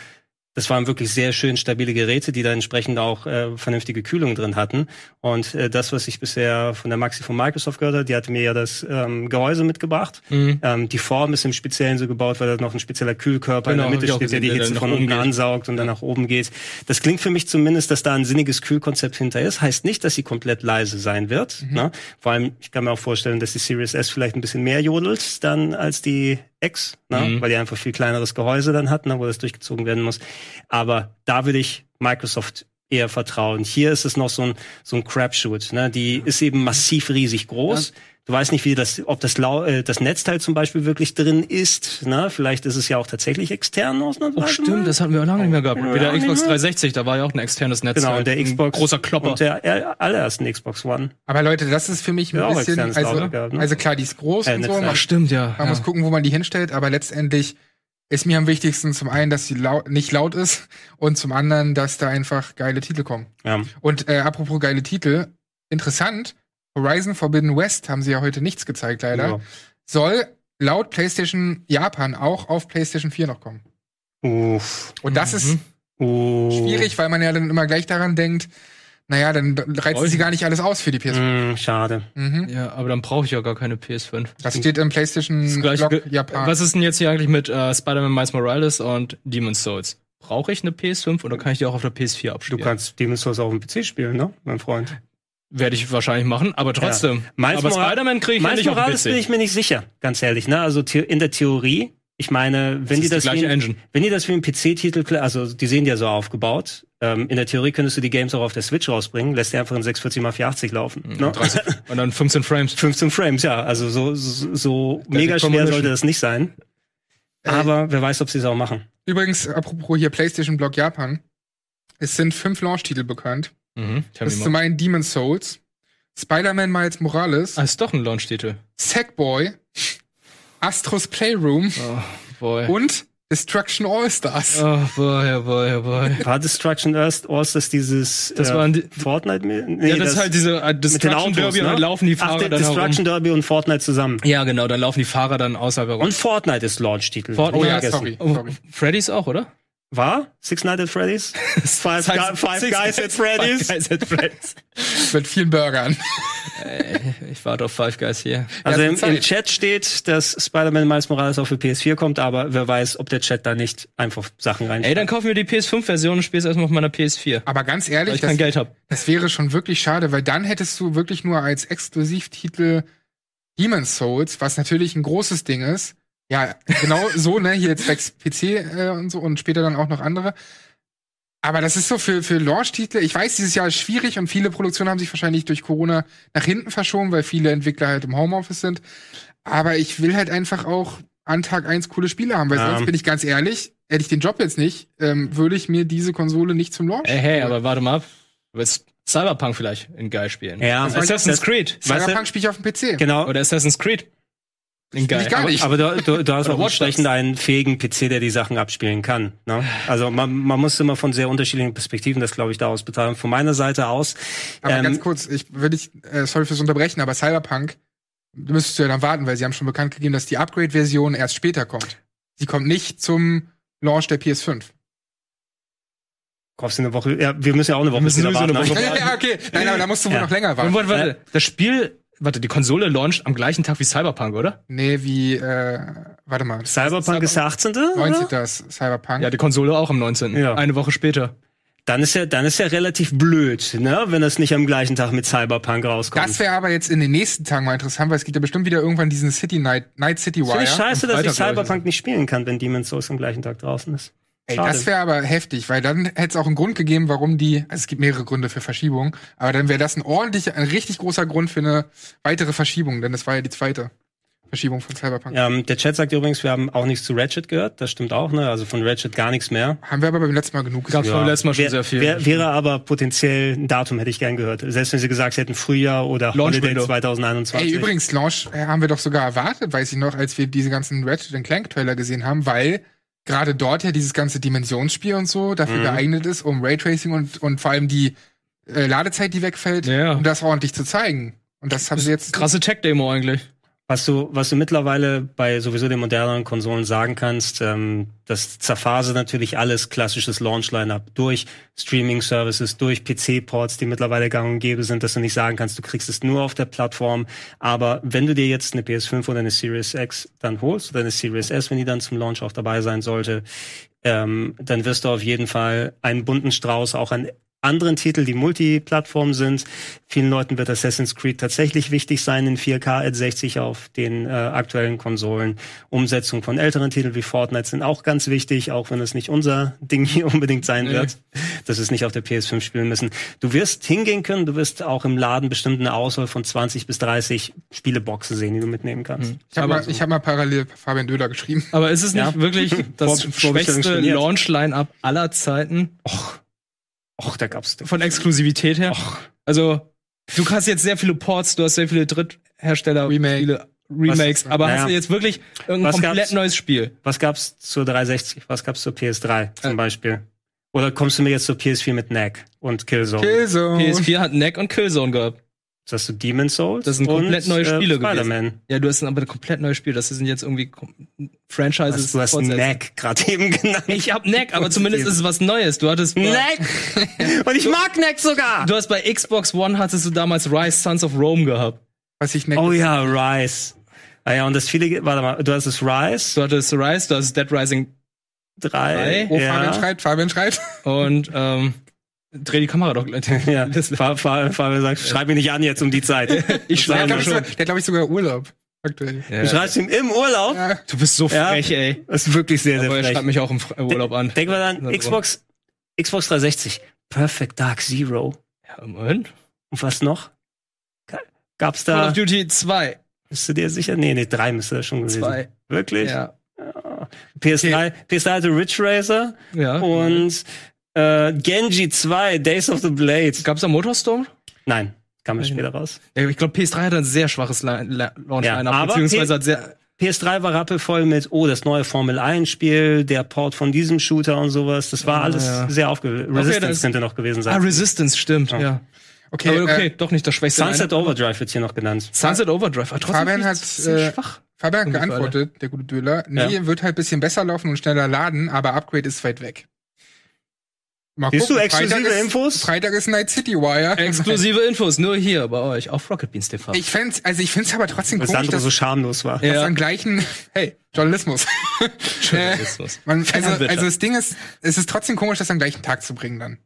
das waren wirklich sehr schön stabile Geräte, die da entsprechend auch äh, vernünftige Kühlung drin hatten. Und äh, das, was ich bisher von der Maxi von Microsoft gehört habe, die hatte mir ja das ähm, Gehäuse mitgebracht. Mhm. Ähm, die Form ist im Speziellen so gebaut, weil da noch ein spezieller Kühlkörper Genau, in der hab ich Mitte auch steht, der gesehen, die der Hitze dann nach von oben unten geht. ansaugt und dann nach oben geht. Das klingt für mich zumindest, dass da ein sinniges Kühlkonzept hinter ist. Heißt nicht, dass sie komplett leise sein wird. Mhm. Ne? Vor allem, ich kann mir auch vorstellen, dass die Series S vielleicht ein bisschen mehr jodelt dann als die X, ne? Mhm. weil die einfach viel kleineres Gehäuse dann hat, ne? wo das durchgezogen werden muss. Aber da würde ich Microsoft eher vertrauen. Hier ist es noch so ein, so ein Crapshoot. Ne? Die ist eben massiv riesig groß. Du weißt nicht, wie das, ob das, Lau äh, das Netzteil zum Beispiel wirklich drin ist. Ne? Vielleicht ist es ja auch tatsächlich extern ausnahmsweise. Oh, mal. stimmt, das hatten wir auch lange nicht mehr gehabt. Ja, Bei der lange Xbox nicht mehr. 360, da war ja auch ein externes Netz. Genau, und der Xbox. großer Klopper. Und der aller- allerersten Xbox One. Aber Leute, das ist für mich ein also Ja, auch bisschen, externes also, Laufwerk gehabt, ne? also klar, die ist groß Äh, und so. Netzwerk. Man, Ach, stimmt, ja. man muss gucken, wo man die hinstellt, aber letztendlich ist mir am wichtigsten zum einen, dass sie laut, nicht laut ist und zum anderen, dass da einfach geile Titel kommen. Ja. Und äh, apropos geile Titel, interessant, Horizon Forbidden West haben sie ja heute nichts gezeigt, leider. Ja. Soll laut PlayStation Japan auch auf PlayStation 4 noch kommen. Uff. Und das Mhm. ist Uff. schwierig, weil man ja dann immer gleich daran denkt, naja, dann reizt Wollen- sie gar nicht alles aus für die PS5. Mm, schade. Mhm. Ja, aber dann brauche ich ja gar keine PS5. Das steht im PlayStation Hm, Das gleiche Blog ge- Japan. Was ist denn jetzt hier eigentlich mit äh, Spider-Man Miles Morales und Demon's Souls? Brauche ich eine PS5 oder kann ich die auch auf der PS4 Du abspielen? kannst Demon's Souls auch auf dem PC spielen, ne, mein Freund? Werde ich wahrscheinlich machen, aber trotzdem. Miles aber Mora- Spider-Man kriege ich ja Miles nicht auf dem Morales bin PC. ich mir nicht sicher, ganz ehrlich. Ne? Also the- in der Theorie, ich meine, wenn ist die die das wie gleiche ein- Engine. wenn die das wie ein PC-Titel, kla- also die sehen die ja so aufgebaut. Ähm, in der Theorie könntest du die Games auch auf der Switch rausbringen, lässt die einfach in 640 x 480 laufen. Ne? 30. Und dann 15 Frames. 15 Frames, ja. Also so, so, so Der mega schwer Combination. Äh. sollte das nicht sein. Aber wer weiß, ob sie es auch machen. Übrigens, apropos hier PlayStation Blog Japan. Es sind fünf Launch-Titel bekannt. Mhm, tell Das me ist more. zum einen Demon's Souls, Spider-Man Miles Morales, Ah, ist doch ein Launch-Titel. Sackboy, Astros Playroom boy. und Destruction All-Stars. Oh, boy, oh, boy, oh, boy. War Destruction Earth All Stars dieses äh, Das waren die- Fortnite? Ja, das ist halt diese, äh, Destruction Derby und dann laufen die Fahrer ne? Ach, der- dann Destruction Derby und Fortnite zusammen. Ja, genau, dann laufen die Fahrer dann außerhalb herum. Und Fortnite ist Launch-Titel. Fortnite. Hab ich Oh ja, vergessen. sorry, sorry. Freddy's auch, oder? War? Six Nights at *laughs* Freddy's? Five, Gu- Five Guys at Freddy's? Five Guys at Freddy's. Mit vielen Burgern. Äh, ich warte auf Five Guys hier. *laughs* Also Ja, im, Zeit. im Chat steht, dass Spider-Man Miles Morales auch für PS4 kommt, aber wer weiß, ob der Chat da nicht einfach Sachen rein. Ey, dann kaufen wir die PS5-Version und spielst erstmal auf meiner PS4. Aber ganz ehrlich, weil ich kein das- Geld hab. Das wäre schon wirklich schade, weil dann hättest du wirklich nur als Exklusivtitel Demon's Souls, was natürlich ein großes Ding ist. Ja, genau so, ne? Hier jetzt zwecks PC äh, und so und später dann auch noch andere. Aber das ist so für, für Launch-Titel. Ich weiß, dieses Jahr ist schwierig und viele Produktionen haben sich wahrscheinlich durch Corona nach hinten verschoben, weil viele Entwickler halt im Homeoffice sind. Aber ich will halt einfach auch an Tag eins coole Spiele haben, weil sonst Ähm. bin ich ganz ehrlich, hätte ich den Job jetzt nicht, ähm, würde ich mir diese Konsole nicht zum Launch Ey, hey, Äh, aber warte mal ab. Du willst Cyberpunk vielleicht in geil spielen. Ja, Assassin's das- Creed. Cyberpunk spiele ich auf dem PC. Genau. Oder Assassin's Creed. In Geil. geil. Aber- Aber, aber du, du, du hast Oder auch Watch Dogs. entsprechend einen fähigen PC, der die Sachen abspielen kann. Ne? Also man, man muss immer von sehr unterschiedlichen Perspektiven das, glaube ich, daraus betreiben. Von meiner Seite aus. Aber ähm, ganz kurz, ich würde dich, äh, sorry fürs Unterbrechen, aber Cyberpunk, du müsstest ja dann warten, weil sie haben schon bekannt gegeben, dass die Upgrade-Version erst später kommt. Sie kommt nicht zum Launch der PS5. kaufst du eine Woche. Ja, wir müssen ja auch eine Woche müssen wieder sowieso eine warten. Woche warten. *laughs* ja, okay. Nein, aber da musst du wohl Ja. noch länger warten. *laughs* Warte, warte, das Spiel, warte, die Konsole launcht am gleichen Tag wie Cyberpunk, oder? Nee, wie, äh, warte mal. Cyberpunk ist der 18. 19. Oder? ist Cyberpunk. Ja, die Konsole auch am 19. Ja. Eine Woche später. Dann ist ja, dann ist ja relativ blöd, ne? wenn das nicht am gleichen Tag mit Cyberpunk rauskommt. Das wäre aber jetzt in den nächsten Tagen mal interessant, weil es gibt ja bestimmt wieder irgendwann diesen City Night, Night City Wire. Finde ich scheiße, Am dass ich Freitag, glaub Cyberpunk nicht spielen kann, wenn Demon's Souls am gleichen Tag draußen ist. Ey, Schade. das wäre aber heftig, weil dann hätte es auch einen Grund gegeben, warum die, also es gibt mehrere Gründe für Verschiebung, aber dann wäre das ein ordentlich, ein richtig großer Grund für eine weitere Verschiebung, denn das war ja die zweite Verschiebung von Cyberpunk. ähm, der Chat sagt übrigens, wir haben auch nichts zu Ratchet gehört. Das stimmt auch, ne? Also von Ratchet gar nichts mehr. Haben wir aber beim letzten Mal genug Gab's beim letzten Mal schon Wär- sehr viel. Wär, wäre aber potenziell ein Datum, hätte ich gern gehört. Selbst wenn sie gesagt hätten Frühjahr oder Launch Holiday Window. 2021. Ey, übrigens, Launch äh, haben wir doch sogar erwartet, weiß ich noch, als wir diese ganzen Ratchet Clank Trailer gesehen haben, weil gerade dort ja dieses ganze Dimensionsspiel und so dafür Mhm. geeignet ist, um Raytracing und, und vor allem die äh, Ladezeit, die wegfällt, Ja. um das ordentlich zu zeigen. Und das haben sie jetzt. Krasse Tech-Demo eigentlich. Was du, was du mittlerweile bei sowieso den moderneren Konsolen sagen kannst, ähm, das zerfase natürlich alles klassisches Launch-Line-Up durch Streaming-Services, durch PC-Ports, die mittlerweile gang und gäbe sind, dass du nicht sagen kannst, du kriegst es nur auf der Plattform. Aber wenn du dir jetzt eine PS5 oder eine Series X dann holst oder eine Series S, wenn die dann zum Launch auch dabei sein sollte, ähm, dann wirst du auf jeden Fall einen bunten Strauß auch an anderen Titel, die Multiplattform sind. Vielen Leuten wird Assassin's Creed tatsächlich wichtig sein in 4K at 60 auf den äh, aktuellen Konsolen. Umsetzung von älteren Titeln wie Fortnite sind auch ganz wichtig, auch wenn es nicht unser Ding hier *laughs* unbedingt sein Nee. wird, dass wir es nicht auf der PS5 spielen müssen. Du wirst hingehen können, du wirst auch im Laden bestimmt eine Auswahl von 20 bis 30 Spieleboxen sehen, die du mitnehmen kannst. Ich habe mal, ich hab mal parallel Fabian Döder geschrieben. Aber ist es nicht Ja. *laughs* wirklich das Vor- schwächste vorbestellung Launch-Line-Up aller Zeiten? Och. Och, da gab's. Von Exklusivität her? Och. Also, du hast jetzt sehr viele Ports, du hast sehr viele Dritthersteller, viele Remakes, Was- aber naja. hast du jetzt wirklich ein Was komplett gab's? neues Spiel? Was gab's zur 360? Was gab's zur PS3 zum Beispiel? Oder kommst du mir jetzt zur PS4 mit Knack und Killzone? Killzone. PS4 hat Neck und Killzone gehabt. Das hast du Demon's Souls? Das sind komplett und, neue äh, Spiele gewesen. Spider-Man. Ja, du hast aber komplett neue Spiele. Das sind jetzt irgendwie kom- Franchises. Was, du hast Fortsetzungen. Knack gerade *laughs* eben genannt. Ich hab Neck, aber zumindest ist es was Neues. Du hattest bei- Knack! *laughs* Und ich mag Knack sogar! Du hast bei Xbox One hattest du damals Rise Sons of Rome gehabt. Was ich Neck Oh ja, Rise. Ah ja, und das viele, warte mal, du hast es Rise. Du hattest Rise, du hattest Dead Rising 3. Oh, ja. Fabian schreibt, Fabian *laughs* schreibt. Und ähm, dreh die Kamera doch gleich. *laughs* Ja, Fa- Fa- Fabian sagt, schreib mich nicht an jetzt um die Zeit. Ich Das Der sagen wir hat, glaube ich, schon. sogar- der hat, glaub ich, sogar Urlaub. Aktuell. Du schreibst ihm im Urlaub? Du bist so frech, ey. Das ist wirklich sehr, sehr Aber er frech. schreibt mich auch im Fr- äh, Urlaub an. Denk mal an Xbox, Xbox 360. Perfect Dark Zero. Ja, immerhin. Und was noch? Ga- Gab's da. Call of Duty 2. Bist du dir sicher? Nee, nee, drei müsste das schon gewesen. Zwei. Wirklich? Ja. Ja. PS3, PS3 hatte Ridge Racer Ja. und äh, Genji 2, Days of the Blade. Gab's da Motorstorm? Nein, kam erst später raus. Ja, Ich glaube, PS3 hat ein sehr schwaches La La Launch Ja, Lineup, aber beziehungsweise P- hat sehr PS3 war rappelvoll mit, oh, das neue Formel 1 Spiel, der Port von diesem Shooter und sowas. Das war Ah, alles ja. sehr aufgewühlt. Okay, Resistance das ist- könnte noch gewesen sein. Ah, Resistance, stimmt, ja. Okay, aber okay, äh, doch nicht das schwächste. Sunset Lineup. Overdrive wird's hier noch genannt. Sunset Overdrive, aber trotzdem Fabian finde hat ich das sehr äh, schwach. Fabian hat Irgendwie für geantwortet, der gute Döler. Nee, Ja. wird halt ein bisschen besser laufen und schneller laden, aber Upgrade ist weit weg. Mal Siehst du Freitag exklusive ist, Infos? Freitag ist Night City Wire. Exklusive Infos, nur hier bei euch, auf Rocket Beans TV. Ich fänd's, also ich find's aber trotzdem Weil komisch, Sandro dass, so schamlos war. dass am gleichen, hey, *laughs* Journalismus. Journalismus. *laughs* Äh, man, also, Fernwirtschaft. also das Ding ist, es ist trotzdem komisch, das am gleichen Tag zu bringen dann.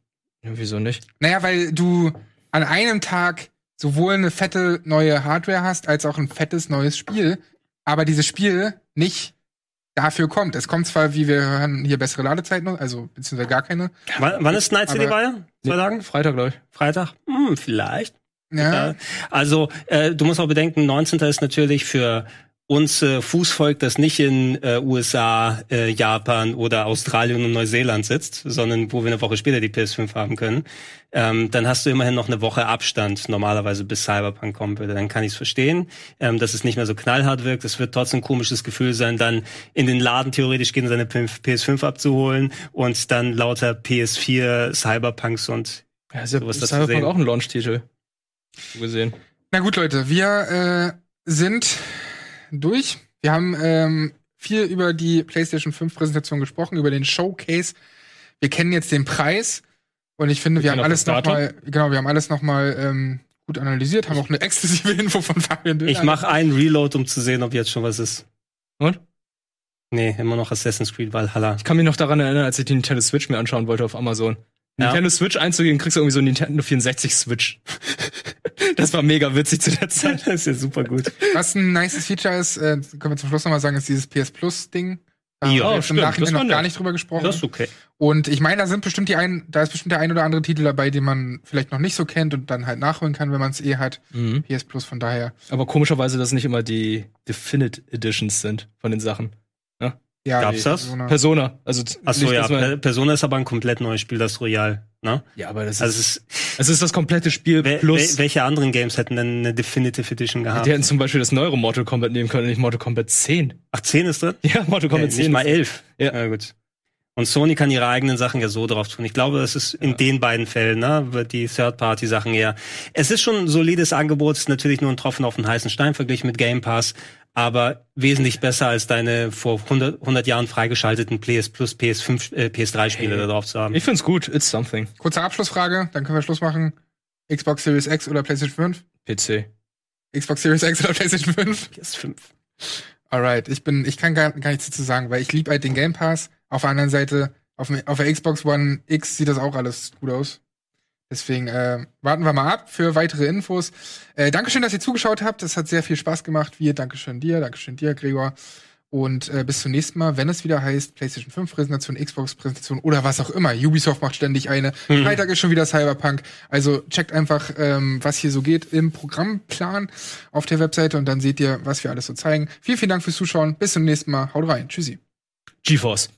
Ja, wieso nicht? Naja, weil du an einem Tag sowohl eine fette neue Hardware hast, als auch ein fettes neues Spiel, aber dieses Spiel nicht dafür kommt. Es kommt zwar, wie wir hören, hier bessere Ladezeiten, also beziehungsweise gar keine. Wann, wann ist Night City Aber- Wire? Zwei Tagen? Freitag, glaube ich. Freitag? Hm, vielleicht. Ja. Ja. Also, äh, du musst auch bedenken, 19. ist natürlich für uns äh, Fußvolk, das nicht in äh, USA, äh, Japan oder Australien und Neuseeland sitzt, sondern wo wir eine Woche später die PS5 haben können, ähm, dann hast du immerhin noch eine Woche Abstand normalerweise, bis Cyberpunk kommen würde. Dann kann ich es verstehen, ähm, dass es nicht mehr so knallhart wirkt. Es wird trotzdem ein komisches Gefühl sein, dann in den Laden theoretisch gehen, seine PS5 abzuholen und dann lauter PS4, Cyberpunks und Ja, ist ja sowas dazu Cyberpunk sehen. auch ein Launch-Titel. So gesehen. Na gut, Leute, wir äh, sind durch. Wir haben ähm, viel über die PlayStation 5 Präsentation gesprochen, über den Showcase. Wir kennen jetzt den Preis und ich finde, wir, haben kennen auch alles das noch Datum. mal, genau, wir haben alles noch mal ähm, gut analysiert, haben auch eine exklusive *laughs* Info von Fabian Döner. Ich mache einen Reload, um zu sehen, ob jetzt schon was ist. Und? Nee, immer noch Assassin's Creed Valhalla. Ich kann mich noch daran erinnern, als ich die Nintendo Switch mir anschauen wollte auf Amazon. Ja. Nintendo Switch einzugeben, kriegst du irgendwie so einen Nintendo 64 Switch. *laughs* das war mega witzig zu der Zeit. *laughs* Das ist ja super gut. Was ein nices Feature ist, äh, können wir zum Schluss noch mal sagen, ist dieses PS Plus Ding. Da haben Ja, wir jetzt im stimmt, das Nachhinein war noch gar nett. nicht drüber gesprochen. Das ist okay. Und ich meine, da sind bestimmt die ein, da ist bestimmt der ein oder andere Titel dabei, den man vielleicht noch nicht so kennt und dann halt nachholen kann, wenn man es eh hat. Mhm. PS Plus von daher. Aber komischerweise, dass nicht immer die Definite Editions sind von den Sachen. Ja? Ja, Gab's nee, das? Persona. Persona. Also Achso, nicht, ja, Äh, dass man- Per- Persona ist aber ein komplett neues Spiel, das Royal. Ne? ja, aber das ist, Also es ist, es ist das komplette Spiel wel- wel- plus. welche anderen Games hätten denn eine Definitive Edition gehabt? Die hätten zum Beispiel das neuere Mortal Kombat nehmen können, nicht Mortal Kombat 10. Ach, 10 ist drin? *laughs* Ja, Mortal Kombat Äh, nicht 10. mal 11. Ja. Na gut. Und Sony kann ihre eigenen Sachen ja so drauf tun. Ich glaube, das ist in den beiden Fällen, ne, wird die Third-Party-Sachen eher. Es ist schon ein solides Angebot, ist natürlich nur ein Tropfen auf den heißen Stein verglichen mit Game Pass, aber wesentlich besser als deine vor 100, 100 Jahren freigeschalteten PS Plus, PS5, äh, PS3-Spiele da drauf zu haben. Ich find's gut, it's something. Kurze Abschlussfrage, dann können wir Schluss machen. Xbox Series X oder PlayStation 5? PC. Xbox Series X oder PlayStation 5? PS5. Alright, ich bin, ich kann gar, gar nichts dazu sagen, weil ich liebe halt den Game Pass. Auf der anderen Seite, auf, dem- auf der Xbox One X sieht das auch alles gut aus. Deswegen äh, warten wir mal ab für weitere Infos. Äh, Dankeschön, dass ihr zugeschaut habt. Es hat sehr viel Spaß gemacht. Wir, Dankeschön dir, Dankeschön dir, Gregor. Und äh, bis zum nächsten Mal, wenn es wieder heißt PlayStation 5 Präsentation, Xbox Präsentation oder was auch immer. Ubisoft macht ständig eine. Mhm. Freitag ist schon wieder Cyberpunk. Also checkt einfach, ähm, was hier so geht im Programmplan auf der Webseite und dann seht ihr, was wir alles so zeigen. Vielen, vielen Dank fürs Zuschauen. Bis zum nächsten Mal. Haut rein. Tschüssi. GeForce.